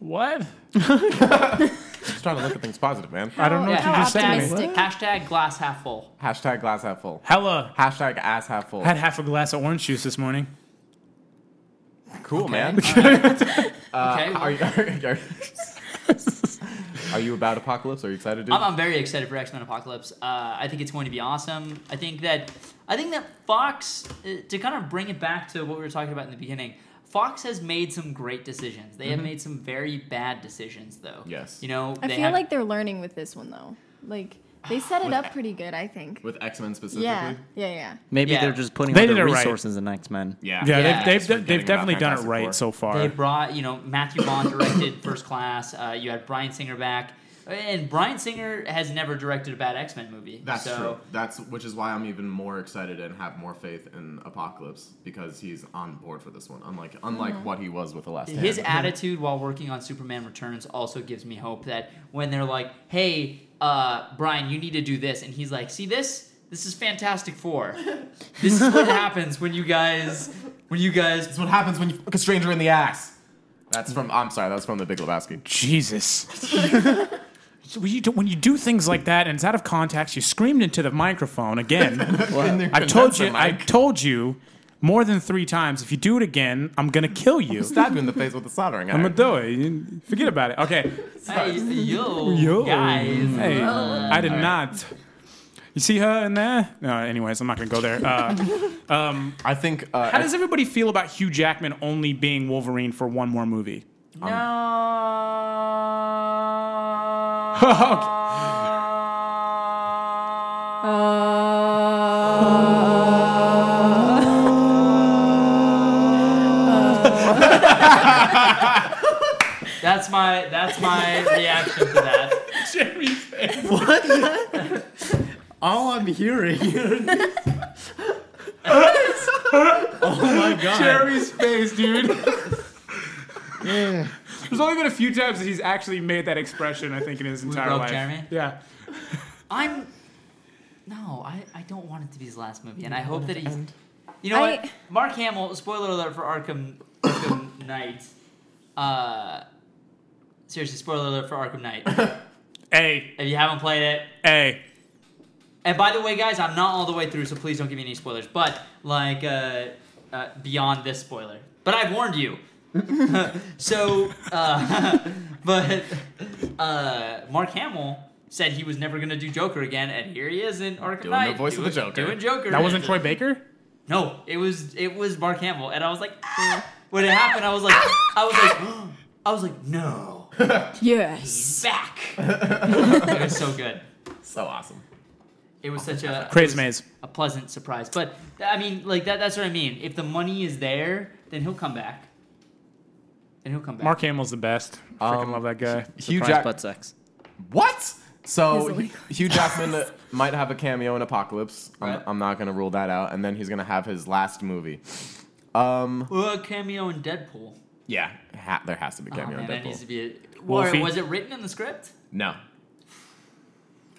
[SPEAKER 5] What?
[SPEAKER 4] Just trying to look at things positive, man.
[SPEAKER 5] I
[SPEAKER 3] Oh,
[SPEAKER 5] don't know
[SPEAKER 1] Yeah,
[SPEAKER 5] what you just said to
[SPEAKER 1] hashtag,
[SPEAKER 5] me.
[SPEAKER 1] hashtag glass half full.
[SPEAKER 4] Hashtag glass half full.
[SPEAKER 5] Hella
[SPEAKER 4] Hashtag ass half full.
[SPEAKER 5] had half a glass of orange juice this morning.
[SPEAKER 4] Cool, man. Uh,
[SPEAKER 1] okay, well,
[SPEAKER 4] Are you, are, you, are you about apocalypse? Are you excited, dude?
[SPEAKER 1] I'm, I'm very excited for X Men Apocalypse. Uh, I think it's going to be awesome. I think that I think that Fox, uh, to kind of bring it back to what we were talking about in the beginning, Fox has made some great decisions. They have made some very bad decisions, though.
[SPEAKER 4] Mm-hmm. Yes.
[SPEAKER 1] You know,
[SPEAKER 3] I
[SPEAKER 1] they
[SPEAKER 3] feel
[SPEAKER 1] have-
[SPEAKER 3] like they're learning with this one though. Like they set it up pretty good, I think.
[SPEAKER 4] With X Men specifically.
[SPEAKER 3] Yeah. Yeah, yeah.
[SPEAKER 2] Maybe
[SPEAKER 1] Yeah.
[SPEAKER 2] they're just putting
[SPEAKER 5] They
[SPEAKER 2] all
[SPEAKER 5] did
[SPEAKER 2] their
[SPEAKER 5] it right.
[SPEAKER 2] resources in X Men.
[SPEAKER 4] Yeah.
[SPEAKER 5] Yeah,
[SPEAKER 1] Yeah.
[SPEAKER 5] they've,
[SPEAKER 4] Forgetting
[SPEAKER 5] they've, they've
[SPEAKER 4] about
[SPEAKER 5] definitely done it
[SPEAKER 4] Fantastic
[SPEAKER 5] right
[SPEAKER 4] Four.
[SPEAKER 5] so far.
[SPEAKER 1] they brought you know Matthew Vaughn directed First Class. Uh, you had Brian Singer back, and Brian Singer has never directed a bad X Men movie.
[SPEAKER 4] That's
[SPEAKER 1] so,
[SPEAKER 4] true. That's which is why I'm even more excited and have more faith in Apocalypse because he's on board for this one. Unlike unlike
[SPEAKER 1] Mm-hmm.
[SPEAKER 4] what he was with the last.
[SPEAKER 1] His
[SPEAKER 4] Stand.
[SPEAKER 1] attitude while working on Superman Returns also gives me hope that when they're like, "Hey, uh, Brian, you need to do this. And he's like, see this? This is Fantastic Four. this is what happens when you guys, when you guys.
[SPEAKER 4] That's what happens when you fuck a stranger in the ass. That's from. I'm sorry. That's from The Big Lebowski.
[SPEAKER 5] Jesus. So when you, do, when you do things like that and it's out of context, you screamed into the microphone again. I've told you. I told you more than three times. If you do it again, I'm gonna kill you.
[SPEAKER 4] stabbed you in the face with a soldering
[SPEAKER 5] I'm
[SPEAKER 4] iron.
[SPEAKER 5] gonna do it. You- Forget about it. Okay.
[SPEAKER 1] Hey, yo,
[SPEAKER 5] Yo.
[SPEAKER 1] guys.
[SPEAKER 5] Hey, I did not. You see her in there? No. Anyways, I'm not gonna go there. Uh,
[SPEAKER 4] I think. Uh,
[SPEAKER 5] how does everybody feel about Hugh Jackman only being Wolverine for one more movie?
[SPEAKER 1] No.
[SPEAKER 5] Okay.
[SPEAKER 1] That's my that's my reaction to that.
[SPEAKER 5] Jeremy's face.
[SPEAKER 2] All I'm hearing. oh my god.
[SPEAKER 5] Jerry's face, dude. There's only been a few times that he's actually made that expression, I think, in his entire
[SPEAKER 1] broke
[SPEAKER 5] life.
[SPEAKER 1] Jeremy?
[SPEAKER 5] Yeah.
[SPEAKER 1] I'm no, I, I don't want it to be his last movie, and I hope that he's. You know
[SPEAKER 3] I-
[SPEAKER 1] what? Mark Hamill. Spoiler alert for Arkham Arkham Knight. Uh, seriously, spoiler alert for Arkham Knight.
[SPEAKER 5] Hey,
[SPEAKER 1] if you haven't played it,
[SPEAKER 5] hey.
[SPEAKER 1] and by the way, guys, I'm not all the way through, so please don't give me any spoilers. But like uh, uh, beyond this spoiler, but I've warned you. so, uh, but uh, Mark Hamill said he was never gonna do Joker again, and here he is in Arkham
[SPEAKER 4] Doing the
[SPEAKER 1] Knight,
[SPEAKER 4] voice of the
[SPEAKER 1] doing-
[SPEAKER 4] Joker.
[SPEAKER 1] Doing Joker.
[SPEAKER 5] That wasn't Troy Baker?
[SPEAKER 1] No, it was it was Mark Hamill, and I was like, "Ah!" when it happened, I was like, I was like, I was like, no,
[SPEAKER 3] Yes.
[SPEAKER 1] back. it was so good.
[SPEAKER 4] so awesome.
[SPEAKER 1] It was such a
[SPEAKER 5] Craze Maze.
[SPEAKER 1] a pleasant surprise. But th- I mean, like that—that's what I mean. If the money is there, then he'll come back. Then he'll come back.
[SPEAKER 5] Mark Hamill's the best. Freaking
[SPEAKER 4] Um,
[SPEAKER 5] love that guy.
[SPEAKER 4] Hugh
[SPEAKER 2] Surprise
[SPEAKER 4] Jack-
[SPEAKER 2] butt sex.
[SPEAKER 4] What? So
[SPEAKER 3] Easily.
[SPEAKER 4] Hugh Jackman might have a cameo in Apocalypse. I'm,
[SPEAKER 1] Right.
[SPEAKER 4] I'm not gonna rule that out, and then he's gonna have his last movie. Um,
[SPEAKER 1] Or a cameo in Deadpool.
[SPEAKER 4] yeah, ha- there has to be a
[SPEAKER 1] Oh
[SPEAKER 4] cameo
[SPEAKER 1] man,
[SPEAKER 4] in
[SPEAKER 1] that needs
[SPEAKER 4] Deadpool.
[SPEAKER 1] to be. A, or
[SPEAKER 5] Wolfie.
[SPEAKER 1] was it written in the script?
[SPEAKER 4] no,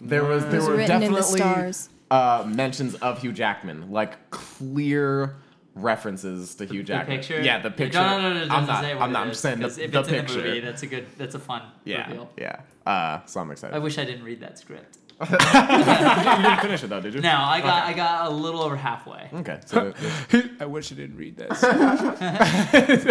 [SPEAKER 4] there was there
[SPEAKER 3] was
[SPEAKER 4] were
[SPEAKER 3] written in the
[SPEAKER 4] definitely
[SPEAKER 3] stars.
[SPEAKER 4] uh, mentions of Hugh Jackman, like clear references to Hugh Jackman.
[SPEAKER 1] picture.
[SPEAKER 4] Yeah, the picture.
[SPEAKER 1] No, no, no, no. it
[SPEAKER 4] I'm
[SPEAKER 1] doesn't
[SPEAKER 4] not.
[SPEAKER 1] say what
[SPEAKER 4] I'm
[SPEAKER 1] it
[SPEAKER 4] not. I'm
[SPEAKER 1] is,
[SPEAKER 4] just saying the,
[SPEAKER 1] 'cause if
[SPEAKER 4] the
[SPEAKER 1] it's
[SPEAKER 4] picture.
[SPEAKER 1] In the movie, that's a good. That's a fun
[SPEAKER 4] yeah,
[SPEAKER 1] reveal.
[SPEAKER 4] yeah. Uh, so I'm
[SPEAKER 1] I
[SPEAKER 4] excited.
[SPEAKER 1] wish I didn't read that script.
[SPEAKER 4] you didn't finish it though, did you?
[SPEAKER 1] No, I got I got a little over halfway.
[SPEAKER 4] Okay, so it-
[SPEAKER 5] I wish I didn't read this.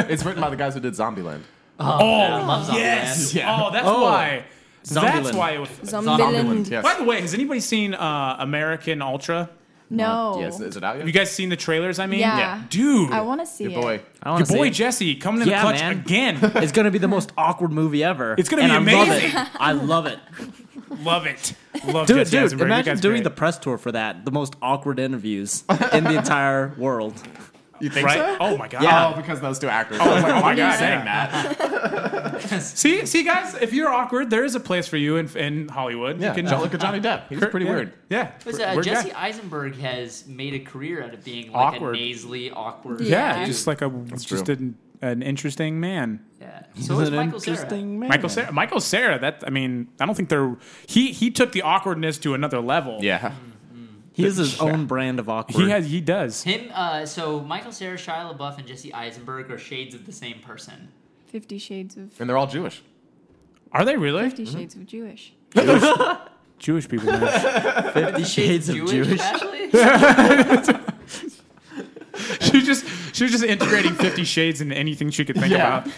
[SPEAKER 4] it's written by the guys who did Zombieland.
[SPEAKER 5] oh,
[SPEAKER 1] Love Zombieland.
[SPEAKER 5] yes.
[SPEAKER 4] Yeah.
[SPEAKER 5] Oh, that's
[SPEAKER 2] Oh.
[SPEAKER 5] why.
[SPEAKER 2] Zombieland.
[SPEAKER 5] That's why it was.
[SPEAKER 3] Zombieland.
[SPEAKER 4] Yes.
[SPEAKER 5] By the way, has anybody seen uh, American Ultra?
[SPEAKER 3] No.
[SPEAKER 4] Yes, is it out yet?
[SPEAKER 5] Have you guys seen the trailers? I mean,
[SPEAKER 3] Yeah. Yeah.
[SPEAKER 5] dude,
[SPEAKER 3] I want to see
[SPEAKER 4] Your
[SPEAKER 3] it.
[SPEAKER 4] boy.
[SPEAKER 1] Oh.
[SPEAKER 2] I
[SPEAKER 5] your
[SPEAKER 2] want to
[SPEAKER 5] boy
[SPEAKER 2] see. it.
[SPEAKER 5] Jesse coming in
[SPEAKER 2] Yeah,
[SPEAKER 5] the clutch
[SPEAKER 2] man.
[SPEAKER 5] again.
[SPEAKER 2] It's gonna be the most awkward movie ever.
[SPEAKER 5] It's gonna
[SPEAKER 2] and
[SPEAKER 5] be
[SPEAKER 2] I
[SPEAKER 5] amazing.
[SPEAKER 2] love it. I love it.
[SPEAKER 5] Love it. Love
[SPEAKER 2] Dude,
[SPEAKER 5] Jesse
[SPEAKER 2] dude,
[SPEAKER 5] Eisenberg. That
[SPEAKER 2] imagine
[SPEAKER 5] guy's
[SPEAKER 2] doing
[SPEAKER 5] great.
[SPEAKER 2] the press tour for that. The most awkward interviews in the entire world.
[SPEAKER 4] You think
[SPEAKER 5] right? Oh my god.
[SPEAKER 2] Yeah.
[SPEAKER 4] Oh, because those two actors.
[SPEAKER 5] I was like, oh my god,
[SPEAKER 4] saying
[SPEAKER 5] yeah.
[SPEAKER 4] that.
[SPEAKER 5] See, see, guys, if you're awkward, there is a place for you in, in Hollywood.
[SPEAKER 4] Yeah,
[SPEAKER 5] you can
[SPEAKER 4] don't look at Johnny Depp. He's pretty
[SPEAKER 5] yeah.
[SPEAKER 4] weird.
[SPEAKER 5] Yeah,
[SPEAKER 1] Was,
[SPEAKER 5] weird
[SPEAKER 1] uh,
[SPEAKER 5] guy.
[SPEAKER 1] Jesse Eisenberg has made a career out of being like
[SPEAKER 5] Awkward.
[SPEAKER 1] a nasally awkward.
[SPEAKER 5] Yeah,
[SPEAKER 3] Yeah.
[SPEAKER 5] just like a just
[SPEAKER 4] true.
[SPEAKER 5] an, an interesting man.
[SPEAKER 1] Yeah. So is
[SPEAKER 2] An
[SPEAKER 1] Michael Cera.
[SPEAKER 2] interesting man.
[SPEAKER 5] Michael Sarah, Michael Sarah. That I mean, I don't think they're he he took the awkwardness to another level.
[SPEAKER 4] Yeah.
[SPEAKER 2] He has his own brand of awkward.
[SPEAKER 5] he has he does.
[SPEAKER 1] Him, uh, so Michael Sarah, Shia LaBeouf, and Jesse Eisenberg are shades of the same person.
[SPEAKER 3] Fifty Shades of.
[SPEAKER 4] And they're all Jewish.
[SPEAKER 5] Are they really
[SPEAKER 3] Fifty Shades of Jewish.
[SPEAKER 5] Jewish people? man.
[SPEAKER 2] Fifty Shades of
[SPEAKER 1] Jewish,
[SPEAKER 2] Jewish.
[SPEAKER 1] Ashley?
[SPEAKER 5] she just she was just integrating Fifty Shades into anything she could think
[SPEAKER 4] Yeah.
[SPEAKER 5] about.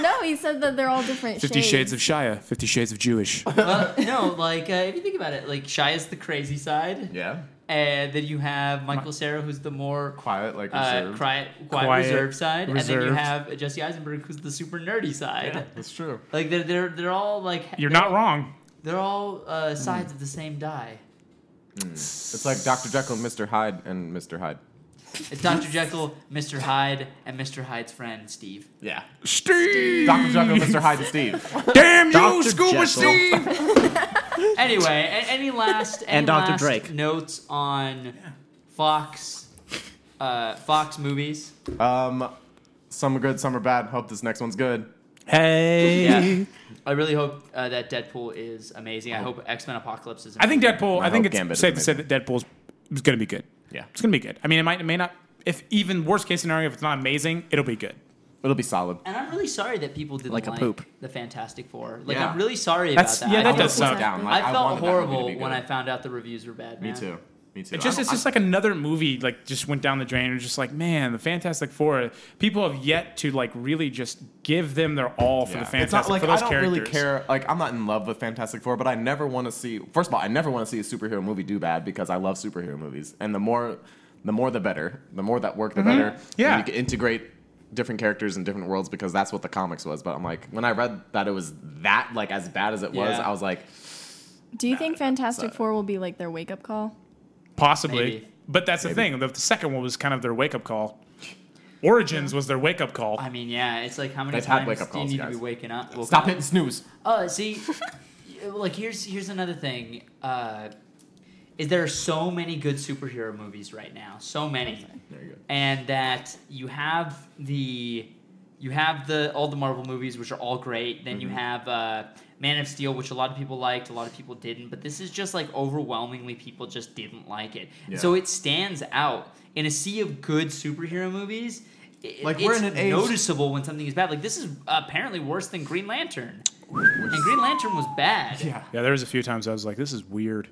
[SPEAKER 3] No, he said that they're all different.
[SPEAKER 5] Fifty Shades of Shia, Fifty Shades of Jewish.
[SPEAKER 1] well, no, like, uh, if you think about it, like, Shia's the crazy side,
[SPEAKER 4] Yeah.
[SPEAKER 1] and then you have Michael Sarah, who's the more
[SPEAKER 4] Quiet, like
[SPEAKER 1] uh,
[SPEAKER 4] reserved.
[SPEAKER 1] quiet, quiet,
[SPEAKER 5] Quiet,
[SPEAKER 1] reserved side, and then you
[SPEAKER 5] reserved.
[SPEAKER 1] have Jesse Eisenberg, who's the super nerdy side.
[SPEAKER 4] Yeah, that's true.
[SPEAKER 1] Like, they're, they're, they're all, like,
[SPEAKER 5] You're not wrong.
[SPEAKER 1] they're all uh, sides of the same die.
[SPEAKER 4] It's like Dr. Jekyll, Mr. Hyde, and Mr. Hyde.
[SPEAKER 1] It's Dr. Jekyll, Mr. Hyde, and Mr. Hyde's friend, Steve.
[SPEAKER 4] Yeah.
[SPEAKER 5] Steve,
[SPEAKER 4] Dr. Jekyll, Mr. Hyde, and Steve.
[SPEAKER 5] damn you,
[SPEAKER 2] Dr.
[SPEAKER 5] Scuba
[SPEAKER 2] Jekyll.
[SPEAKER 5] Steve.
[SPEAKER 1] Anyway, a- any last any
[SPEAKER 2] And Dr.
[SPEAKER 1] last
[SPEAKER 2] Drake.
[SPEAKER 1] notes on Fox uh, Fox movies.
[SPEAKER 4] Um, some are good, some are bad. Hope this next one's good.
[SPEAKER 5] Hey.
[SPEAKER 1] Yeah. I really hope uh, that Deadpool is amazing.
[SPEAKER 4] Oh.
[SPEAKER 1] I hope X Men Apocalypse is.
[SPEAKER 5] I think
[SPEAKER 1] amazing.
[SPEAKER 5] Deadpool.
[SPEAKER 4] I
[SPEAKER 5] I, think
[SPEAKER 4] hope
[SPEAKER 5] it's
[SPEAKER 4] Gambit is
[SPEAKER 5] safe to say that Deadpool's is going to be good.
[SPEAKER 4] Yeah.
[SPEAKER 5] it's going to be good. I mean, it might, it may not. If even worst case scenario, if it's not amazing, it'll be good.
[SPEAKER 4] It'll be solid.
[SPEAKER 1] And I'm really sorry that people didn't
[SPEAKER 2] Like
[SPEAKER 1] like,
[SPEAKER 2] a poop.
[SPEAKER 1] the Fantastic Four. Like
[SPEAKER 4] Yeah.
[SPEAKER 1] I'm really sorry
[SPEAKER 5] That's-
[SPEAKER 1] about that.
[SPEAKER 5] yeah,
[SPEAKER 1] I
[SPEAKER 5] that
[SPEAKER 1] felt-
[SPEAKER 5] does suck.
[SPEAKER 4] Down. Like,
[SPEAKER 1] I
[SPEAKER 4] I
[SPEAKER 1] felt
[SPEAKER 4] wanted that movie to
[SPEAKER 1] horrible
[SPEAKER 4] be
[SPEAKER 1] when
[SPEAKER 4] good.
[SPEAKER 1] I found out the reviews were bad.
[SPEAKER 4] Me
[SPEAKER 1] man.
[SPEAKER 4] too. Me too.
[SPEAKER 5] It just
[SPEAKER 4] I
[SPEAKER 5] it's
[SPEAKER 4] don't-
[SPEAKER 5] just like another movie like just went down the drain. It's just like man, the Fantastic Four. People have yet to like really just give them their all for
[SPEAKER 4] Yeah.
[SPEAKER 5] the Fantastic
[SPEAKER 4] It's not like
[SPEAKER 5] for those
[SPEAKER 4] I don't
[SPEAKER 5] characters.
[SPEAKER 4] really care. Like I'm not in love with Fantastic Four, but I never want to see. First of all, I never want to see a superhero movie do bad because I love superhero movies, and the more, the more the better. The more that work, the better. And
[SPEAKER 5] Mm-hmm. Yeah.
[SPEAKER 4] you can integrate different characters in different worlds because that's what the comics was. But I'm like, when I read that it was that like as bad as it was,
[SPEAKER 1] Yeah.
[SPEAKER 4] I was like,
[SPEAKER 3] Do you think Fantastic
[SPEAKER 4] so-
[SPEAKER 3] Four will be like their wake up call?
[SPEAKER 5] possibly.
[SPEAKER 1] Maybe.
[SPEAKER 5] But that's the thing. The, the second one was kind of their wake up call. Origins was their wake up call.
[SPEAKER 1] I mean, yeah, it's like how many
[SPEAKER 4] They've had
[SPEAKER 1] times
[SPEAKER 4] wake-up
[SPEAKER 1] do you
[SPEAKER 4] calls,
[SPEAKER 1] need to
[SPEAKER 4] guys.
[SPEAKER 1] be waking up? woken
[SPEAKER 4] stop
[SPEAKER 1] up?
[SPEAKER 4] hitting snooze.
[SPEAKER 1] Uh, see, like here's here's another thing. Uh, is there are so many good superhero movies right now? So many,
[SPEAKER 4] There you go.
[SPEAKER 1] and that you have the you have the all the Marvel movies, which are all great. Then
[SPEAKER 4] Mm-hmm.
[SPEAKER 1] you have uh, Man of Steel, which a lot of people liked, a lot of people didn't. But this is just like overwhelmingly people just didn't like it.
[SPEAKER 4] Yeah.
[SPEAKER 1] So it stands out in a sea of good superhero movies. It,
[SPEAKER 4] Like,
[SPEAKER 1] it's
[SPEAKER 4] we're in an age-
[SPEAKER 1] noticeable when something is bad. Like this is apparently worse than Green Lantern. And Green Lantern was bad.
[SPEAKER 4] Yeah.
[SPEAKER 5] yeah, there was a few times I was like, this is weird.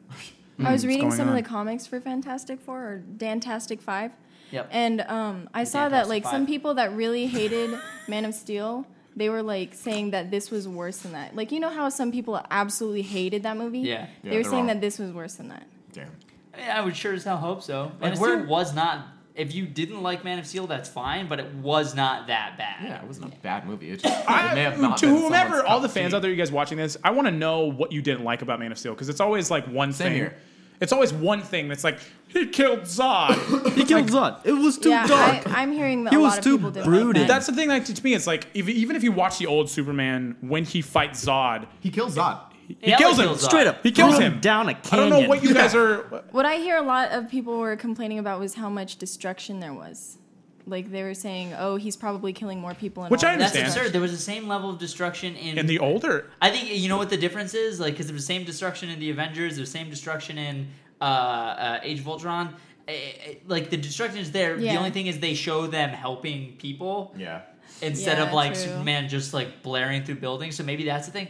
[SPEAKER 3] I was
[SPEAKER 5] what's
[SPEAKER 3] reading
[SPEAKER 5] going
[SPEAKER 3] some
[SPEAKER 5] on?
[SPEAKER 3] of the comics for Fantastic Four or Dantastic Five,
[SPEAKER 1] Yep.
[SPEAKER 3] and um, I saw that
[SPEAKER 1] Fantastic
[SPEAKER 3] like
[SPEAKER 1] Five.
[SPEAKER 3] some people that really hated Man of Steel, they were like saying that this was worse than that. Like you know how some people absolutely hated that movie.
[SPEAKER 1] Yeah.
[SPEAKER 4] Yeah,
[SPEAKER 3] they
[SPEAKER 4] they're
[SPEAKER 3] were saying
[SPEAKER 4] wrong.
[SPEAKER 3] that this was worse than that.
[SPEAKER 4] Damn.
[SPEAKER 1] I, mean, I would sure as hell hope so. Man
[SPEAKER 4] Like,
[SPEAKER 1] of
[SPEAKER 4] we're-
[SPEAKER 1] Steel was not. If you didn't like Man of Steel, that's fine, but it was not that bad.
[SPEAKER 4] Yeah, it wasn't a bad movie. It, just,
[SPEAKER 5] I-
[SPEAKER 4] it may have not
[SPEAKER 5] to
[SPEAKER 4] been
[SPEAKER 5] whomever,
[SPEAKER 4] someone's
[SPEAKER 5] all
[SPEAKER 4] cup
[SPEAKER 5] the
[SPEAKER 4] of
[SPEAKER 5] fans
[SPEAKER 4] tea.
[SPEAKER 5] out there, you guys watching this, I want to know what you didn't like about Man of Steel because it's always like one
[SPEAKER 4] Same
[SPEAKER 5] thing.
[SPEAKER 4] here.
[SPEAKER 5] It's always one thing that's like he killed Zod.
[SPEAKER 2] He killed Zod. It was too
[SPEAKER 3] yeah,
[SPEAKER 2] dark.
[SPEAKER 3] I, I'm hearing that
[SPEAKER 2] He
[SPEAKER 3] a
[SPEAKER 2] was
[SPEAKER 3] lot of
[SPEAKER 2] too
[SPEAKER 3] people did
[SPEAKER 2] brooding.
[SPEAKER 3] Like that.
[SPEAKER 5] that's the thing. Like to me, it's like if, even if you watch the old Superman when he fights Zod,
[SPEAKER 4] He kills Zod.
[SPEAKER 1] He
[SPEAKER 5] kills
[SPEAKER 1] always
[SPEAKER 5] him,
[SPEAKER 1] Zod.
[SPEAKER 2] Straight up,
[SPEAKER 5] He kills
[SPEAKER 2] threw
[SPEAKER 5] him.
[SPEAKER 2] down a
[SPEAKER 5] I
[SPEAKER 2] canyon.
[SPEAKER 5] don't know what you guys are.
[SPEAKER 3] What I hear a lot of people were complaining about was how much destruction there was. Like they were saying, "Oh, he's probably killing more people." In
[SPEAKER 5] Which
[SPEAKER 3] all
[SPEAKER 5] I
[SPEAKER 3] of
[SPEAKER 1] That's
[SPEAKER 3] this."
[SPEAKER 5] understand.
[SPEAKER 1] absurd. There was the same level of destruction in.
[SPEAKER 5] In the older,
[SPEAKER 1] I think you know what the difference is, like, because there was the same destruction in the Avengers, there was the same destruction in uh, uh, Age of Ultron. Eh, eh, like the destruction is there. The
[SPEAKER 3] Yeah.
[SPEAKER 1] only thing is they show them helping people.
[SPEAKER 4] Yeah.
[SPEAKER 1] instead
[SPEAKER 3] Yeah,
[SPEAKER 1] of like
[SPEAKER 3] true.
[SPEAKER 1] Superman just like blaring through buildings. So maybe that's the thing.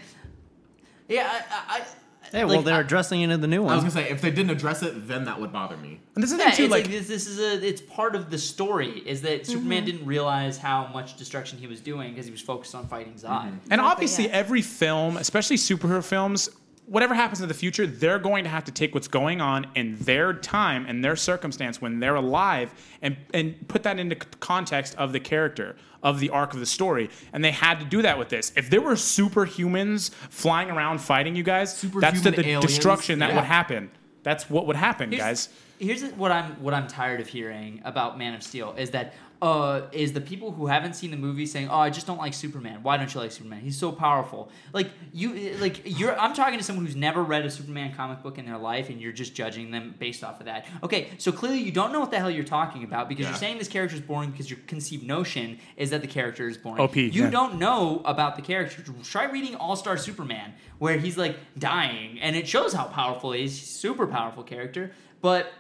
[SPEAKER 1] Yeah, I, I, I
[SPEAKER 2] Hey, well,
[SPEAKER 1] like,
[SPEAKER 2] they're
[SPEAKER 1] I-
[SPEAKER 2] addressing it in the new
[SPEAKER 4] I was
[SPEAKER 2] one.
[SPEAKER 4] gonna say if they didn't address it, then that would bother me.
[SPEAKER 5] and this is the
[SPEAKER 1] yeah,
[SPEAKER 5] thing
[SPEAKER 1] it's
[SPEAKER 5] too.
[SPEAKER 1] like,
[SPEAKER 5] Like,
[SPEAKER 1] this, this is a it's part of the story is that Superman didn't realize how much destruction he was doing because he was focused on fighting Zod.
[SPEAKER 5] and
[SPEAKER 3] Exactly,
[SPEAKER 5] obviously,
[SPEAKER 3] yeah.
[SPEAKER 5] every film, especially superhero films, whatever happens in the future, they're going to have to take what's going on in their time and their circumstance when they're alive, and and put that into c- context of the character of the arc of the story. And they had to do that with this. If there were superhumans flying around fighting you guys, that's the,
[SPEAKER 4] Superhuman
[SPEAKER 5] the
[SPEAKER 4] aliens,
[SPEAKER 5] destruction that
[SPEAKER 4] yeah.
[SPEAKER 5] would happen. That's what would happen, guys.
[SPEAKER 1] Here's what I'm what I'm tired of hearing about Man of Steel is that uh is the people who haven't seen the movie saying, "Oh, I just don't like Superman. Why don't you like Superman? He's so powerful." Like you like you're I'm talking to someone who's never read a Superman comic book in their life and you're just judging them based off of that. Okay, so clearly you don't know what the hell you're talking about because
[SPEAKER 4] Yeah.
[SPEAKER 1] you're saying this character is boring because your conceived notion is that the character is boring.
[SPEAKER 5] OP,
[SPEAKER 1] you
[SPEAKER 5] yeah.
[SPEAKER 1] don't know about the character. Try reading All Star Superman, where he's like dying, and it shows how powerful he is. He's a super powerful character, but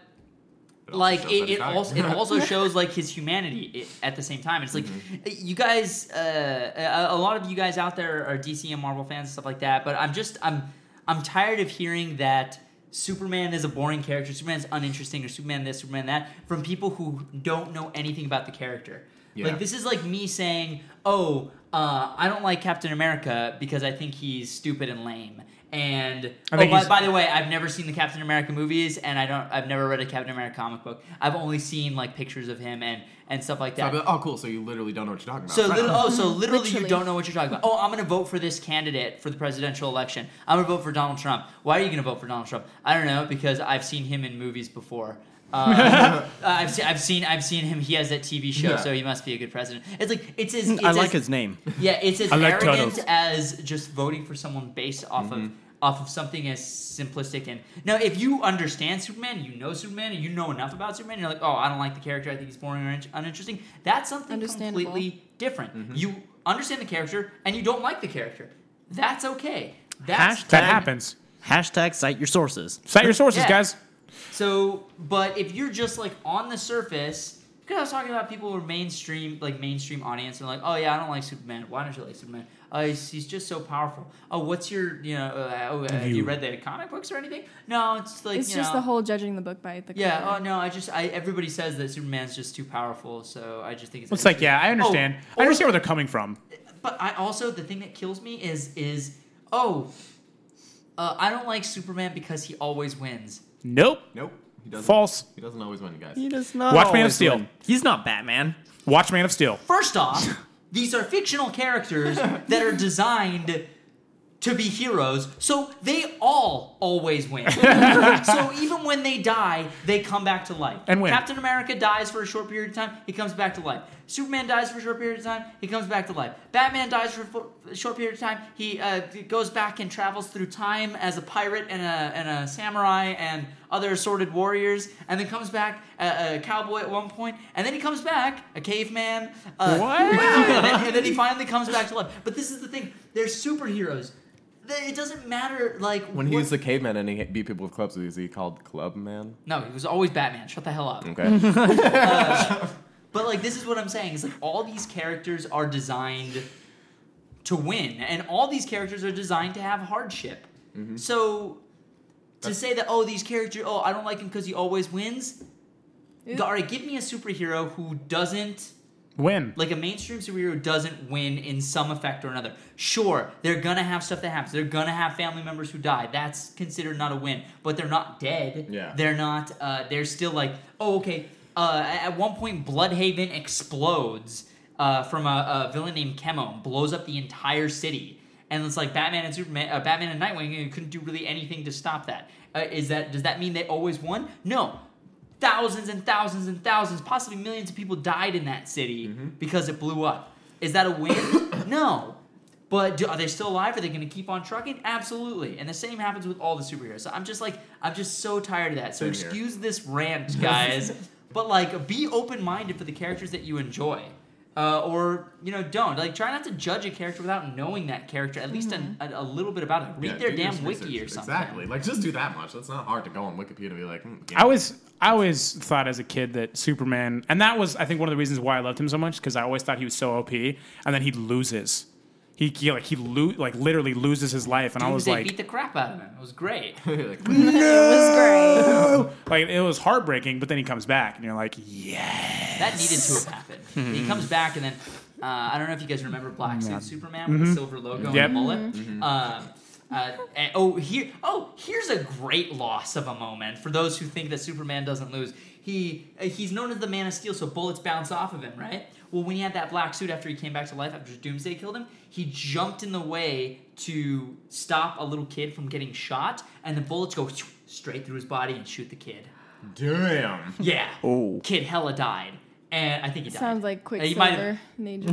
[SPEAKER 1] like
[SPEAKER 4] shows that
[SPEAKER 1] it,
[SPEAKER 4] he's
[SPEAKER 1] it
[SPEAKER 4] dying.
[SPEAKER 1] also it also shows like his humanity i at the same time. It's like
[SPEAKER 4] Mm-hmm.
[SPEAKER 1] you guys, uh, a, a lot of you guys out there are DC and Marvel fans and stuff like that. But I'm just I'm I'm tired of hearing that Superman is a boring character, Superman's uninteresting, or Superman this, Superman that from people who don't know anything about the character.
[SPEAKER 4] Yeah.
[SPEAKER 1] Like this is like me saying, oh. Uh, I don't like Captain America because I think he's stupid and lame. And
[SPEAKER 5] I think
[SPEAKER 1] oh, by,
[SPEAKER 5] he's-
[SPEAKER 1] by the way, I've never seen the Captain America movies, and I don't. I've never read a Captain America comic book. I've only seen like pictures of him and and stuff like
[SPEAKER 4] I'd
[SPEAKER 1] that.
[SPEAKER 4] be like, oh, cool. So you literally don't know what you're talking about.
[SPEAKER 1] So
[SPEAKER 4] Right
[SPEAKER 1] lit-
[SPEAKER 4] on.
[SPEAKER 1] oh, so
[SPEAKER 2] Mm-hmm.
[SPEAKER 1] literally, you
[SPEAKER 3] Literally.
[SPEAKER 1] don't know what you're talking about. Oh, I'm gonna vote for this candidate for the presidential election. I'm gonna vote for Donald Trump. Why are you gonna vote for Donald Trump? I don't know because I've seen him in movies before. Uh, I've, seen, I've seen I've seen him. He has that TV show,
[SPEAKER 4] Yeah.
[SPEAKER 1] so he must be a good president. It's like it's his. It's
[SPEAKER 2] Mm, I like
[SPEAKER 1] as-
[SPEAKER 2] his name.
[SPEAKER 1] yeah, it's as
[SPEAKER 5] I like
[SPEAKER 1] arrogant
[SPEAKER 5] turtles.
[SPEAKER 1] as just voting for someone based off of off of something as simplistic and now if you understand Superman, you know Superman, and you know enough about Superman, you're like, oh, I don't like the character, I think he's boring or in- uninteresting. That's something
[SPEAKER 3] Understandable.
[SPEAKER 1] completely different. You understand the character, and you don't like the character. That's okay. That's
[SPEAKER 2] Hashtag
[SPEAKER 5] That happens.
[SPEAKER 2] Hashtag cite your sources.
[SPEAKER 5] Cite your sources,
[SPEAKER 1] Yeah.
[SPEAKER 5] guys.
[SPEAKER 1] So, but if you're just like on the surface, because I was talking about people who are mainstream, like mainstream audience, and like, oh yeah, I don't like Superman. Why don't you like Superman? Oh, he's, he's just so powerful. Oh, what's your, you know, uh, oh, uh, have you
[SPEAKER 5] View.
[SPEAKER 1] read the comic books or anything? No, it's like,
[SPEAKER 3] it's
[SPEAKER 1] you
[SPEAKER 3] just
[SPEAKER 1] know,
[SPEAKER 3] the whole judging the book by the
[SPEAKER 1] Yeah.
[SPEAKER 3] cover.
[SPEAKER 1] Oh no, I just, I everybody says that Superman's just too powerful, so I just think it's.
[SPEAKER 5] It's like, yeah, I
[SPEAKER 1] Oh,
[SPEAKER 5] understand. I
[SPEAKER 1] or-
[SPEAKER 5] understand where they're coming from.
[SPEAKER 1] but I also the thing that kills me is is oh, uh, I don't like Superman because he always wins.
[SPEAKER 5] Nope.
[SPEAKER 4] Nope. He doesn't.
[SPEAKER 5] False.
[SPEAKER 4] He doesn't always win, you guys.
[SPEAKER 2] does not.
[SPEAKER 5] Watch Man of
[SPEAKER 2] always
[SPEAKER 5] Steel.
[SPEAKER 2] win. He's not Batman.
[SPEAKER 5] Watch Man of Steel.
[SPEAKER 1] First off, these are fictional characters that are designed to be heroes, so they all always win. so even when they die, they come back to life.
[SPEAKER 5] And win.
[SPEAKER 1] Captain America dies for a short period of time, he comes back to life. Superman dies for a short period of time, he comes back to life. Batman dies for a fo- a short period of time, he uh, goes back and travels through time as a pirate and a, and a samurai and other assorted warriors, and then comes back uh, a, a cowboy at one point, and then he comes back a caveman. Uh,
[SPEAKER 5] What?
[SPEAKER 1] and, then, and then he finally comes back to life. But this is the thing: they're superheroes. They- It doesn't matter, like
[SPEAKER 4] When
[SPEAKER 1] what-
[SPEAKER 4] he was a caveman and he beat people with clubs, is he called Club Man?
[SPEAKER 1] no, he was always Batman. Shut the hell up.
[SPEAKER 4] Okay.
[SPEAKER 1] But like, this is what I'm saying: is like all these characters are designed to win, and all these characters are designed to have hardship.
[SPEAKER 4] Mm-hmm.
[SPEAKER 1] So. To say that oh these characters oh I don't like him because he always wins.
[SPEAKER 3] Oop.
[SPEAKER 1] All right, give me a superhero who doesn't
[SPEAKER 5] Win.
[SPEAKER 1] like a mainstream superhero doesn't win in some effect or another. Sure, they're gonna have stuff that happens. They're gonna have family members who die. That's considered not a win, but they're not dead.
[SPEAKER 4] Yeah.
[SPEAKER 1] They're not. Uh, they're still like, oh, okay. Uh, at one point, Bloodhaven explodes uh, from a, a villain named Chemo, and blows up the entire city, and it's like Batman and Superman, uh, Batman and Nightwing uh, couldn't do really anything to stop that. Uh, is that does that mean they always won? No, thousands and thousands and thousands, possibly millions of people died in that city
[SPEAKER 4] Mm-hmm.
[SPEAKER 1] because it blew up. Is that a win? no. But do, are they still alive? Are they going to keep on trucking? Absolutely. And the same happens with all the superheroes. So I'm just like, I'm just so tired of that. So
[SPEAKER 4] Same here.
[SPEAKER 1] excuse this rant, guys. but like, be open minded for the characters that you enjoy. Uh, or you know, don't like try not to judge a character without knowing that character at least
[SPEAKER 5] Mm-hmm.
[SPEAKER 1] a, a, a little bit about it. Read their damn wiki or something.
[SPEAKER 4] Exactly. Like, just do that much. That's not hard to go on Wikipedia and be like, hmm,
[SPEAKER 5] I always, I always thought as a kid that Superman, and that was, I think, one of the reasons why I loved him so much because I always thought he was so OP, and then he loses. He, he like he lo- like literally loses his life, and I was
[SPEAKER 1] Doomsday
[SPEAKER 5] like,
[SPEAKER 1] beat the crap out of him. It was great.
[SPEAKER 3] It was great.
[SPEAKER 5] like it was heartbreaking. But then he comes back, and you're like, yeah.
[SPEAKER 1] That needed to have happened. he comes back and then uh, I don't know if you guys remember Black Suit Superman with the silver logo
[SPEAKER 5] Yep.
[SPEAKER 1] and the mullet. Uh, uh, and- oh here oh here's a great loss of a moment for those who think that Superman doesn't lose. He uh, he's known as the Man of Steel, so bullets bounce off of him, right? Well, when he had that black suit after he came back to life after Doomsday killed him, he jumped in the way to stop a little kid from getting shot, and the bullets go straight through his body and shoot the kid.
[SPEAKER 4] damn.
[SPEAKER 1] Yeah.
[SPEAKER 2] Oh.
[SPEAKER 1] Kid hella died. And I think he died.
[SPEAKER 3] Sounds like
[SPEAKER 1] Uh, he might have-
[SPEAKER 3] Quicksilver. Major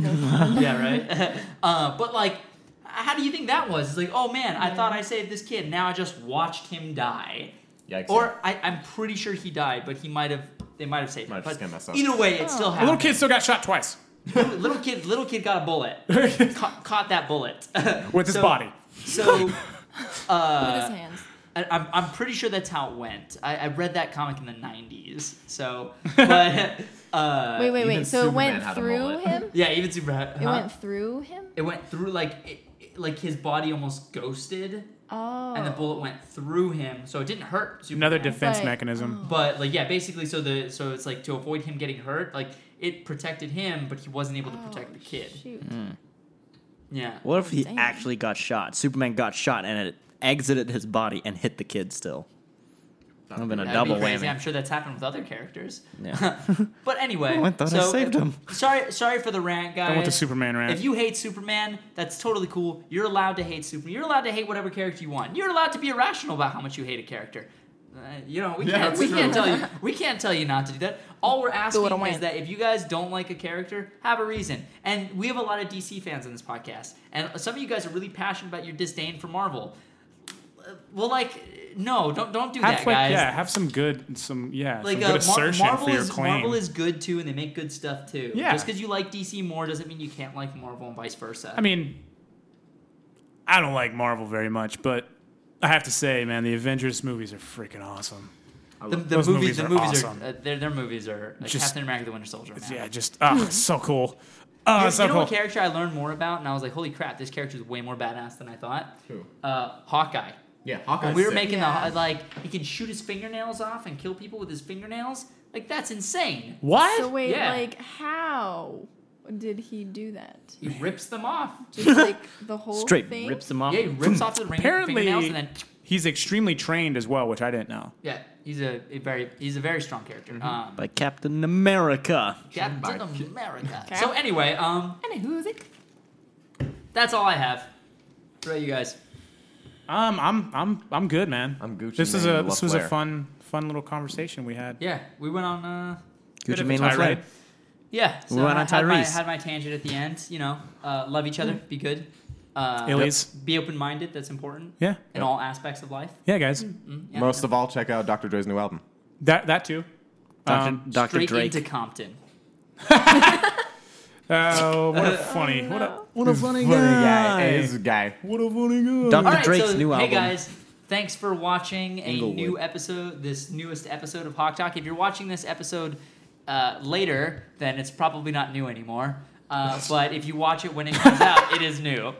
[SPEAKER 3] Nelson.
[SPEAKER 1] Yeah, right? uh, but, like, how do you think that was? It's like, oh man, I thought I saved this kid. Now I just watched him die.
[SPEAKER 4] Yikes.
[SPEAKER 1] Or I, I'm pretty sure he died, but he might have. They might have saved him.
[SPEAKER 4] Might just
[SPEAKER 1] But
[SPEAKER 4] gonna mess up.
[SPEAKER 1] either way, it
[SPEAKER 3] Oh.
[SPEAKER 1] still
[SPEAKER 5] The little
[SPEAKER 1] happened.
[SPEAKER 5] kid still got shot twice
[SPEAKER 1] Little, little kid, little kid got a bullet. Ca- caught that bullet
[SPEAKER 5] with his
[SPEAKER 1] So-
[SPEAKER 5] body.
[SPEAKER 1] So
[SPEAKER 3] With
[SPEAKER 1] Uh,
[SPEAKER 3] his hands.
[SPEAKER 1] I, I'm, I'm pretty sure that's how it went. I, I read that comic in the '90s. So, but uh,
[SPEAKER 3] Wait, wait,
[SPEAKER 4] even
[SPEAKER 3] wait. So it
[SPEAKER 4] Superman
[SPEAKER 3] went
[SPEAKER 4] had a
[SPEAKER 3] through
[SPEAKER 4] mullet.
[SPEAKER 3] him?
[SPEAKER 1] yeah, even Super. Huh?
[SPEAKER 3] It went through him?
[SPEAKER 1] it went through like it, it- like his body almost ghosted
[SPEAKER 3] Oh.
[SPEAKER 1] and the bullet went through him so it didn't hurt Superman.
[SPEAKER 5] Another defense
[SPEAKER 3] But-
[SPEAKER 5] mechanism.
[SPEAKER 1] but oh. like yeah basically so the so it's like to avoid him getting hurt like it protected him but he wasn't able to protect the kid
[SPEAKER 3] Shoot.
[SPEAKER 1] yeah
[SPEAKER 2] What if he
[SPEAKER 3] Dang.
[SPEAKER 2] actually got shot? Superman got shot and it exited his body and hit the kid still. That would have been a
[SPEAKER 1] That'd
[SPEAKER 2] double
[SPEAKER 1] be crazy.
[SPEAKER 2] whammy.
[SPEAKER 1] I'm sure that's happened with other characters.
[SPEAKER 2] Yeah.
[SPEAKER 1] But anyway,
[SPEAKER 2] Oh, I thought I
[SPEAKER 1] so, uh,
[SPEAKER 2] saved him.
[SPEAKER 1] Sorry, sorry for the rant, guys.
[SPEAKER 5] went to Superman rant.
[SPEAKER 1] If you hate Superman, that's totally cool. You're allowed to hate Superman. You're allowed to hate whatever character you want. You're allowed to be irrational about how much you hate a character. Uh, you know, we
[SPEAKER 4] Yeah,
[SPEAKER 1] can't
[SPEAKER 4] that's
[SPEAKER 1] we
[SPEAKER 4] true.
[SPEAKER 1] can't tell you we can't tell you not to do that. All we're asking
[SPEAKER 3] it away.
[SPEAKER 1] is that if you guys don't like a character, have a reason. And we have a lot of DC fans on this podcast, and some of you guys are really passionate about your disdain for Marvel well, like no, don't don't do
[SPEAKER 5] Have
[SPEAKER 1] that,
[SPEAKER 5] like,
[SPEAKER 1] guys.
[SPEAKER 5] yeah, have some good, some yeah,
[SPEAKER 1] Like
[SPEAKER 5] some
[SPEAKER 1] uh,
[SPEAKER 5] good
[SPEAKER 1] Mar-
[SPEAKER 5] assertion
[SPEAKER 1] Marvel
[SPEAKER 5] for your
[SPEAKER 1] is
[SPEAKER 5] claim.
[SPEAKER 1] Marvel is good too, and they make good stuff too.
[SPEAKER 5] Yeah.
[SPEAKER 1] Just because you like DC more doesn't mean you can't like Marvel and vice versa.
[SPEAKER 5] I mean, I don't like Marvel very much, but I have to say, man, the Avengers movies are freaking awesome.
[SPEAKER 1] the, the
[SPEAKER 5] those
[SPEAKER 1] movies,
[SPEAKER 5] movies
[SPEAKER 1] the
[SPEAKER 5] are
[SPEAKER 1] movies
[SPEAKER 5] awesome.
[SPEAKER 1] are uh, their their movies are like
[SPEAKER 5] Just-
[SPEAKER 1] Captain America: The Winter Soldier. Man.
[SPEAKER 5] Yeah, just ah, it's so cool. Ah,
[SPEAKER 1] you,
[SPEAKER 5] so
[SPEAKER 1] you know
[SPEAKER 5] cool.
[SPEAKER 1] what character I learned more about, and I was like, "Holy crap! This character is way more badass than I thought."
[SPEAKER 4] Who?
[SPEAKER 1] Uh, Hawkeye.
[SPEAKER 4] Yeah, Hawkeye.
[SPEAKER 1] When we were making
[SPEAKER 3] Yeah.
[SPEAKER 1] the like, he can shoot his fingernails off and kill people with his fingernails. Like that's insane.
[SPEAKER 5] what?
[SPEAKER 3] So wait,
[SPEAKER 1] Yeah.
[SPEAKER 3] like how did he do that?
[SPEAKER 1] He rips them off.
[SPEAKER 3] Just like the whole
[SPEAKER 2] Straight
[SPEAKER 3] thing.
[SPEAKER 2] rips him off.
[SPEAKER 1] Yeah, he rips off the ring fingernails
[SPEAKER 5] Hmm. Apparently,
[SPEAKER 1] and then
[SPEAKER 5] he's extremely trained as well, which I didn't know.
[SPEAKER 1] yeah, he's a, a very he's a very strong character.
[SPEAKER 5] Mm-hmm.
[SPEAKER 1] Um,
[SPEAKER 2] by Captain America.
[SPEAKER 1] Captain America.
[SPEAKER 3] Cap-
[SPEAKER 1] So anyway, um,
[SPEAKER 3] And who's it?
[SPEAKER 1] that's all I have. What about you guys?
[SPEAKER 5] Um, I'm I'm I'm good, man.
[SPEAKER 4] I'm Gucci
[SPEAKER 5] This is
[SPEAKER 4] Mane
[SPEAKER 5] a this was a
[SPEAKER 4] LaFleur.
[SPEAKER 5] fun fun little conversation we had.
[SPEAKER 1] Yeah, we went on. Uh,
[SPEAKER 5] Bit
[SPEAKER 2] Gucci
[SPEAKER 5] of a
[SPEAKER 2] Mane looks
[SPEAKER 5] tirade.
[SPEAKER 2] like-
[SPEAKER 1] yeah, so
[SPEAKER 2] We went
[SPEAKER 1] I
[SPEAKER 2] on
[SPEAKER 1] had my,
[SPEAKER 2] Tyrese. Mm.
[SPEAKER 1] had my tangent at the end. You know, uh, love each other, be good, uh,
[SPEAKER 5] Alias.
[SPEAKER 1] be open minded. That's important.
[SPEAKER 5] Yeah.
[SPEAKER 1] in all aspects of life.
[SPEAKER 5] Yeah, guys.
[SPEAKER 1] Yeah.
[SPEAKER 4] Most of all, check out Dr. Dre's new album.
[SPEAKER 5] That that too.
[SPEAKER 2] Dr.
[SPEAKER 5] Um,
[SPEAKER 2] Dr.
[SPEAKER 1] Straight
[SPEAKER 2] Drake.
[SPEAKER 1] into Compton.
[SPEAKER 5] Oh, what a funny, what a
[SPEAKER 2] what a funny
[SPEAKER 4] Hey, this is a guy.
[SPEAKER 5] what a funny guy.
[SPEAKER 2] Dr.
[SPEAKER 1] All right,
[SPEAKER 2] Drake's
[SPEAKER 1] so,
[SPEAKER 2] new album.
[SPEAKER 1] Hey guys, thanks for watching a
[SPEAKER 2] Inglewood.
[SPEAKER 1] new episode, this newest episode of Hawk Talk. If you're watching this episode uh, later, then it's probably not new anymore. Uh, but if you watch it when it comes out, it is new.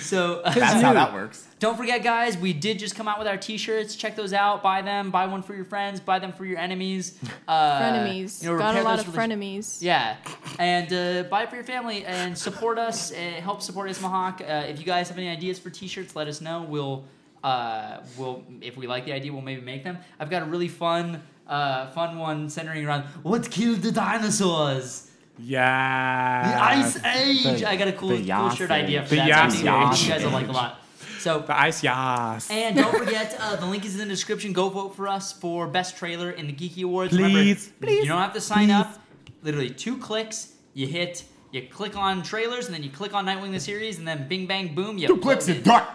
[SPEAKER 1] So uh,
[SPEAKER 4] That's how that works.
[SPEAKER 1] Don't forget, guys, we did just come out with our t-shirts. Check those out. Buy them. Buy one for your friends. Buy them for your enemies. Uh,
[SPEAKER 3] Frenemies.
[SPEAKER 1] you know,
[SPEAKER 3] Got a
[SPEAKER 1] repair
[SPEAKER 3] lot
[SPEAKER 1] those
[SPEAKER 3] of
[SPEAKER 1] rela-
[SPEAKER 3] frenemies.
[SPEAKER 1] yeah, and uh, buy it for your family and support us and help support Ismahawk. Uh, if you guys have any ideas for T-shirts, let us know. We'll uh, we'll if we like the idea, we'll maybe make them. I've got a really fun uh, fun one centering around what killed the dinosaurs. The
[SPEAKER 5] Yeah.
[SPEAKER 1] Ice Age. I got a cool,
[SPEAKER 4] the
[SPEAKER 1] cool
[SPEAKER 4] Yas
[SPEAKER 1] shirt idea for
[SPEAKER 5] Age.
[SPEAKER 1] that.
[SPEAKER 5] The
[SPEAKER 1] That's
[SPEAKER 5] Yas
[SPEAKER 1] something
[SPEAKER 5] Age.
[SPEAKER 1] You guys will like a lot. So
[SPEAKER 5] The ice, yes.
[SPEAKER 1] and don't forget, uh, the link is in the description. Go vote for us for Best Trailer in the Geeky Awards.
[SPEAKER 5] Please,
[SPEAKER 1] Remember, You don't have to sign up. Literally two clicks. You hit, you click on trailers, and then you click on Nightwing the series, and then bing, bang, boom, you
[SPEAKER 4] Two clicks
[SPEAKER 1] voted.
[SPEAKER 4] and done.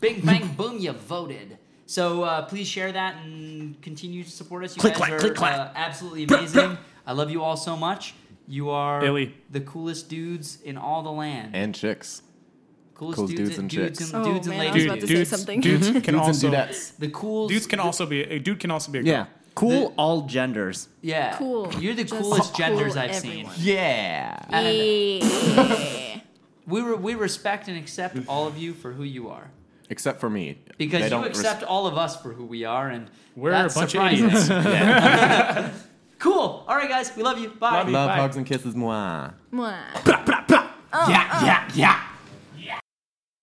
[SPEAKER 1] Bing, bang, boom, you voted. So uh, please share that and continue to support us. You
[SPEAKER 2] Click,
[SPEAKER 1] guys
[SPEAKER 2] clack,
[SPEAKER 1] are
[SPEAKER 2] click, clack.
[SPEAKER 1] Uh, absolutely amazing. I love you all so much. You are
[SPEAKER 5] Illy.
[SPEAKER 1] the coolest dudes in all the land.
[SPEAKER 4] And chicks.
[SPEAKER 1] coolest
[SPEAKER 4] coolest
[SPEAKER 1] dudes, and
[SPEAKER 4] dudes and
[SPEAKER 1] dudes
[SPEAKER 4] chicks.
[SPEAKER 1] and,
[SPEAKER 3] Oh,
[SPEAKER 1] dudes and
[SPEAKER 3] man, I was
[SPEAKER 1] ladies.
[SPEAKER 3] about to say
[SPEAKER 5] dudes,
[SPEAKER 3] something.
[SPEAKER 5] dudes can
[SPEAKER 4] Dudes
[SPEAKER 5] also
[SPEAKER 4] and dudettes.
[SPEAKER 1] the coolest
[SPEAKER 5] dudes can also be a dude can also be a girl.
[SPEAKER 2] Yeah. Cool
[SPEAKER 1] The-
[SPEAKER 2] all genders.
[SPEAKER 1] Yeah.
[SPEAKER 3] Cool.
[SPEAKER 1] You're the
[SPEAKER 3] Just
[SPEAKER 1] coolest
[SPEAKER 3] cool
[SPEAKER 1] genders I've
[SPEAKER 3] everyone.
[SPEAKER 1] seen.
[SPEAKER 4] Yeah.
[SPEAKER 1] And
[SPEAKER 3] Yeah.
[SPEAKER 1] we re- we respect and accept all of you for who you are.
[SPEAKER 4] Except for me.
[SPEAKER 1] Because
[SPEAKER 4] They
[SPEAKER 1] you
[SPEAKER 4] don't
[SPEAKER 1] accept all of us for who we are and
[SPEAKER 5] We're
[SPEAKER 1] that's
[SPEAKER 5] a bunch
[SPEAKER 1] surprising.
[SPEAKER 5] of idiots.
[SPEAKER 1] cool. All right guys, we love you. Bye.
[SPEAKER 5] Love you.
[SPEAKER 4] Love,
[SPEAKER 5] Bye.
[SPEAKER 4] hugs, and kisses. Mwah.
[SPEAKER 3] Mwah.
[SPEAKER 5] yeah, yeah, yeah.